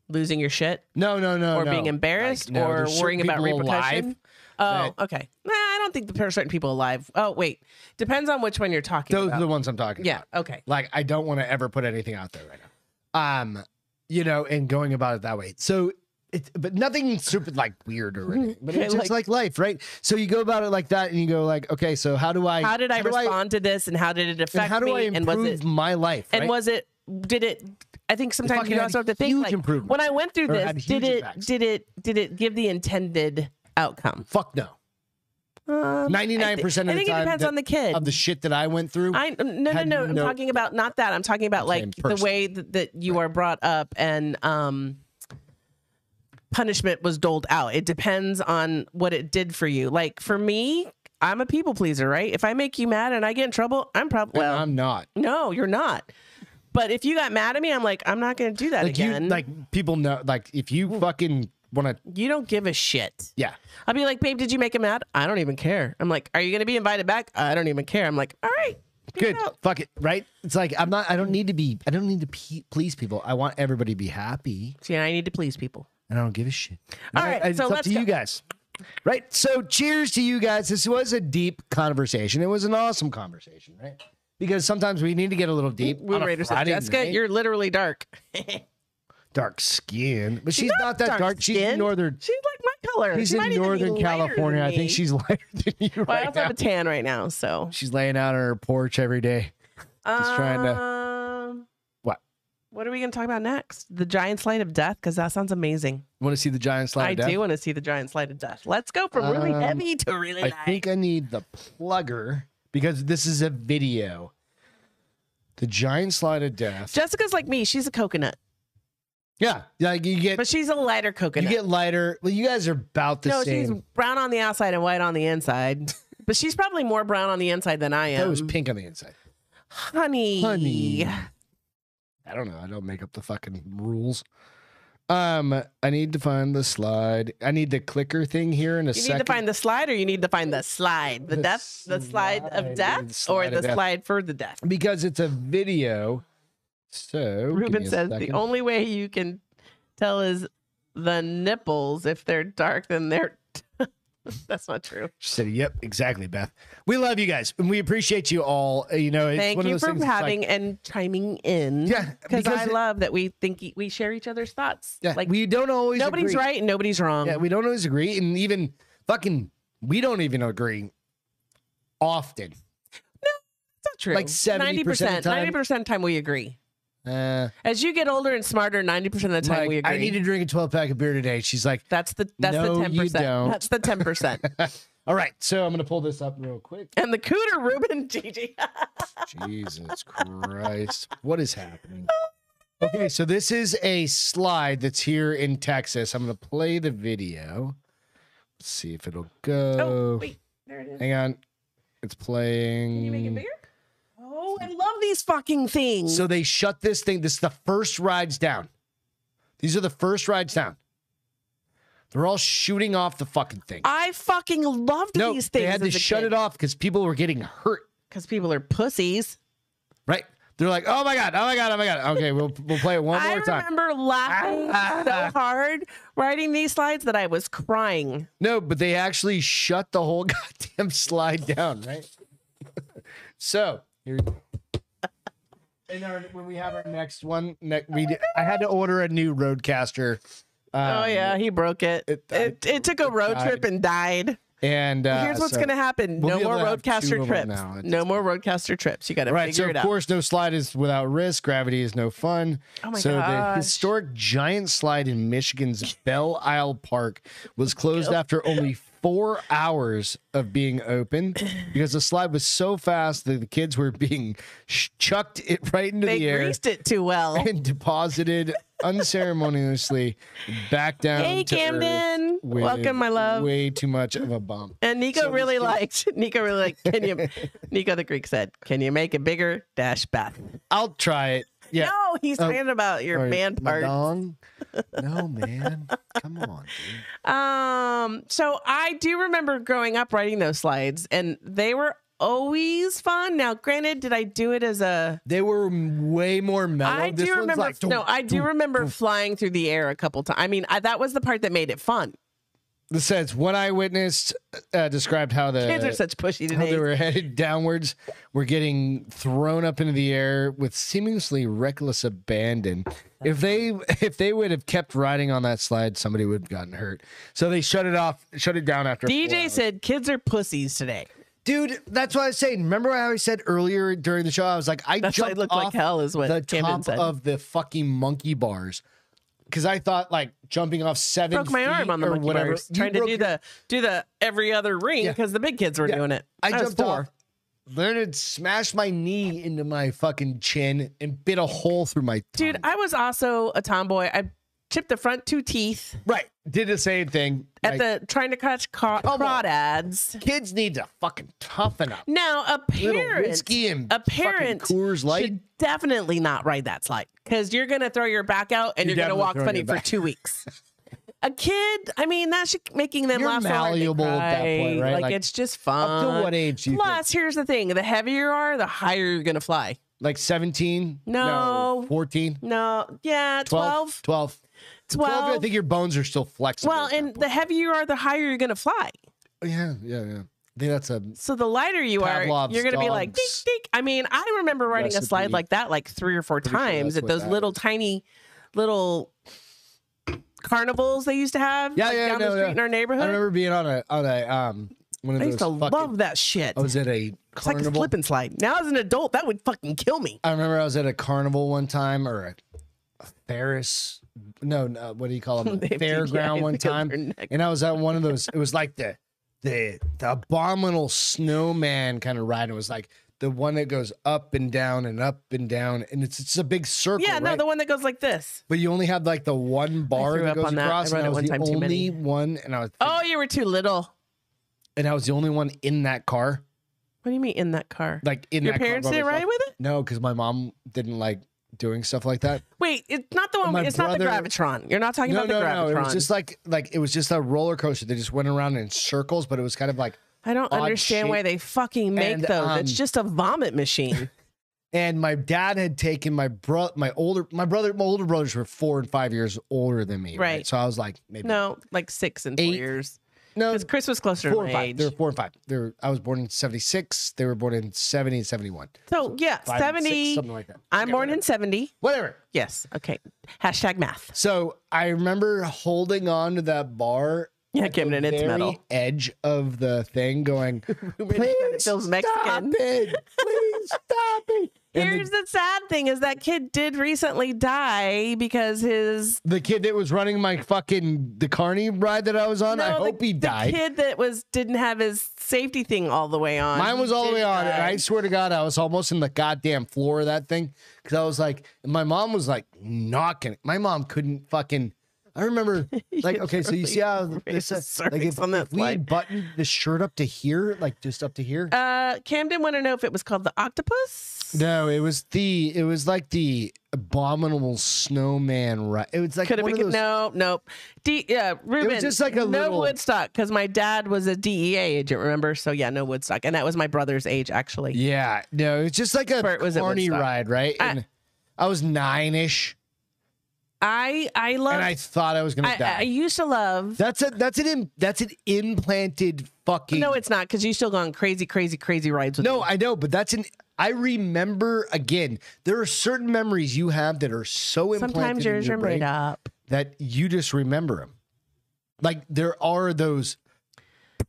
Speaker 1: Losing your shit.
Speaker 2: no, no, no,
Speaker 1: or
Speaker 2: Oh, no.
Speaker 1: being
Speaker 2: Like,
Speaker 1: embarrassed
Speaker 2: no,
Speaker 1: or
Speaker 2: there's certain
Speaker 1: worrying about
Speaker 2: people alive
Speaker 1: repercussion. Oh, okay. Nah, I don't think there are certain people alive. Oh, wait. Depends on which one you're talking
Speaker 2: Those are
Speaker 1: about.
Speaker 2: the ones I'm talking.
Speaker 1: Yeah.
Speaker 2: about.
Speaker 1: Okay.
Speaker 2: like I don't want to ever put anything out there right now. Um, you know, and going about it that way. So. It, but nothing super like weird or anything, but it's
Speaker 1: Okay,
Speaker 2: just like, life, right? So you go about it like that, and you go like, okay, so how do I?
Speaker 1: How did I
Speaker 2: do
Speaker 1: respond to this and how did it affect
Speaker 2: and how do I
Speaker 1: me? and
Speaker 2: improve
Speaker 1: was it
Speaker 2: my life?
Speaker 1: and
Speaker 2: right?
Speaker 1: was it did it I think sometimes
Speaker 2: fucking
Speaker 1: you
Speaker 2: had
Speaker 1: also have to think
Speaker 2: huge
Speaker 1: like
Speaker 2: improvements.
Speaker 1: when I went through
Speaker 2: Or
Speaker 1: this,
Speaker 2: had
Speaker 1: did
Speaker 2: huge
Speaker 1: it
Speaker 2: impacts.
Speaker 1: did it did it give the intended outcome.
Speaker 2: Fuck no.
Speaker 1: Um,
Speaker 2: Ninety nine percent
Speaker 1: I
Speaker 2: of the
Speaker 1: think it
Speaker 2: time
Speaker 1: depends
Speaker 2: that-
Speaker 1: on the kid.
Speaker 2: of the shit that I went through.
Speaker 1: I no no
Speaker 2: had
Speaker 1: no. I'm
Speaker 2: no-
Speaker 1: talking about not that. I'm talking about
Speaker 2: Okay,
Speaker 1: like the
Speaker 2: person.
Speaker 1: way that, that you are brought up and um punishment was doled out. It depends on what it did for you. Like for me, I'm a people pleaser, right? If I make you mad and I get in trouble, I'm probably
Speaker 2: and I'm not.
Speaker 1: no, you're not. But if you got mad at me, I'm like, I'm not going to do that
Speaker 2: Like
Speaker 1: again.
Speaker 2: you like people know like if you fucking wanna
Speaker 1: you don't give a shit.
Speaker 2: yeah.
Speaker 1: I'll be like, babe, did you make him mad? I don't even care. I'm like, are you going to be invited back? I don't even care. I'm like, all right, peace
Speaker 2: Good.
Speaker 1: out."
Speaker 2: Fuck it. Right? It's like I'm not I don't need to be I don't need to pe- please people. I want everybody to be happy
Speaker 1: See, I need to please people.
Speaker 2: and I don't give a shit.
Speaker 1: All
Speaker 2: And I-
Speaker 1: right,
Speaker 2: I- it's
Speaker 1: so
Speaker 2: up
Speaker 1: let's
Speaker 2: to
Speaker 1: go.
Speaker 2: you guys. Right? So cheers to you guys. This was a deep conversation. It was an awesome conversation, right? Because sometimes we need to get a little deep.
Speaker 1: Woo
Speaker 2: on a
Speaker 1: Raider said,
Speaker 2: Friday
Speaker 1: Jessica,
Speaker 2: night.
Speaker 1: you're literally dark.
Speaker 2: dark skin, but she's, not, that dark. She's
Speaker 1: dark-skinned.
Speaker 2: northern.
Speaker 1: She's like my color.
Speaker 2: She's
Speaker 1: She might
Speaker 2: in
Speaker 1: even be
Speaker 2: Northern
Speaker 1: lighter
Speaker 2: California.
Speaker 1: than
Speaker 2: I think
Speaker 1: me.
Speaker 2: she's lighter than you
Speaker 1: Well, I
Speaker 2: right
Speaker 1: also
Speaker 2: now.
Speaker 1: have a tan right now, so
Speaker 2: She's laying out on her porch every day. Just trying to-
Speaker 1: Um,
Speaker 2: What?
Speaker 1: What are we going to talk about next? The giant slide of death, because that sounds amazing.
Speaker 2: Want to see the giant slide?
Speaker 1: I
Speaker 2: of death?
Speaker 1: do want to see the giant slide of death. Let's go from really
Speaker 2: Um,
Speaker 1: heavy to really
Speaker 2: I
Speaker 1: light.
Speaker 2: think I need the plugger because this is a video. The giant slide of death.
Speaker 1: Jessica's like me. She's a coconut,
Speaker 2: yeah, like you get
Speaker 1: but she's a lighter
Speaker 2: you
Speaker 1: coconut.
Speaker 2: get lighter. Well, you guys are about the
Speaker 1: no,
Speaker 2: same.
Speaker 1: she's brown on the outside and white on the inside. But she's probably more brown on the inside than I am.
Speaker 2: That was pink on the inside.
Speaker 1: honey.
Speaker 2: Honey. I don't know. I don't make up the fucking rules. Um, I need to find the slide. I need the clicker thing here in a
Speaker 1: You
Speaker 2: second.
Speaker 1: need to find the slide, or you need to find the slide, the,
Speaker 2: The
Speaker 1: death, the slide of
Speaker 2: slide,
Speaker 1: death,
Speaker 2: slide
Speaker 1: or
Speaker 2: of
Speaker 1: the
Speaker 2: death.
Speaker 1: slide for the death.
Speaker 2: because it's a video. So give
Speaker 1: Ruben
Speaker 2: me a
Speaker 1: says the
Speaker 2: second.
Speaker 1: only way you can tell is the nipples. If they're dark, then they're. That's not true.
Speaker 2: She said, "Yep, exactly, Beth. We love you guys, and we appreciate you all. Uh, You know, it's
Speaker 1: Thank
Speaker 2: one
Speaker 1: you
Speaker 2: of those
Speaker 1: for
Speaker 2: things. that's like-
Speaker 1: having and chiming in.
Speaker 2: Yeah,
Speaker 1: because
Speaker 2: because
Speaker 1: I
Speaker 2: it-
Speaker 1: love that we think e- we share each other's thoughts.
Speaker 2: yeah,
Speaker 1: like
Speaker 2: we don't always.
Speaker 1: nobody's
Speaker 2: agree.
Speaker 1: right and nobody's wrong.
Speaker 2: Yeah, we don't always agree, and even fucking, we don't even agree often.
Speaker 1: That's not true.
Speaker 2: like 70% of the time-
Speaker 1: ninety percent of the time we agree.
Speaker 2: Uh,
Speaker 1: As you get older and smarter, ninety percent of the time
Speaker 2: like,
Speaker 1: we agree.
Speaker 2: I need to drink a twelve pack of beer today. She's like,
Speaker 1: That's the that's
Speaker 2: No,
Speaker 1: the
Speaker 2: you
Speaker 1: ten percent.
Speaker 2: don't.
Speaker 1: That's the ten percent.
Speaker 2: "All right, so I'm gonna pull this up real quick."
Speaker 1: and the cooter Ruben Gigi.
Speaker 2: Jesus Christ. What is happening? Okay, so this is a slide that's here in Texas. I'm going to play the video. Let's see if it'll
Speaker 1: oh
Speaker 2: go.
Speaker 1: wait, there it is.
Speaker 2: Hang on. It's playing.
Speaker 1: Can you make it bigger? Oh, I love these fucking things.
Speaker 2: Mm. So they shut this thing. This is the first rides down. These are the first rides down. They're all shooting off the fucking thing.
Speaker 1: I fucking loved
Speaker 2: no,
Speaker 1: these things.
Speaker 2: they had to shut it off because people were getting hurt.
Speaker 1: because people are pussies.
Speaker 2: Right? They're like, "Oh my god! Oh my god! Oh my god!" Okay, we'll we'll play it one
Speaker 1: I
Speaker 2: more time.
Speaker 1: remember laughing so hard writing these slides that I was crying.
Speaker 2: No, but they actually shut the whole goddamn slide down, right? so here. In our, when we have our next one, ne- we did, I had to order a new Roadcaster. Um,
Speaker 1: oh yeah, he broke it. It
Speaker 2: it died.
Speaker 1: it, took a road
Speaker 2: died.
Speaker 1: trip and died.
Speaker 2: and uh,
Speaker 1: Here's what's
Speaker 2: so-
Speaker 1: gonna happen:
Speaker 2: We'll be
Speaker 1: no more
Speaker 2: able to have two
Speaker 1: roadcaster
Speaker 2: of
Speaker 1: trips.
Speaker 2: them now. It's-
Speaker 1: No more roadcaster trips. You got to
Speaker 2: Right,
Speaker 1: figure
Speaker 2: so
Speaker 1: it
Speaker 2: of
Speaker 1: out.
Speaker 2: course, no slide is without risk. Gravity is no fun.
Speaker 1: Oh my
Speaker 2: so the
Speaker 1: gosh.
Speaker 2: historic giant slide in Michigan's Belle Isle Park was closed after only four hours of being open because the slide was so fast that the kids were being sh- chucked it right into
Speaker 1: They
Speaker 2: the air
Speaker 1: greased it too well.
Speaker 2: and deposited unceremoniously back down.
Speaker 1: Hey,
Speaker 2: to earth
Speaker 1: Camden.
Speaker 2: with
Speaker 1: Welcome, my love.
Speaker 2: Way too much of a bump.
Speaker 1: And Nico
Speaker 2: So
Speaker 1: really
Speaker 2: this
Speaker 1: liked. Nico really liked. Can you? Nico the Greek said, "Can you make it bigger?" Dash Beth.
Speaker 2: I'll try it. Yeah.
Speaker 1: No, he's
Speaker 2: Oh,
Speaker 1: talking about your
Speaker 2: Or
Speaker 1: band
Speaker 2: my
Speaker 1: part.
Speaker 2: dong. No, man. Come on. Dude.
Speaker 1: Um, so I do remember growing up writing those slides, and they were always fun. Now, granted, did I do it as a?
Speaker 2: They were m- way more mellow.
Speaker 1: I
Speaker 2: this
Speaker 1: do
Speaker 2: one's
Speaker 1: remember.
Speaker 2: Like,
Speaker 1: no, I do
Speaker 2: remember.
Speaker 1: remember flying through the air a couple times. I mean, I, that was the part that made it fun.
Speaker 2: This says what I witnessed uh, described how the
Speaker 1: Kids are such pushy
Speaker 2: how they
Speaker 1: today.
Speaker 2: were headed downwards, were getting thrown up into the air with seemingly reckless abandon. If they if they would have kept riding on that slide, somebody would have gotten hurt. So they shut it off, shut it down after. four
Speaker 1: DJ
Speaker 2: hours.
Speaker 1: said, "Kids are pussies today."
Speaker 2: dude, that's what I was saying. Remember how I said earlier during the show? I was like, I
Speaker 1: That's why it
Speaker 2: jumped
Speaker 1: looked
Speaker 2: off
Speaker 1: like hell, is what
Speaker 2: the
Speaker 1: Camden
Speaker 2: top
Speaker 1: said.
Speaker 2: of the fucking monkey bars. because I thought like jumping off seven
Speaker 1: broke my
Speaker 2: feet
Speaker 1: arm on the
Speaker 2: or
Speaker 1: monkey
Speaker 2: whatever.
Speaker 1: bars
Speaker 2: You
Speaker 1: trying to
Speaker 2: broke
Speaker 1: do
Speaker 2: your-
Speaker 1: the do the every other ring
Speaker 2: Yeah.
Speaker 1: because the big kids were
Speaker 2: Yeah.
Speaker 1: doing it.
Speaker 2: I
Speaker 1: was
Speaker 2: jumped off. Leonard smashed my knee into my fucking chin and bit a hole through my
Speaker 1: Dude,
Speaker 2: tongue.
Speaker 1: I was also a tomboy. I chipped the front two teeth
Speaker 2: right? Did the same thing.
Speaker 1: at
Speaker 2: Like,
Speaker 1: the trying to catch ca-
Speaker 2: Come on.
Speaker 1: prod ads.
Speaker 2: kids need to fucking toughen up.
Speaker 1: Now a
Speaker 2: Little
Speaker 1: parent,
Speaker 2: whiskey and
Speaker 1: a
Speaker 2: fucking
Speaker 1: parent
Speaker 2: Coors Light.
Speaker 1: should definitely not ride that slide because you're gonna throw your back out and
Speaker 2: You're
Speaker 1: you're, gonna
Speaker 2: definitely
Speaker 1: walk
Speaker 2: throwing
Speaker 1: funny
Speaker 2: your
Speaker 1: for
Speaker 2: back-
Speaker 1: two weeks. a kid, I mean, that should making them
Speaker 2: You're
Speaker 1: laugh. so hard they
Speaker 2: malleable at that point,
Speaker 1: cry.
Speaker 2: right?
Speaker 1: Like,
Speaker 2: Like,
Speaker 1: it's just fun.
Speaker 2: Up to what age? Do you think?
Speaker 1: Uh, Plus, here's the thing: the heavier you are, the higher you're gonna fly.
Speaker 2: Like seventeen?
Speaker 1: No.
Speaker 2: fourteen.
Speaker 1: No, yeah, 12,
Speaker 2: 12, 12.
Speaker 1: 12.
Speaker 2: I think your bones are still flexible.
Speaker 1: well,
Speaker 2: at that
Speaker 1: and the heavier you are, the higher you're gonna fly.
Speaker 2: point. yeah, yeah, yeah. I think that's a
Speaker 1: So the lighter you are,
Speaker 2: Pavlov's
Speaker 1: you're gonna be like,
Speaker 2: dog's
Speaker 1: dink, dink. I mean, I remember riding a slide
Speaker 2: recipe.
Speaker 1: like that like three or four
Speaker 2: Pretty sure
Speaker 1: times
Speaker 2: that's
Speaker 1: at
Speaker 2: what
Speaker 1: those
Speaker 2: that
Speaker 1: little tiny little carnivals they used to have
Speaker 2: Yeah,
Speaker 1: like,
Speaker 2: yeah,
Speaker 1: down
Speaker 2: no,
Speaker 1: the street
Speaker 2: yeah.
Speaker 1: in our neighborhood.
Speaker 2: I
Speaker 1: I,
Speaker 2: remember being on a on a um one of
Speaker 1: used
Speaker 2: those
Speaker 1: to
Speaker 2: fucking.
Speaker 1: love that shit.
Speaker 2: I was at a
Speaker 1: it's like a
Speaker 2: carnival.
Speaker 1: slip and slide. Now as an adult, that would fucking kill me.
Speaker 2: I remember I was at a carnival one time or a, a Ferris. No, no, what do you call them?
Speaker 1: They have
Speaker 2: Fairground
Speaker 1: TGIs
Speaker 2: one
Speaker 1: because
Speaker 2: time,
Speaker 1: they're neck-
Speaker 2: and I was at one of those. It was like the the the abominable snowman kind of ride. It was like the one that goes up and down and up and down, and it's it's a big circle.
Speaker 1: Yeah, no,
Speaker 2: right?
Speaker 1: the one that goes like this.
Speaker 2: but you only had like the one bar
Speaker 1: threw
Speaker 2: that
Speaker 1: up
Speaker 2: goes
Speaker 1: on that.
Speaker 2: across,
Speaker 1: I
Speaker 2: and I
Speaker 1: rode
Speaker 2: was
Speaker 1: it
Speaker 2: the
Speaker 1: one time too
Speaker 2: only
Speaker 1: many.
Speaker 2: one, and I was
Speaker 1: Oh, you were too little.
Speaker 2: and I was the only one in that car,
Speaker 1: What do you mean in that car?
Speaker 2: like in
Speaker 1: Your
Speaker 2: that car
Speaker 1: parents
Speaker 2: by
Speaker 1: didn't
Speaker 2: myself.
Speaker 1: ride with it?
Speaker 2: No, because my mom didn't like doing stuff like that.
Speaker 1: Wait, it's not the one.
Speaker 2: My
Speaker 1: it's not
Speaker 2: brother-
Speaker 1: the gravitron. You're not talking
Speaker 2: no,
Speaker 1: about the
Speaker 2: no,
Speaker 1: gravitron.
Speaker 2: no. It was just like like it was just a roller coaster. They just went around in circles, but it was kind of like.
Speaker 1: I don't
Speaker 2: odd
Speaker 1: understand why
Speaker 2: shape.
Speaker 1: they fucking make
Speaker 2: And,
Speaker 1: those.
Speaker 2: um,
Speaker 1: it's just a vomit machine.
Speaker 2: And my dad had taken my bro, my older, my brother, my older brothers were four and five years older than me, right?
Speaker 1: Right.
Speaker 2: So I was like, maybe
Speaker 1: no, like six and four
Speaker 2: Eight.
Speaker 1: years.
Speaker 2: no,
Speaker 1: Because Chris was closer to
Speaker 2: four
Speaker 1: my
Speaker 2: and five.
Speaker 1: age.
Speaker 2: They were four and five. They were, I was born in seventy six. They were born in seventy and seventy one.
Speaker 1: so yeah,
Speaker 2: Five and six,
Speaker 1: seventy.
Speaker 2: something like that.
Speaker 1: I'm
Speaker 2: Okay,
Speaker 1: born
Speaker 2: whatever.
Speaker 1: in seventy.
Speaker 2: whatever.
Speaker 1: Yes. Okay. Hashtag math.
Speaker 2: So I remember holding on to that bar
Speaker 1: Yeah, giving it its
Speaker 2: very
Speaker 1: metal.
Speaker 2: edge of the thing going,
Speaker 1: said it
Speaker 2: please
Speaker 1: feels
Speaker 2: stop
Speaker 1: Mexican."
Speaker 2: it. Please stop it. And
Speaker 1: Here's the sad thing is that kid did recently die because his
Speaker 2: the, the kid that was running my fucking, the carny ride that I was on, I
Speaker 1: No, the-
Speaker 2: hope he
Speaker 1: the
Speaker 2: died.
Speaker 1: kid that was didn't have his safety thing all the way on.
Speaker 2: Mine
Speaker 1: He
Speaker 2: was all the
Speaker 1: did
Speaker 2: way on, and
Speaker 1: die.
Speaker 2: I swear to God, I was almost in the goddamn floor of that thing because I was like, and my mom was like knocking. My mom couldn't fucking. I remember, like, okay, so you see how
Speaker 1: really
Speaker 2: this,
Speaker 1: raised
Speaker 2: uh, like, if,
Speaker 1: cervix on that
Speaker 2: if we had
Speaker 1: slide.
Speaker 2: buttoned the shirt up to here, like, just up to here.
Speaker 1: Uh, Camden want to know if it was called the octopus.
Speaker 2: No, it was the it was like the abominable snowman ride. It was like
Speaker 1: Could have
Speaker 2: one
Speaker 1: been
Speaker 2: of
Speaker 1: no,
Speaker 2: those.
Speaker 1: nope. D, yeah, Ruben.
Speaker 2: just like a
Speaker 1: no
Speaker 2: little-
Speaker 1: Woodstock because my dad was a DEA agent. Remember? So yeah, no Woodstock, and that was my brother's age actually.
Speaker 2: Yeah, no, it's just like a
Speaker 1: Bert was at
Speaker 2: corny
Speaker 1: Woodstock.
Speaker 2: ride, right?
Speaker 1: I-
Speaker 2: And I, was nine ish,
Speaker 1: I I love.
Speaker 2: and I
Speaker 1: I,
Speaker 2: thought I was gonna
Speaker 1: I,
Speaker 2: die.
Speaker 1: used to love.
Speaker 2: that's a that's an im, that's an implanted fucking.
Speaker 1: No, it's not because you still go on crazy, crazy, crazy rides with
Speaker 2: no,
Speaker 1: me.
Speaker 2: I know, but that's an. I remember again. There are certain memories you have that are so implanted
Speaker 1: Sometimes
Speaker 2: in
Speaker 1: yours
Speaker 2: your
Speaker 1: are made
Speaker 2: brain
Speaker 1: up.
Speaker 2: that you just remember them. Like there are those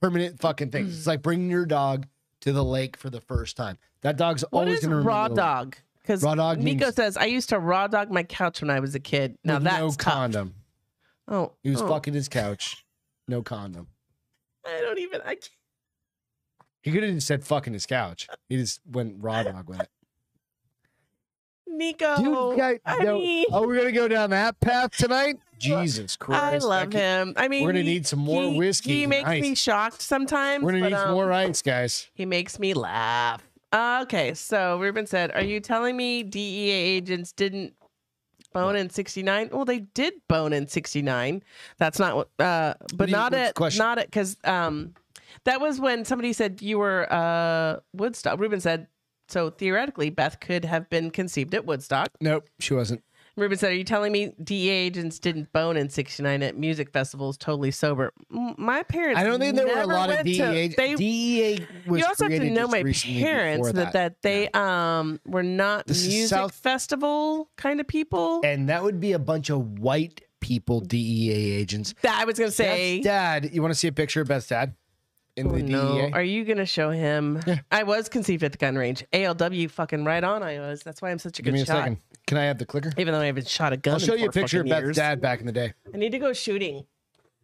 Speaker 2: permanent fucking things. It's like bringing your dog to the lake for the first time. That dog's
Speaker 1: What
Speaker 2: always
Speaker 1: is
Speaker 2: going to
Speaker 1: raw dog? Because
Speaker 2: Raw dog
Speaker 1: Nico
Speaker 2: means-
Speaker 1: says I used to raw dog my couch when I was a kid. Now
Speaker 2: With
Speaker 1: that's
Speaker 2: no
Speaker 1: tough.
Speaker 2: condom.
Speaker 1: Oh,
Speaker 2: He was
Speaker 1: oh,
Speaker 2: fucking his couch. No condom.
Speaker 1: I don't even. I can't.
Speaker 2: He could have just said fucking his couch. He just went raw dog with it.
Speaker 1: Nico.
Speaker 2: Dude, guy,
Speaker 1: I
Speaker 2: no-
Speaker 1: mean,
Speaker 2: oh, we're gonna go down that path tonight. Jesus Christ!
Speaker 1: I love
Speaker 2: that
Speaker 1: him. I mean,
Speaker 2: We're gonna
Speaker 1: he-
Speaker 2: need some more
Speaker 1: he-
Speaker 2: whiskey
Speaker 1: He
Speaker 2: and
Speaker 1: makes
Speaker 2: ice.
Speaker 1: me shocked
Speaker 2: kid-
Speaker 1: sometimes.
Speaker 2: We're gonna
Speaker 1: but,
Speaker 2: need
Speaker 1: um,
Speaker 2: some more ice, guys.
Speaker 1: He makes me laugh. Okay, so Ruben said, "Are you telling me DEA agents didn't bone in '69? Well, they did bone in '69. That's not what, uh, but
Speaker 2: do you-
Speaker 1: not
Speaker 2: what's the
Speaker 1: at
Speaker 2: question?
Speaker 1: not at because um, that was when somebody said you were uh Woodstock. Ruben said." So theoretically, Beth could have been conceived at Woodstock.
Speaker 2: Nope, she wasn't.
Speaker 1: Ruben said, "Are you telling me DEA agents didn't bone in '69 at music festivals, totally sober? M- My parents.
Speaker 2: I don't think there were a
Speaker 1: never
Speaker 2: lot of
Speaker 1: went
Speaker 2: DEA.
Speaker 1: To, they,
Speaker 2: DEA was
Speaker 1: you also have to
Speaker 2: created
Speaker 1: know
Speaker 2: just
Speaker 1: my
Speaker 2: recently
Speaker 1: parents
Speaker 2: before
Speaker 1: that, that they um were not
Speaker 2: This is
Speaker 1: music
Speaker 2: South-
Speaker 1: festival kind of people.
Speaker 2: and that would be a bunch of white people DEA agents.
Speaker 1: That I was gonna
Speaker 2: Beth's
Speaker 1: say. Oh,
Speaker 2: dad, you want to see a picture of Beth's dad? in the
Speaker 1: no.
Speaker 2: DEA.
Speaker 1: Are you gonna show him?
Speaker 2: Yeah.
Speaker 1: I was conceived at the gun range. ALW fucking right on I was. That's why I'm such a
Speaker 2: Give
Speaker 1: good
Speaker 2: me a
Speaker 1: shot.
Speaker 2: second. Can I have the clicker?
Speaker 1: Even though I haven't shot a gun.
Speaker 2: I'll
Speaker 1: in
Speaker 2: show you a
Speaker 1: four
Speaker 2: picture of
Speaker 1: fucking
Speaker 2: Beth's
Speaker 1: years.
Speaker 2: dad back in the day.
Speaker 1: I need to go shooting.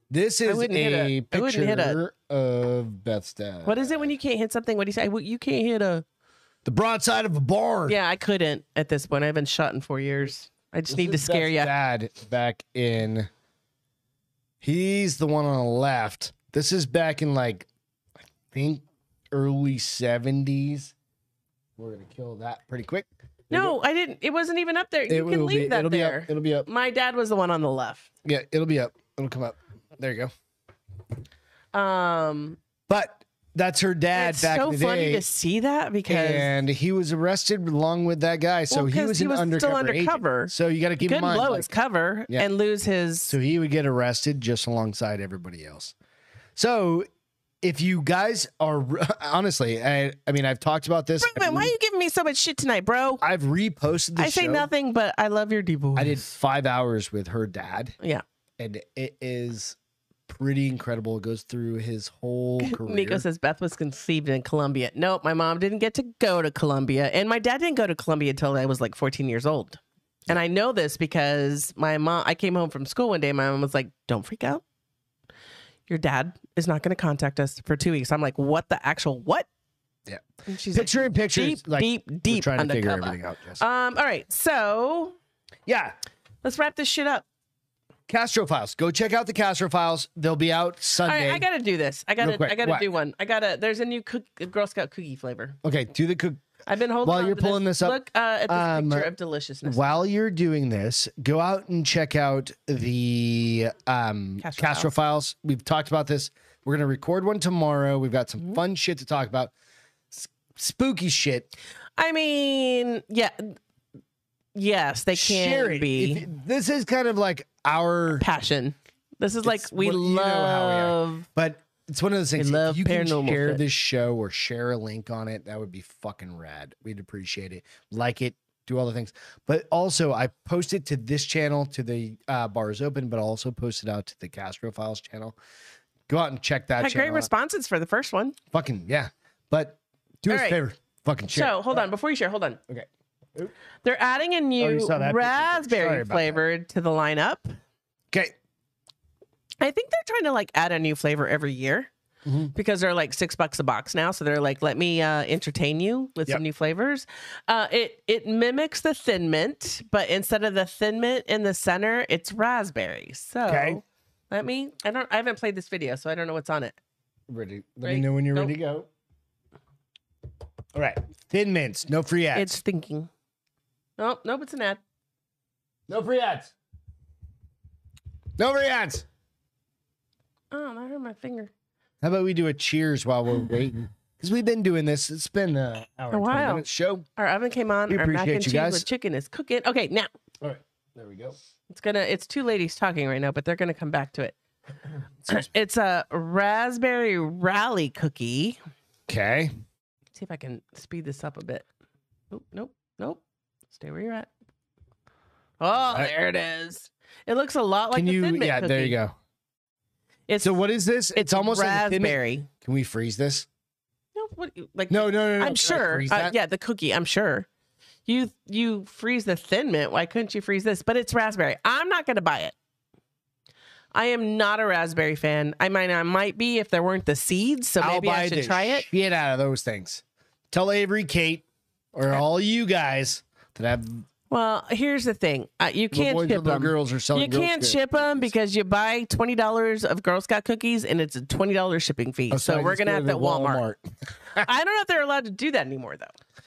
Speaker 2: This is
Speaker 1: wouldn't hit
Speaker 2: a
Speaker 1: a- I wouldn't hit a-
Speaker 2: picture of Beth's dad.
Speaker 1: What is it when you can't hit something? What do you say? Well, You can't hit a.
Speaker 2: The broadside of a barn.
Speaker 1: Yeah, I couldn't at this point. I haven't shot in four years. I just
Speaker 2: This
Speaker 1: need to
Speaker 2: is
Speaker 1: scare
Speaker 2: Beth's
Speaker 1: you.
Speaker 2: Dad back in. He's the one on the left. This is back in like, I think early seventies. We're gonna kill that pretty quick.
Speaker 1: No, I didn't. It wasn't even up there. you can
Speaker 2: will
Speaker 1: leave
Speaker 2: be,
Speaker 1: that
Speaker 2: it'll
Speaker 1: there.
Speaker 2: be up. It'll be up.
Speaker 1: My dad was the one on the left.
Speaker 2: Yeah, it'll be up. It'll come up. There you go.
Speaker 1: Um,
Speaker 2: But that's her dad
Speaker 1: it's
Speaker 2: back
Speaker 1: so
Speaker 2: in the
Speaker 1: funny
Speaker 2: day.
Speaker 1: to see that because
Speaker 2: and he was arrested along with that guy, so
Speaker 1: Well,
Speaker 2: he
Speaker 1: 'cause
Speaker 2: was
Speaker 1: he
Speaker 2: an
Speaker 1: was still
Speaker 2: undercover. agent.
Speaker 1: undercover.
Speaker 2: So you got to keep in
Speaker 1: couldn't
Speaker 2: mind,
Speaker 1: blow
Speaker 2: like,
Speaker 1: his cover
Speaker 2: Yeah.
Speaker 1: and lose his.
Speaker 2: So he would get arrested just alongside everybody else. So if you guys are honestly, I, I mean, I've talked about this.
Speaker 1: Brinkman, why are you giving me so much shit tonight, bro?
Speaker 2: I've reposted the
Speaker 1: I say
Speaker 2: show.
Speaker 1: nothing, but I love your divorce.
Speaker 2: I did five hours with her dad,
Speaker 1: Yeah,
Speaker 2: and it is pretty incredible. It goes through his whole career.
Speaker 1: Nico says Beth was conceived in Colombia. Nope, my mom didn't get to go to Colombia, and my dad didn't go to Colombia until I was like 14 years old. And I know this because my mom. I came home from school one day. My mom was like, "Don't freak out. Your dad is not going to contact us for two weeks." I'm like, "What the actual what?"
Speaker 2: Yeah.
Speaker 1: And she's like,
Speaker 2: picture in picture,
Speaker 1: deep,
Speaker 2: like
Speaker 1: deep,
Speaker 2: we're
Speaker 1: deep
Speaker 2: trying to
Speaker 1: undercover.
Speaker 2: figure everything out. Yes.
Speaker 1: Um. All right. So
Speaker 2: yeah,
Speaker 1: let's wrap this shit up.
Speaker 2: Castro Files. Go check out the Castro Files. They'll be out
Speaker 1: All right.
Speaker 2: Sunday.
Speaker 1: I gotta do this. I gotta.
Speaker 2: Real quick,
Speaker 1: I gotta
Speaker 2: what?
Speaker 1: do one. I gotta. There's a new cook, Girl Scout cookie flavor.
Speaker 2: okay, do the cook.
Speaker 1: I've been holding.
Speaker 2: While
Speaker 1: on
Speaker 2: you're
Speaker 1: to
Speaker 2: pulling this up,
Speaker 1: look uh, at this
Speaker 2: um,
Speaker 1: picture of deliciousness.
Speaker 2: While you're doing this, go out and check out the um,
Speaker 1: Castro
Speaker 2: Castro files. We've talked about this. We're going to record one tomorrow. We've got some
Speaker 1: Mm-hmm.
Speaker 2: fun shit to talk about. S- spooky shit.
Speaker 1: I mean, yeah, yes, they can
Speaker 2: Share it.
Speaker 1: be
Speaker 2: If- this is kind of like our,
Speaker 1: passion. This is like
Speaker 2: It's
Speaker 1: we
Speaker 2: what- you know how we are.
Speaker 1: love.
Speaker 2: but it's one of those things.
Speaker 1: love
Speaker 2: If you can
Speaker 1: paranormal
Speaker 2: share
Speaker 1: shit.
Speaker 2: this show or share a link on it, that would be fucking rad. We'd appreciate it. Like it. Do all the things, but also I posted to this channel to the uh, bars open, but also posted out to the Castro Files channel. Go out and check that.
Speaker 1: Had
Speaker 2: channel
Speaker 1: great
Speaker 2: out.
Speaker 1: responses for the first one.
Speaker 2: Fucking yeah. But do
Speaker 1: All
Speaker 2: us
Speaker 1: right.
Speaker 2: a favor. Fucking share.
Speaker 1: So hold on, before you share, hold on.
Speaker 2: Okay.
Speaker 1: They're adding a new
Speaker 2: Oh, saw that picture. Sorry
Speaker 1: raspberry
Speaker 2: about that.
Speaker 1: flavor to the lineup.
Speaker 2: Okay.
Speaker 1: I think they're trying to like add a new flavor every year
Speaker 2: Mhm.
Speaker 1: because they're like six bucks a box now. So they're like, let me uh, entertain you with
Speaker 2: Yep.
Speaker 1: some new flavors. Uh, it it mimics the thin mint, but instead of the thin mint in the center, it's raspberry. So
Speaker 2: Okay.
Speaker 1: let me. I don't. I haven't played this video, so I don't know what's on it.
Speaker 2: Ready. Let
Speaker 1: Ready?
Speaker 2: me know when you're
Speaker 1: Go.
Speaker 2: ready to go. All right. Thin mints. No free ads.
Speaker 1: It's thinking. Nope, nope, it's an ad.
Speaker 2: no free ads. No free ads.
Speaker 1: Oh, I hurt my finger.
Speaker 2: How about we do a cheers while we're waiting? Because we've been doing this. It's been uh, hour and 20
Speaker 1: while.
Speaker 2: minutes show.
Speaker 1: Our oven came on.
Speaker 2: We
Speaker 1: our mac
Speaker 2: appreciate
Speaker 1: and
Speaker 2: you
Speaker 1: cheese
Speaker 2: guys.
Speaker 1: with chicken is cooking. Okay, now
Speaker 2: All right. There we go.
Speaker 1: It's gonna. It's two ladies talking right now, but they're gonna come back to it. it's a raspberry rally cookie.
Speaker 2: Okay.
Speaker 1: see if I can speed this up a bit. Nope, nope, nope. Stay where you're at. Oh,
Speaker 2: right.
Speaker 1: there it is. It looks a lot like
Speaker 2: Can
Speaker 1: a
Speaker 2: you?
Speaker 1: Thin Mint
Speaker 2: Yeah, there
Speaker 1: cookie.
Speaker 2: you go.
Speaker 1: It's
Speaker 2: So what is this? It's, almost like a Thin Mint-
Speaker 1: raspberry.
Speaker 2: Can we freeze this?
Speaker 1: no, what? Like
Speaker 2: No, no, no, no.
Speaker 1: I'm
Speaker 2: Can I
Speaker 1: sure.
Speaker 2: freeze
Speaker 1: uh,
Speaker 2: that?
Speaker 1: yeah, the cookie. I'm sure. You you freeze the thin mint. Why couldn't you freeze this? But it's raspberry. I'm not going to buy it. I am not a raspberry fan. I mean, I might be if there weren't the seeds. So maybe I should
Speaker 2: the
Speaker 1: try it.
Speaker 2: Shit out of those things. Tell Avery, Kate, or all you guys that have
Speaker 1: Well, here's the thing. Uh, you
Speaker 2: little
Speaker 1: can't
Speaker 2: boys or
Speaker 1: ship
Speaker 2: little
Speaker 1: them.
Speaker 2: girls are selling.
Speaker 1: You
Speaker 2: Girl
Speaker 1: can't
Speaker 2: Scout
Speaker 1: ship them
Speaker 2: cookies.
Speaker 1: because you buy twenty dollars of Girl Scout cookies and it's a twenty dollars shipping fee.
Speaker 2: Oh,
Speaker 1: so
Speaker 2: I
Speaker 1: we're
Speaker 2: just
Speaker 1: gonna
Speaker 2: go
Speaker 1: have
Speaker 2: to
Speaker 1: that
Speaker 2: the
Speaker 1: Walmart. I don't know if they're allowed to do that anymore though.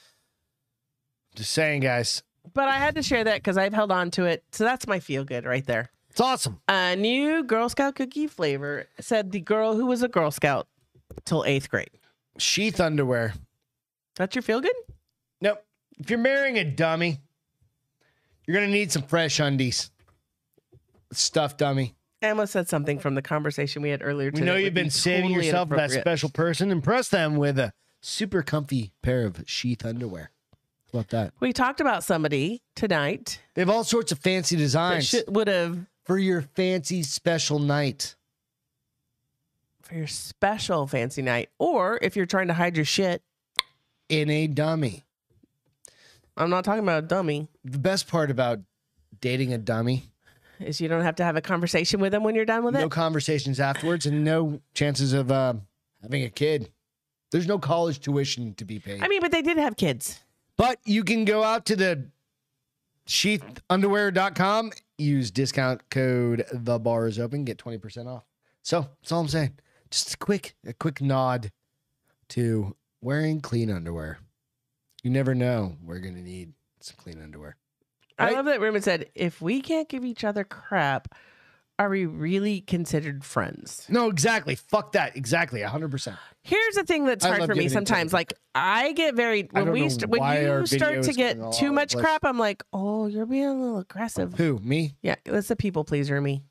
Speaker 2: Just saying, guys,
Speaker 1: But I had to share that because I've held on to it. So that's my feel good right there.
Speaker 2: it's awesome.
Speaker 1: A new Girl Scout cookie flavor said the girl who was a Girl Scout till eighth grade.
Speaker 2: Sheath underwear.
Speaker 1: That's your feel good?
Speaker 2: Nope. If you're marrying a dummy, you're gonna need some fresh undies. Stuff dummy.
Speaker 1: I almost said something from the conversation we had earlier
Speaker 2: We
Speaker 1: today.
Speaker 2: know
Speaker 1: It
Speaker 2: you've
Speaker 1: would
Speaker 2: been
Speaker 1: be
Speaker 2: saving
Speaker 1: totally
Speaker 2: yourself that
Speaker 1: inappropriate.
Speaker 2: special person. Impress them with a super comfy pair of sheath underwear. How about that?
Speaker 1: We talked about somebody tonight
Speaker 2: They have all sorts of fancy
Speaker 1: that
Speaker 2: designs
Speaker 1: should, would have
Speaker 2: for your fancy special night.
Speaker 1: for your special fancy night. Or if you're trying to hide your shit,
Speaker 2: in a dummy.
Speaker 1: I'm not talking about a dummy,
Speaker 2: The best part about dating a dummy,
Speaker 1: is you don't have to have a conversation with them when you're done with it.
Speaker 2: no conversations afterwards, and no chances of uh, having a kid. There's no college tuition to be paid.
Speaker 1: I mean, but they did have kids.
Speaker 2: But you can go out to the sheathunderwear.com, use discount code the bar is open, get 20% off. So that's all I'm saying. Just a quick, a quick nod to wearing clean underwear. You never know. We're gonna need some clean underwear. Right?
Speaker 1: I love that Ruben said, if we can't give each other crap, are we really considered friends?
Speaker 2: No, exactly. Fuck that. Exactly. hundred percent.
Speaker 1: Here's the thing that's
Speaker 2: I
Speaker 1: hard
Speaker 2: love
Speaker 1: for me
Speaker 2: giving it to
Speaker 1: sometimes.
Speaker 2: them.
Speaker 1: Like I get very
Speaker 2: I
Speaker 1: when
Speaker 2: don't know
Speaker 1: we st-
Speaker 2: why
Speaker 1: when
Speaker 2: our
Speaker 1: you
Speaker 2: video
Speaker 1: start to
Speaker 2: is going
Speaker 1: get
Speaker 2: all
Speaker 1: too
Speaker 2: over
Speaker 1: much
Speaker 2: the place.
Speaker 1: crap, I'm like, oh, you're being a little aggressive.
Speaker 2: Who? Me?
Speaker 1: Yeah, that's the people pleaser in me.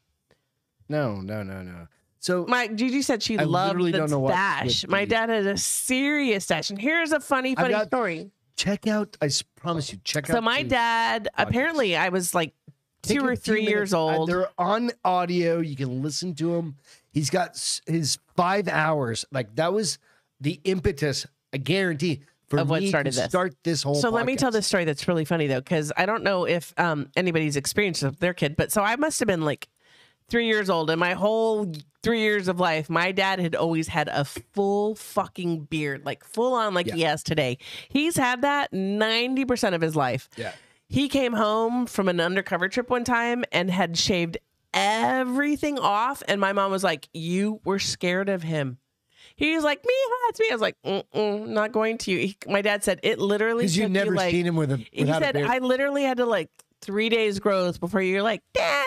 Speaker 2: No, no, no, no. So
Speaker 1: My Gigi said she
Speaker 2: I
Speaker 1: loved
Speaker 2: literally
Speaker 1: the
Speaker 2: don't know what
Speaker 1: stash.
Speaker 2: would
Speaker 1: My
Speaker 2: be-
Speaker 1: dad had a serious stash, and here's a funny,
Speaker 2: I've
Speaker 1: funny
Speaker 2: got-
Speaker 1: story.
Speaker 2: check out. I s- promise you. Check out.
Speaker 1: So my
Speaker 2: the-
Speaker 1: dad,
Speaker 2: podcast.
Speaker 1: apparently, I was like
Speaker 2: Take
Speaker 1: two
Speaker 2: a
Speaker 1: or
Speaker 2: few
Speaker 1: three
Speaker 2: minutes.
Speaker 1: years
Speaker 2: Uh,
Speaker 1: old.
Speaker 2: They're on audio. You can listen to him. He's got s- his five hours. Like that was the impetus. I guarantee for
Speaker 1: Of what
Speaker 2: me
Speaker 1: started
Speaker 2: to
Speaker 1: this.
Speaker 2: start this whole.
Speaker 1: So let me tell
Speaker 2: podcast.
Speaker 1: this story that's really funny though, because I don't know if um, anybody's experienced with their kid, but so I must have been like three years old, and my whole three years of life, my dad had always had a full fucking beard, like full on, like he has today. He's had that ninety percent of his life.
Speaker 2: Yeah.
Speaker 1: He came home from an undercover trip one time and had shaved everything off, and my mom was like, "You were scared of him." He's like, "Me, it's me." I was like, Mm-mm, "Not going to." He, my dad said it literally
Speaker 2: because you've
Speaker 1: took
Speaker 2: never
Speaker 1: you, like,
Speaker 2: seen him with a
Speaker 1: he
Speaker 2: without a
Speaker 1: said,
Speaker 2: beard.
Speaker 1: I literally had to like three days growth before you're like, Daddy.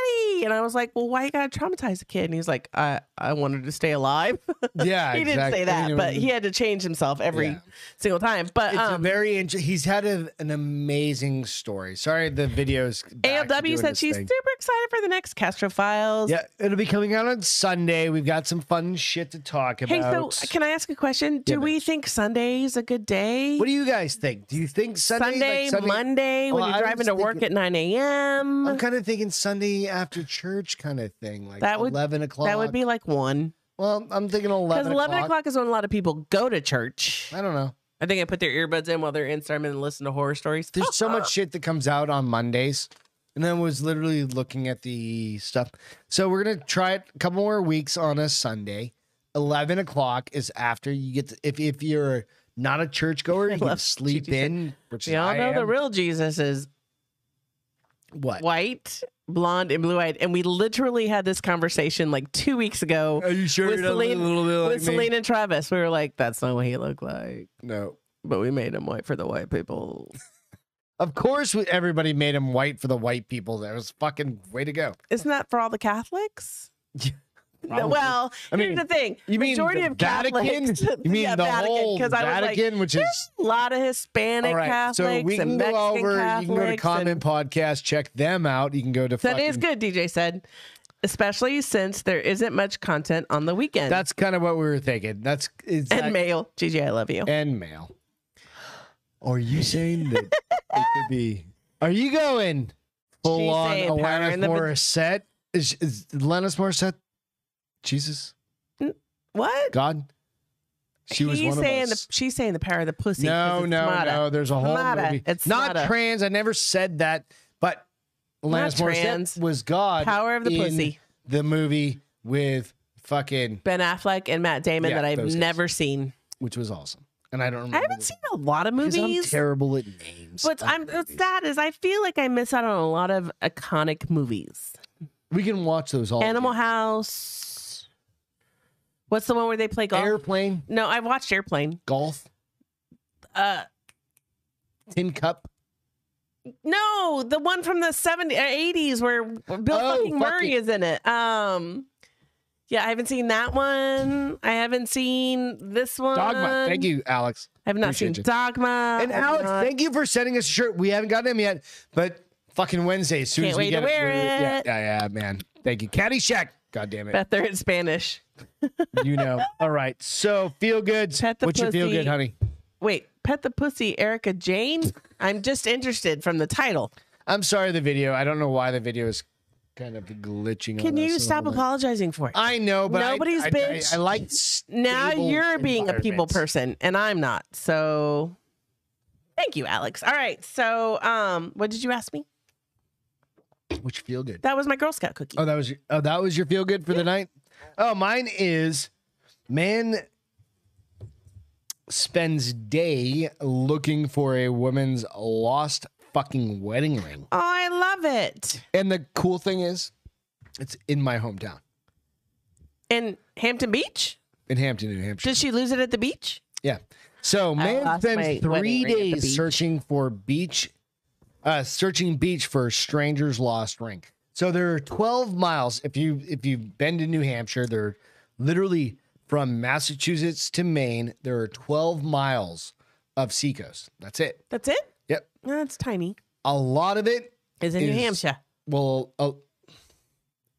Speaker 1: And I was like, Well, why you gotta traumatize a kid? And he's like, I, I wanted to stay alive.
Speaker 2: yeah,
Speaker 1: he didn't
Speaker 2: exactly.
Speaker 1: say
Speaker 2: I mean,
Speaker 1: that,
Speaker 2: it
Speaker 1: but
Speaker 2: was-
Speaker 1: he had to change himself every
Speaker 2: Yeah.
Speaker 1: single time. But
Speaker 2: It's a
Speaker 1: um,
Speaker 2: very int- he's had a, an amazing story. Sorry, the videos. back to
Speaker 1: ALW
Speaker 2: doing
Speaker 1: said
Speaker 2: this
Speaker 1: she's
Speaker 2: thing.
Speaker 1: super excited for the next Castro Files.
Speaker 2: Yeah, it'll be coming out on Sunday. We've got some fun shit to talk
Speaker 1: Hey,
Speaker 2: about.
Speaker 1: so can I ask a question? Do
Speaker 2: Yeah,
Speaker 1: we think Sunday's a good day?
Speaker 2: what do you guys think? Do you think Sunday, like
Speaker 1: Sunday, Monday,
Speaker 2: Well,
Speaker 1: when
Speaker 2: I
Speaker 1: you're driving
Speaker 2: was
Speaker 1: to work
Speaker 2: thinking-
Speaker 1: at 9 a.m.
Speaker 2: I'm kind of thinking Sunday after church kind of thing, like
Speaker 1: That would-
Speaker 2: eleven o'clock.
Speaker 1: that would be like one.
Speaker 2: well. I'm thinking
Speaker 1: Because
Speaker 2: 11,
Speaker 1: 11
Speaker 2: o'clock.
Speaker 1: o'clock is when a lot of people go to church.
Speaker 2: I don't know.
Speaker 1: I think I put their earbuds in while they're in sermon and listen to horror stories. Oh,
Speaker 2: There's so much shit that comes out on Mondays, and I was literally looking at the stuff. So we're gonna try it a couple more weeks on a Sunday. Eleven o'clock is after you get to, if if you're not a churchgoer, you can
Speaker 1: love
Speaker 2: sleep
Speaker 1: Gigi said-
Speaker 2: in. Which
Speaker 1: We
Speaker 2: is
Speaker 1: all
Speaker 2: I
Speaker 1: know the
Speaker 2: am.
Speaker 1: real Jesus is
Speaker 2: what?
Speaker 1: white, blonde, and blue eyed. And we literally had this conversation like two weeks ago
Speaker 2: Are you sure
Speaker 1: with
Speaker 2: you're not a
Speaker 1: Celine-
Speaker 2: little bit like
Speaker 1: with
Speaker 2: me?
Speaker 1: Selena and Travis. We were like, that's not what he looked like.
Speaker 2: No.
Speaker 1: But we made him white for the white people.
Speaker 2: Of course, we- everybody made him white for the white people. That was fucking way to go.
Speaker 1: Isn't that for all the Catholics?
Speaker 2: Yeah,
Speaker 1: No,
Speaker 2: probably.
Speaker 1: well,
Speaker 2: I mean,
Speaker 1: here's the thing.
Speaker 2: You mean
Speaker 1: Majority
Speaker 2: the
Speaker 1: of
Speaker 2: Vatican?
Speaker 1: Catholics.
Speaker 2: You mean
Speaker 1: Yeah,
Speaker 2: the
Speaker 1: Vatican,
Speaker 2: whole
Speaker 1: 'cause I was like,
Speaker 2: Vatican, which is
Speaker 1: A lot of Hispanic
Speaker 2: all right.
Speaker 1: Catholics.
Speaker 2: So we can
Speaker 1: and
Speaker 2: go
Speaker 1: Mexican
Speaker 2: over.
Speaker 1: Catholics
Speaker 2: you can go to Common
Speaker 1: and-
Speaker 2: Podcast, check them out. You can go to
Speaker 1: That
Speaker 2: fucking,
Speaker 1: is good, DJ said. Especially since there isn't much content on the weekend.
Speaker 2: That's kind of what we were thinking. That's is
Speaker 1: and
Speaker 2: that-
Speaker 1: mail. GG, I love you.
Speaker 2: and mail. Are you saying that it could be? Are you going full
Speaker 1: She's
Speaker 2: on
Speaker 1: saying power
Speaker 2: Alanis
Speaker 1: in the vag-
Speaker 2: Morissette? Is, is Alanis Morissette Jesus
Speaker 1: What?
Speaker 2: God? She was
Speaker 1: He's
Speaker 2: one
Speaker 1: saying
Speaker 2: of us.
Speaker 1: the, she's saying the power of the pussy. 'cause
Speaker 2: No,
Speaker 1: it's
Speaker 2: no,
Speaker 1: not a-
Speaker 2: no. There's a whole
Speaker 1: Mata.
Speaker 2: movie.
Speaker 1: It's
Speaker 2: not
Speaker 1: Mata.
Speaker 2: trans. I never said that, but
Speaker 1: Not
Speaker 2: Alanis Morissette
Speaker 1: trans.
Speaker 2: was God.
Speaker 1: Power of the
Speaker 2: in
Speaker 1: pussy.
Speaker 2: The movie with fucking,
Speaker 1: Ben Affleck and Matt Damon
Speaker 2: Yeah,
Speaker 1: that
Speaker 2: those
Speaker 1: I've
Speaker 2: guys. Mm.
Speaker 1: never seen.
Speaker 2: which was awesome, and I don't remember.
Speaker 1: I haven't
Speaker 2: the-
Speaker 1: seen a lot of
Speaker 2: because I'm
Speaker 1: movies.
Speaker 2: terrible at names.
Speaker 1: What's
Speaker 2: of
Speaker 1: I'm what's
Speaker 2: movies.
Speaker 1: sad is I feel like I miss out on a lot of iconic movies.
Speaker 2: We can watch those all.
Speaker 1: Animal
Speaker 2: together.
Speaker 1: House. What's the one where they play golf?
Speaker 2: airplane,
Speaker 1: no, I've watched Airplane.
Speaker 2: golf,
Speaker 1: Uh,
Speaker 2: tin cup.
Speaker 1: No, the one from the 70s, 80s where Bill
Speaker 2: Oh,
Speaker 1: fucking Murray
Speaker 2: fucking-
Speaker 1: is in it. Um, yeah, I haven't seen that one. I haven't seen this one.
Speaker 2: Dogma. Thank you, Alex.
Speaker 1: I have not
Speaker 2: Appreciate
Speaker 1: seen
Speaker 2: you.
Speaker 1: Dogma.
Speaker 2: And
Speaker 1: I have
Speaker 2: Alex,
Speaker 1: not-
Speaker 2: thank you for sending us a shirt. We haven't gotten him yet, but fucking Wednesday, as soon
Speaker 1: Can't
Speaker 2: as we
Speaker 1: wait
Speaker 2: get
Speaker 1: to wear
Speaker 2: we're- Yeah,
Speaker 1: it.
Speaker 2: yeah, yeah, man. Thank you, Caddyshack. God damn it.
Speaker 1: Beth, they're in Spanish.
Speaker 2: you know. All right. So feel good.
Speaker 1: Pet the
Speaker 2: What's your feel
Speaker 1: pussy.
Speaker 2: good, honey?
Speaker 1: Wait, Pet the Pussy, Erica Jane? I'm just interested from the title.
Speaker 2: Oh, I'm sorry the video. I don't know why the video is kind of glitching. on
Speaker 1: Can you
Speaker 2: us a
Speaker 1: stop
Speaker 2: little bit.
Speaker 1: apologizing for it?
Speaker 2: I know, but I-
Speaker 1: Nobody's
Speaker 2: I, I,
Speaker 1: bitch.
Speaker 2: I, like
Speaker 1: now
Speaker 2: stable
Speaker 1: you're being a people
Speaker 2: environments.
Speaker 1: person and I'm not. So thank you, Alex. All right. So um what did you ask me?
Speaker 2: Which feel good.
Speaker 1: That was my Girl Scout cookie.
Speaker 2: Oh, that was your, oh, that was your feel good for the night. Oh, mine is man spends day looking for a woman's lost fucking wedding ring.
Speaker 1: Oh, I love it.
Speaker 2: And the cool thing is, it's in my hometown
Speaker 1: In Hampton Beach?
Speaker 2: in Hampton, New Hampshire.
Speaker 1: Did she lose it at the beach?
Speaker 2: Yeah. So man
Speaker 1: lost my
Speaker 2: spends three
Speaker 1: wedding ring at the
Speaker 2: days
Speaker 1: beach.
Speaker 2: searching for beach, uh, searching beach for stranger's lost ring. So there are 12 miles. If you if you've been to New Hampshire, they're literally from Massachusetts to Maine. There are 12 miles of seacoast. That's it.
Speaker 1: That's it?
Speaker 2: Yep.
Speaker 1: No, it's tiny.
Speaker 2: A lot of it.
Speaker 1: Is in
Speaker 2: Is-
Speaker 1: New Hampshire.
Speaker 2: Well, uh,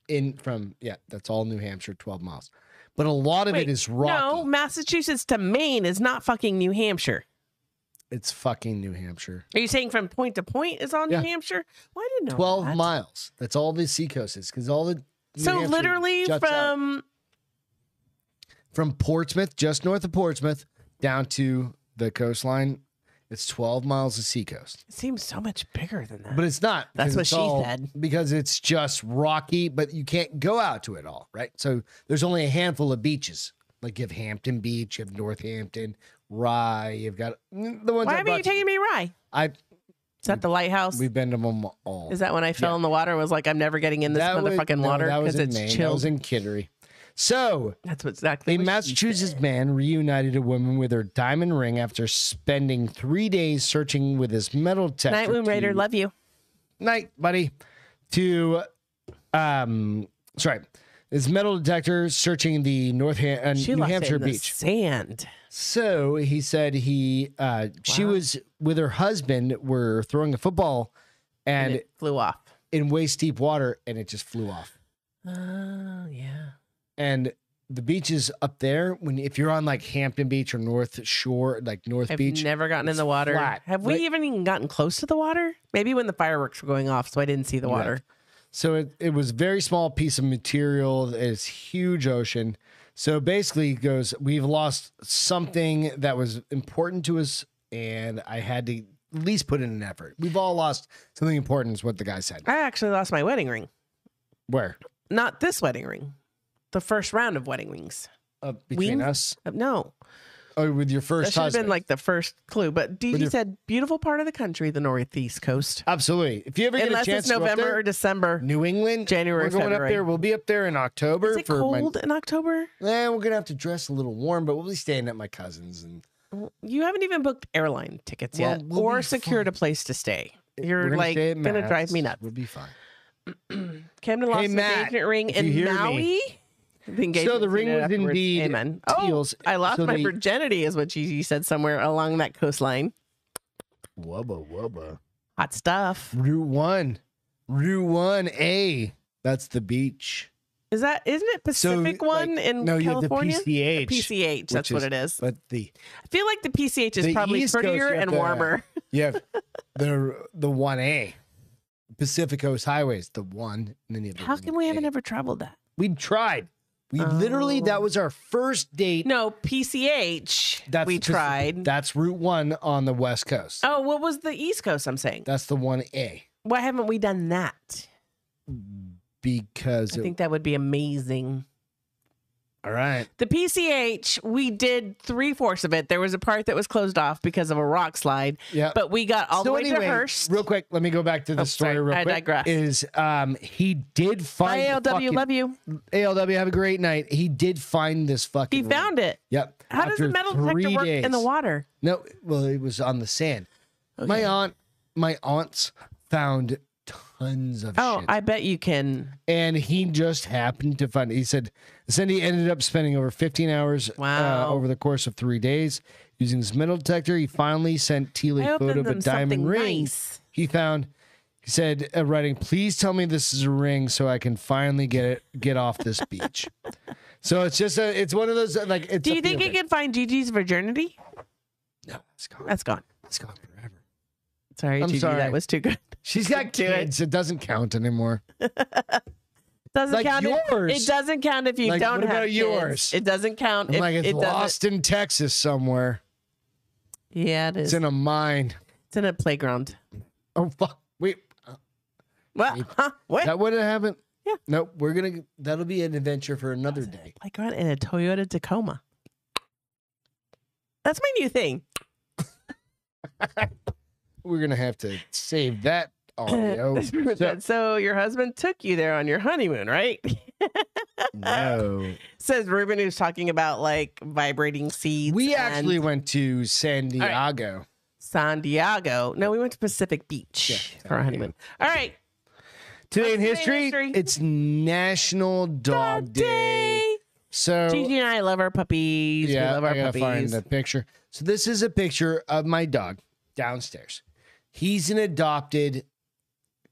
Speaker 2: in from yeah, that's all New Hampshire. 12 miles, but a lot of
Speaker 1: Wait,
Speaker 2: it is rocky.
Speaker 1: No, Massachusetts to Maine is not fucking New Hampshire.
Speaker 2: It's fucking New Hampshire.
Speaker 1: Are you saying from point to point is on
Speaker 2: Yeah.
Speaker 1: New Hampshire? Well, I didn't know.
Speaker 2: 12
Speaker 1: that.
Speaker 2: miles. That's all the seacoast is because all the. New
Speaker 1: So
Speaker 2: Hampshire
Speaker 1: literally
Speaker 2: juts out.
Speaker 1: from
Speaker 2: from Portsmouth, just north of Portsmouth, down to the coastline, it's 12 miles of seacoast.
Speaker 1: it seems so much bigger than that.
Speaker 2: But it's not.
Speaker 1: That's
Speaker 2: 'cause
Speaker 1: what
Speaker 2: it's
Speaker 1: she
Speaker 2: all-
Speaker 1: said.
Speaker 2: Because it's just rocky, but you can't go out to it all, right? So there's only a handful of beaches. Like you have Hampton Beach, you have Northampton, Rye, you've got the ones
Speaker 1: Why
Speaker 2: I
Speaker 1: haven't
Speaker 2: brought
Speaker 1: you taking me rye?
Speaker 2: I
Speaker 1: Is that the lighthouse?
Speaker 2: we've been to them all.
Speaker 1: Is that when I fell in the water and was like, I'm never getting in this
Speaker 2: was-
Speaker 1: motherfucking
Speaker 2: no,
Speaker 1: water
Speaker 2: that
Speaker 1: because
Speaker 2: was in
Speaker 1: it's
Speaker 2: Maine. That
Speaker 1: chilled?
Speaker 2: was in Kittery. So
Speaker 1: That's what exactly.
Speaker 2: A
Speaker 1: what she
Speaker 2: Massachusetts
Speaker 1: said.
Speaker 2: man reunited a woman with her diamond ring after spending three days searching with his metal detector.
Speaker 1: Night Womb Raider,
Speaker 2: to-
Speaker 1: love you.
Speaker 2: Night, buddy. To, um, sorry, his metal detector searching the North Ham- uh,
Speaker 1: She
Speaker 2: New
Speaker 1: lost it
Speaker 2: Hampshire
Speaker 1: in the
Speaker 2: beach.
Speaker 1: sand.
Speaker 2: So he said he, uh, she
Speaker 1: Wow.
Speaker 2: was with her husband. Were throwing a football,
Speaker 1: And
Speaker 2: and
Speaker 1: it flew off.
Speaker 2: in waist deep water, and it just flew off.
Speaker 1: Oh, yeah.
Speaker 2: and the beaches up there when if you're on like Hampton Beach or North Shore like North
Speaker 1: I've
Speaker 2: Beach
Speaker 1: never gotten in
Speaker 2: it's
Speaker 1: the water.
Speaker 2: flat,
Speaker 1: Have we
Speaker 2: right?
Speaker 1: even even gotten close to the water? Maybe when the fireworks were going off, so I didn't see the
Speaker 2: Right.
Speaker 1: water.
Speaker 2: so it, it was a very small piece of material that is huge ocean so basically it goes we've lost something that was important to us and I had to at least put in an effort we've all lost something important is what the guy said
Speaker 1: I actually lost my wedding ring.
Speaker 2: where
Speaker 1: Not this wedding ring. The first round of wedding rings.
Speaker 2: uh, between
Speaker 1: Wings?
Speaker 2: us
Speaker 1: Uh, No,
Speaker 2: oh with your first
Speaker 1: that should have
Speaker 2: husband
Speaker 1: been like the first clue. But Dee
Speaker 2: With
Speaker 1: Dee
Speaker 2: your-
Speaker 1: said, "Beautiful part of the country, the northeast coast."
Speaker 2: absolutely if you ever get
Speaker 1: Unless
Speaker 2: a chance
Speaker 1: it's
Speaker 2: to go up
Speaker 1: November
Speaker 2: there,
Speaker 1: or December.
Speaker 2: New England
Speaker 1: January,
Speaker 2: we're going up
Speaker 1: February.
Speaker 2: there we'll be up there in October
Speaker 1: Is it
Speaker 2: for my
Speaker 1: cold in October?
Speaker 2: Eh, we're gonna have to dress a little warm, but we'll be staying at my cousin's, and
Speaker 1: You haven't even booked airline tickets
Speaker 2: Well,
Speaker 1: yet,
Speaker 2: we'll
Speaker 1: or
Speaker 2: be
Speaker 1: secured a place to stay. You're
Speaker 2: we're gonna
Speaker 1: like
Speaker 2: stay at
Speaker 1: gonna drive
Speaker 2: Matt's.
Speaker 1: me nuts.
Speaker 2: We'll be fine.
Speaker 1: Camden lost his
Speaker 2: Matt,
Speaker 1: engagement ring
Speaker 2: if you
Speaker 1: in
Speaker 2: hear me.
Speaker 1: Maui. The engagement
Speaker 2: So the ring was
Speaker 1: afterwards.
Speaker 2: indeed
Speaker 1: Amen. Oh,
Speaker 2: Teal's-
Speaker 1: I lost
Speaker 2: so
Speaker 1: my
Speaker 2: they-
Speaker 1: virginity, is what Gigi said somewhere along that coastline.
Speaker 2: Wubba wubba.
Speaker 1: Hot stuff.
Speaker 2: Route one, Route one A. That's the beach.
Speaker 1: Is that isn't it Pacific
Speaker 2: like,
Speaker 1: one in
Speaker 2: no,
Speaker 1: California?
Speaker 2: you have the PCH,
Speaker 1: PCH, that's
Speaker 2: which
Speaker 1: what it is.
Speaker 2: But the
Speaker 1: I feel like the PCH is
Speaker 2: The
Speaker 1: probably
Speaker 2: East Coast,
Speaker 1: prettier
Speaker 2: you have
Speaker 1: and
Speaker 2: to-
Speaker 1: warmer.
Speaker 2: you have the the one A, Pacific Coast Highways, the one. And then you have the
Speaker 1: How
Speaker 2: one
Speaker 1: come we haven't
Speaker 2: A.
Speaker 1: ever traveled that?
Speaker 2: We tried. We literally
Speaker 1: Oh.
Speaker 2: that was our first date.
Speaker 1: No, PCH.
Speaker 2: that's
Speaker 1: we
Speaker 2: Pacific-
Speaker 1: tried.
Speaker 2: That's Route one on the West Coast.
Speaker 1: oh, what was the East Coast? I'm saying.
Speaker 2: That's the one A.
Speaker 1: Why haven't we done that?
Speaker 2: because
Speaker 1: I
Speaker 2: it,
Speaker 1: think that would be amazing.
Speaker 2: all right
Speaker 1: The PCH, we did three fourths of it. There was a part that was closed off because of a rock slide,
Speaker 2: yeah
Speaker 1: but we got all the way to Hearst.
Speaker 2: real quick let me go back to the
Speaker 1: Oh,
Speaker 2: story
Speaker 1: sorry,
Speaker 2: real
Speaker 1: I
Speaker 2: quick
Speaker 1: digress.
Speaker 2: is um he did find
Speaker 1: Bye,
Speaker 2: the
Speaker 1: ALW,
Speaker 2: fucking-
Speaker 1: love you.
Speaker 2: ALW have a great night he did find this fucking
Speaker 1: He
Speaker 2: ring.
Speaker 1: found it.
Speaker 2: yep
Speaker 1: How does the
Speaker 2: After
Speaker 1: metal detector
Speaker 2: three
Speaker 1: work in the
Speaker 2: days.
Speaker 1: water?
Speaker 2: no well it was on the sand my
Speaker 1: Okay.
Speaker 2: aunt my aunts found tons of
Speaker 1: Oh,
Speaker 2: shit
Speaker 1: I bet you can.
Speaker 2: and he just happened to find. He said Cindy ended up spending over 15 hours
Speaker 1: Wow.
Speaker 2: uh, over the course of three days using his metal detector. He finally sent Teal
Speaker 1: I
Speaker 2: a
Speaker 1: opened
Speaker 2: photo of a
Speaker 1: them
Speaker 2: diamond
Speaker 1: something
Speaker 2: ring
Speaker 1: nice.
Speaker 2: he found. He said, uh, writing, "Please tell me this is a ring so I can finally get it get off this beach." so it's just a, it's one of those uh, like. It's
Speaker 1: Do
Speaker 2: a
Speaker 1: you think
Speaker 2: feel
Speaker 1: you
Speaker 2: good.
Speaker 1: can find Gigi's virginity?
Speaker 2: No, it's gone.
Speaker 1: That's gone.
Speaker 2: It's gone forever.
Speaker 1: Sorry,
Speaker 2: I'm
Speaker 1: Judy,
Speaker 2: sorry.
Speaker 1: that was too good.
Speaker 2: She's got
Speaker 1: Do it.
Speaker 2: kids. It. doesn't count anymore.
Speaker 1: Doesn't
Speaker 2: Like
Speaker 1: count. if-
Speaker 2: yours.
Speaker 1: it doesn't count if you
Speaker 2: Like,
Speaker 1: don't
Speaker 2: what about
Speaker 1: have kids.
Speaker 2: yours?
Speaker 1: It doesn't count.
Speaker 2: I'm
Speaker 1: if,
Speaker 2: like it's
Speaker 1: it doesn't-
Speaker 2: lost in Texas somewhere.
Speaker 1: Yeah, it
Speaker 2: It's
Speaker 1: is.
Speaker 2: in a mine.
Speaker 1: It's in a playground.
Speaker 2: Oh fuck! Wait,
Speaker 1: What? Huh? What?
Speaker 2: that wouldn't happen.
Speaker 1: Yeah.
Speaker 2: Nope. We're gonna. That'll be an adventure for another day.
Speaker 1: playground in a Toyota Tacoma. That's my new thing.
Speaker 2: We're gonna have to save that audio. So-
Speaker 1: so your husband took you there on your honeymoon, right?
Speaker 2: no.
Speaker 1: Says Ruben, who's talking about like vibrating seeds.
Speaker 2: We
Speaker 1: and
Speaker 2: actually went to San
Speaker 1: right.
Speaker 2: Diego.
Speaker 1: San Diego. No, we went to Pacific Beach
Speaker 2: Yeah,
Speaker 1: for our
Speaker 2: San
Speaker 1: honeymoon. All right,
Speaker 2: Today in
Speaker 1: Today in
Speaker 2: history,
Speaker 1: history.
Speaker 2: it's National Dog,
Speaker 1: Dog
Speaker 2: Day. So
Speaker 1: Gigi and I love our puppies. we love our
Speaker 2: I gotta
Speaker 1: puppies.
Speaker 2: find the picture. So this is a picture of my dog downstairs. He's an adopted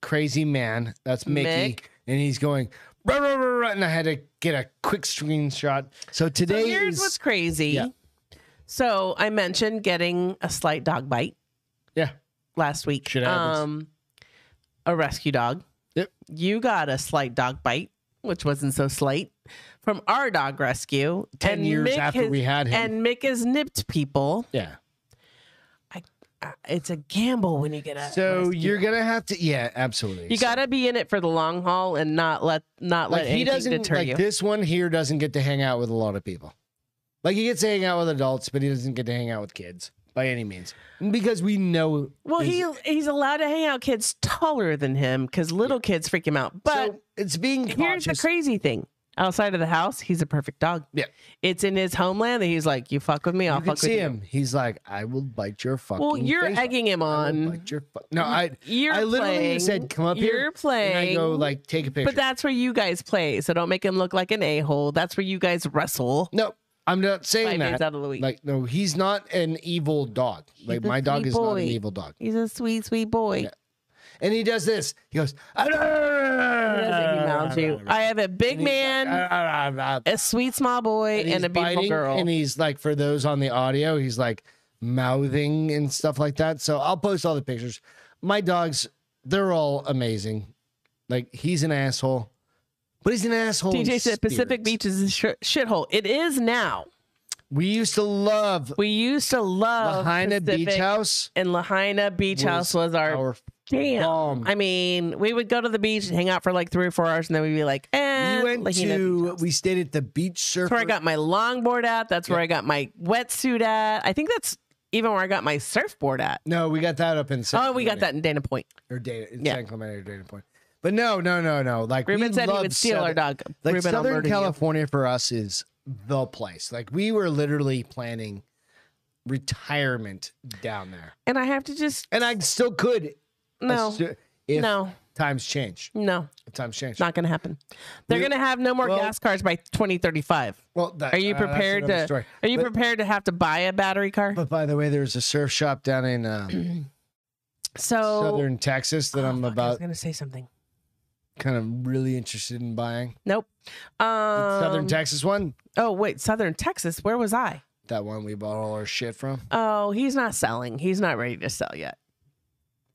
Speaker 2: crazy man. That's Mickey,
Speaker 1: Mick.
Speaker 2: and he's going. "Rah, rah, rah, rah," and I had to get a quick screenshot. So
Speaker 1: So
Speaker 2: today
Speaker 1: here's
Speaker 2: is
Speaker 1: what's crazy.
Speaker 2: Yeah.
Speaker 1: So I mentioned getting a slight dog bite.
Speaker 2: Yeah.
Speaker 1: Last week.
Speaker 2: Shit happens.
Speaker 1: Um a rescue dog.
Speaker 2: Yep.
Speaker 1: You got a slight dog bite, which wasn't so slight, from our dog rescue.
Speaker 2: ten
Speaker 1: And
Speaker 2: years
Speaker 1: Mick
Speaker 2: after
Speaker 1: has-
Speaker 2: we had him.
Speaker 1: And Mick has nipped people.
Speaker 2: yeah.
Speaker 1: Uh, It's a gamble when you get a
Speaker 2: So
Speaker 1: rescue.
Speaker 2: you're gonna have to. Yeah, absolutely.
Speaker 1: you
Speaker 2: So-
Speaker 1: gotta be in it for the long haul and not let not
Speaker 2: like
Speaker 1: let
Speaker 2: he
Speaker 1: anything
Speaker 2: doesn't
Speaker 1: deter
Speaker 2: like
Speaker 1: you.
Speaker 2: this one here doesn't get to hang out with a lot of people. Like he gets to hang out with adults, but he doesn't get to hang out with kids by any means because we know.
Speaker 1: Well,
Speaker 2: his-
Speaker 1: he he's allowed to hang out with kids taller than him because little kids freak him out. But
Speaker 2: so it's being
Speaker 1: here's
Speaker 2: conscious.
Speaker 1: the crazy thing: outside of the house, he's a perfect dog.
Speaker 2: Yeah.
Speaker 1: it's in his homeland that he's like, "You fuck with me, I'll
Speaker 2: you can
Speaker 1: fuck with
Speaker 2: see
Speaker 1: you."
Speaker 2: him. He's like, I will bite your fucking.
Speaker 1: Well, you're
Speaker 2: face off.
Speaker 1: egging him
Speaker 2: I will
Speaker 1: on.
Speaker 2: bite your fu- no, I.
Speaker 1: You're
Speaker 2: I literally
Speaker 1: playing,
Speaker 2: said, "Come up
Speaker 1: you're
Speaker 2: here,"
Speaker 1: playing,
Speaker 2: And I go like, take a picture.
Speaker 1: but that's where you guys play. So don't make him look like an a hole. That's where you guys wrestle
Speaker 2: no, I'm not
Speaker 1: five
Speaker 2: saying
Speaker 1: days
Speaker 2: that.
Speaker 1: out of the week.
Speaker 2: Like, no, he's not an evil dog. Like,
Speaker 1: a
Speaker 2: my dog
Speaker 1: sweet
Speaker 2: is not
Speaker 1: boy.
Speaker 2: an evil dog.
Speaker 1: he's a sweet, sweet boy.
Speaker 2: And he does this. He goes. He
Speaker 1: He
Speaker 2: Uh,
Speaker 1: doesn't mounts you. I have a big man,
Speaker 2: "Ah, man.
Speaker 1: a sweet small boy, and,
Speaker 2: uh, he's
Speaker 1: a beautiful
Speaker 2: biting,
Speaker 1: girl.
Speaker 2: And he's like, for those on the audio, he's like mouthing and stuff like that. So I'll post all the pictures. My dogs, they're all amazing. Like he's an asshole, but he's an asshole. in
Speaker 1: DJ said Pacific
Speaker 2: spirits.
Speaker 1: Beach is a sh- shithole. It is now.
Speaker 2: We used to love
Speaker 1: We used to love
Speaker 2: Lahaina Beach
Speaker 1: Pacific,
Speaker 2: House.
Speaker 1: and Lahaina Beach House was our,
Speaker 2: Our
Speaker 1: jam.
Speaker 2: bomb.
Speaker 1: I mean, we would go to the beach and hang out for like three or four hours, and then we'd be like, "Eh."
Speaker 2: we went
Speaker 1: Lahaina Beach
Speaker 2: to.
Speaker 1: House."
Speaker 2: We stayed at the beach
Speaker 1: That's where I
Speaker 2: surfer.
Speaker 1: got my longboard at. That's where I got my wetsuit at. I think that's even where I got my surfboard at.
Speaker 2: No, we got that up in. San
Speaker 1: Oh, we got
Speaker 2: Clemente.
Speaker 1: that in Dana Point.
Speaker 2: or data in
Speaker 1: Yeah.
Speaker 2: San Clemente or data point. But no, no, no, no. Like
Speaker 1: Ruben
Speaker 2: we
Speaker 1: said he
Speaker 2: love
Speaker 1: would steal
Speaker 2: Southern,
Speaker 1: our dog.
Speaker 2: Like
Speaker 1: Ruben, I'll
Speaker 2: Southern
Speaker 1: murder you.
Speaker 2: California for us is the place. Like we were literally planning retirement down there,
Speaker 1: And I have to just
Speaker 2: and I still could.
Speaker 1: no,
Speaker 2: assu- if
Speaker 1: no,
Speaker 2: times change,
Speaker 1: no,
Speaker 2: if times change.
Speaker 1: not gonna happen. They're
Speaker 2: We-
Speaker 1: gonna have no more
Speaker 2: well-
Speaker 1: gas cars by twenty thirty five.
Speaker 2: well, that,
Speaker 1: Are you
Speaker 2: uh, that's
Speaker 1: prepared
Speaker 2: another
Speaker 1: to-
Speaker 2: story.
Speaker 1: Are you
Speaker 2: But-
Speaker 1: prepared to have to buy a battery car?
Speaker 2: But by the way, there's a surf shop down in uh,
Speaker 1: So
Speaker 2: southern Texas that
Speaker 1: Oh,
Speaker 2: I'm
Speaker 1: fuck, I was
Speaker 2: about
Speaker 1: gonna say something.
Speaker 2: kind of really interested in buying.
Speaker 1: Nope.
Speaker 2: The
Speaker 1: Um,
Speaker 2: southern Texas one,
Speaker 1: Oh wait, Southern Texas. Where was I?
Speaker 2: that one we bought all our shit from.
Speaker 1: Oh, he's not selling. He's not ready to sell yet.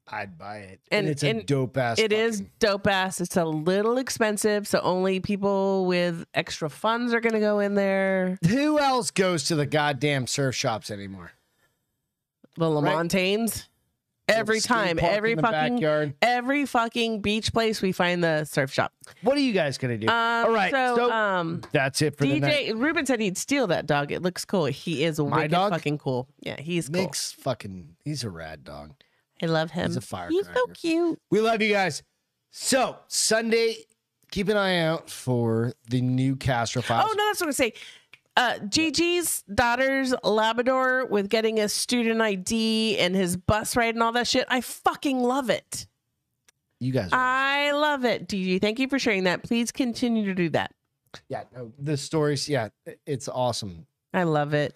Speaker 2: I'd buy it,
Speaker 1: And-
Speaker 2: and, it's a
Speaker 1: and
Speaker 2: dope ass.
Speaker 1: It is dope ass. It's a little expensive, so only people with extra funds are gonna go in there.
Speaker 2: Who else goes to the goddamn surf shops anymore?
Speaker 1: The Lamontanes. Every
Speaker 2: Skate
Speaker 1: time,
Speaker 2: park
Speaker 1: every
Speaker 2: in the
Speaker 1: fucking,
Speaker 2: backyard.
Speaker 1: every fucking beach place, we find the surf shop.
Speaker 2: What are you guys gonna do?
Speaker 1: Um,
Speaker 2: All right,
Speaker 1: So,
Speaker 2: so-
Speaker 1: um,
Speaker 2: That's it for the night.
Speaker 1: DJ Ruben said he'd steal that dog. It looks cool. He is
Speaker 2: My
Speaker 1: wicked
Speaker 2: dog?
Speaker 1: fucking cool. Yeah, he's cool.
Speaker 2: Nick's fucking. He's a rad dog.
Speaker 1: I love him.
Speaker 2: He's a
Speaker 1: He's so
Speaker 2: firecracker.
Speaker 1: cute.
Speaker 2: We love you guys. So Sunday, keep an eye out for the new Castro files.
Speaker 1: Oh no, that's what I'm saying. Uh, Gigi's daughter's Labrador with getting a student ID and his bus ride and all that shit. I fucking love it.
Speaker 2: You guys. Are,
Speaker 1: I love it, Gigi. Thank you for sharing that. Please continue to do that.
Speaker 2: yeah. No, the stories. Yeah, it's awesome.
Speaker 1: I love it.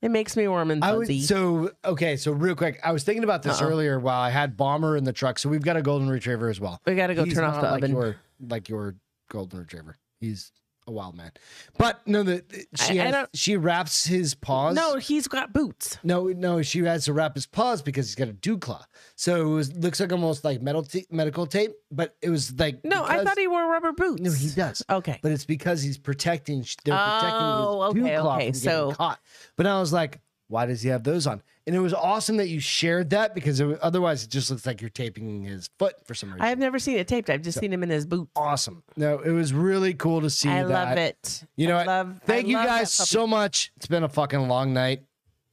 Speaker 1: It makes me warm and
Speaker 2: I
Speaker 1: fuzzy.
Speaker 2: was so okay. So real quick, I was thinking about this
Speaker 1: Uh-oh.
Speaker 2: earlier while I had Bomber in the truck. So we've got a golden retriever as well.
Speaker 1: we gotta go
Speaker 2: He's
Speaker 1: turn off
Speaker 2: not
Speaker 1: the
Speaker 2: like
Speaker 1: oven.
Speaker 2: Your, like your golden retriever. He's a wild man. But no, the she
Speaker 1: I
Speaker 2: has-
Speaker 1: don't-
Speaker 2: she wraps his paws.
Speaker 1: No, he's got boots.
Speaker 2: No, no, she has to wrap his paws because he's got a dew claw. So it was, looks like almost like metal t- medical tape, but it was like
Speaker 1: No, I
Speaker 2: because-
Speaker 1: thought he wore rubber boots.
Speaker 2: no he does.
Speaker 1: Okay.
Speaker 2: but it's because he's protecting. They're protecting
Speaker 1: Oh,
Speaker 2: his
Speaker 1: okay,
Speaker 2: dew claw
Speaker 1: okay,
Speaker 2: from getting
Speaker 1: so-
Speaker 2: caught. But I was like, why does he have those on? And it was awesome that you shared that because it, otherwise it just looks like you're taping his foot for some reason.
Speaker 1: I have never seen it taped. I've just seen him in his boots.
Speaker 2: awesome. No, it was really cool to see.
Speaker 1: I
Speaker 2: that.
Speaker 1: love it.
Speaker 2: You know
Speaker 1: I
Speaker 2: what?
Speaker 1: love- I
Speaker 2: Thank you
Speaker 1: love that
Speaker 2: guys
Speaker 1: puppy.
Speaker 2: so much. It's been a fucking long night.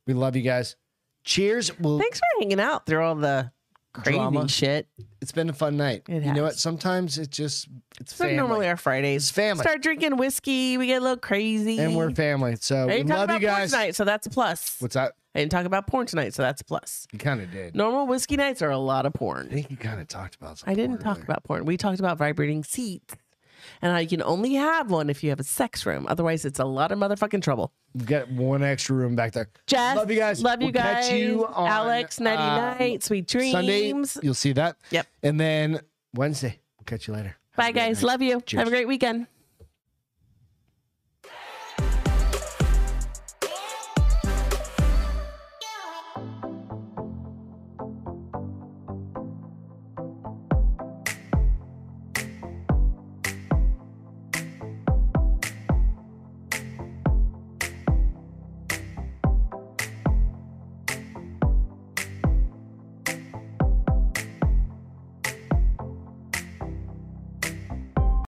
Speaker 2: We love you guys. Cheers. We'll,
Speaker 1: Thanks for hanging out through all the crazy
Speaker 2: Drama.
Speaker 1: shit.
Speaker 2: It's been a fun night.
Speaker 1: It
Speaker 2: you know
Speaker 1: has.
Speaker 2: what? Sometimes it just it's
Speaker 1: So
Speaker 2: family.
Speaker 1: normally our
Speaker 2: it's
Speaker 1: Fridays.
Speaker 2: family,
Speaker 1: Start drinking whiskey. We get a little crazy.
Speaker 2: and we're family. So
Speaker 1: I
Speaker 2: we
Speaker 1: didn't talk
Speaker 2: love you
Speaker 1: about porn
Speaker 2: guys.
Speaker 1: tonight, so that's a plus.
Speaker 2: What's that?
Speaker 1: I didn't talk about porn tonight, so that's a plus.
Speaker 2: You kind of did.
Speaker 1: Normal whiskey nights are a lot of
Speaker 2: I
Speaker 1: porn.
Speaker 2: think you kind of talked about. Some
Speaker 1: I didn't
Speaker 2: porn
Speaker 1: talk
Speaker 2: earlier.
Speaker 1: about porn. We talked about vibrating seats and how you can only have one if you have a sex room. Otherwise, it's a lot of motherfucking trouble.
Speaker 2: We've got one extra room back there.
Speaker 1: Jess,
Speaker 2: Love you guys.
Speaker 1: Love you
Speaker 2: We'll
Speaker 1: guys.
Speaker 2: catch you on,
Speaker 1: Alex, nighty
Speaker 2: um,
Speaker 1: night, sweet dreams.
Speaker 2: Sunday, you'll see that.
Speaker 1: Yep.
Speaker 2: And then Wednesday, we'll catch you later. Have
Speaker 1: Bye,
Speaker 2: a great
Speaker 1: guys.
Speaker 2: night.
Speaker 1: Love you.
Speaker 2: Cheers.
Speaker 1: Have a great weekend.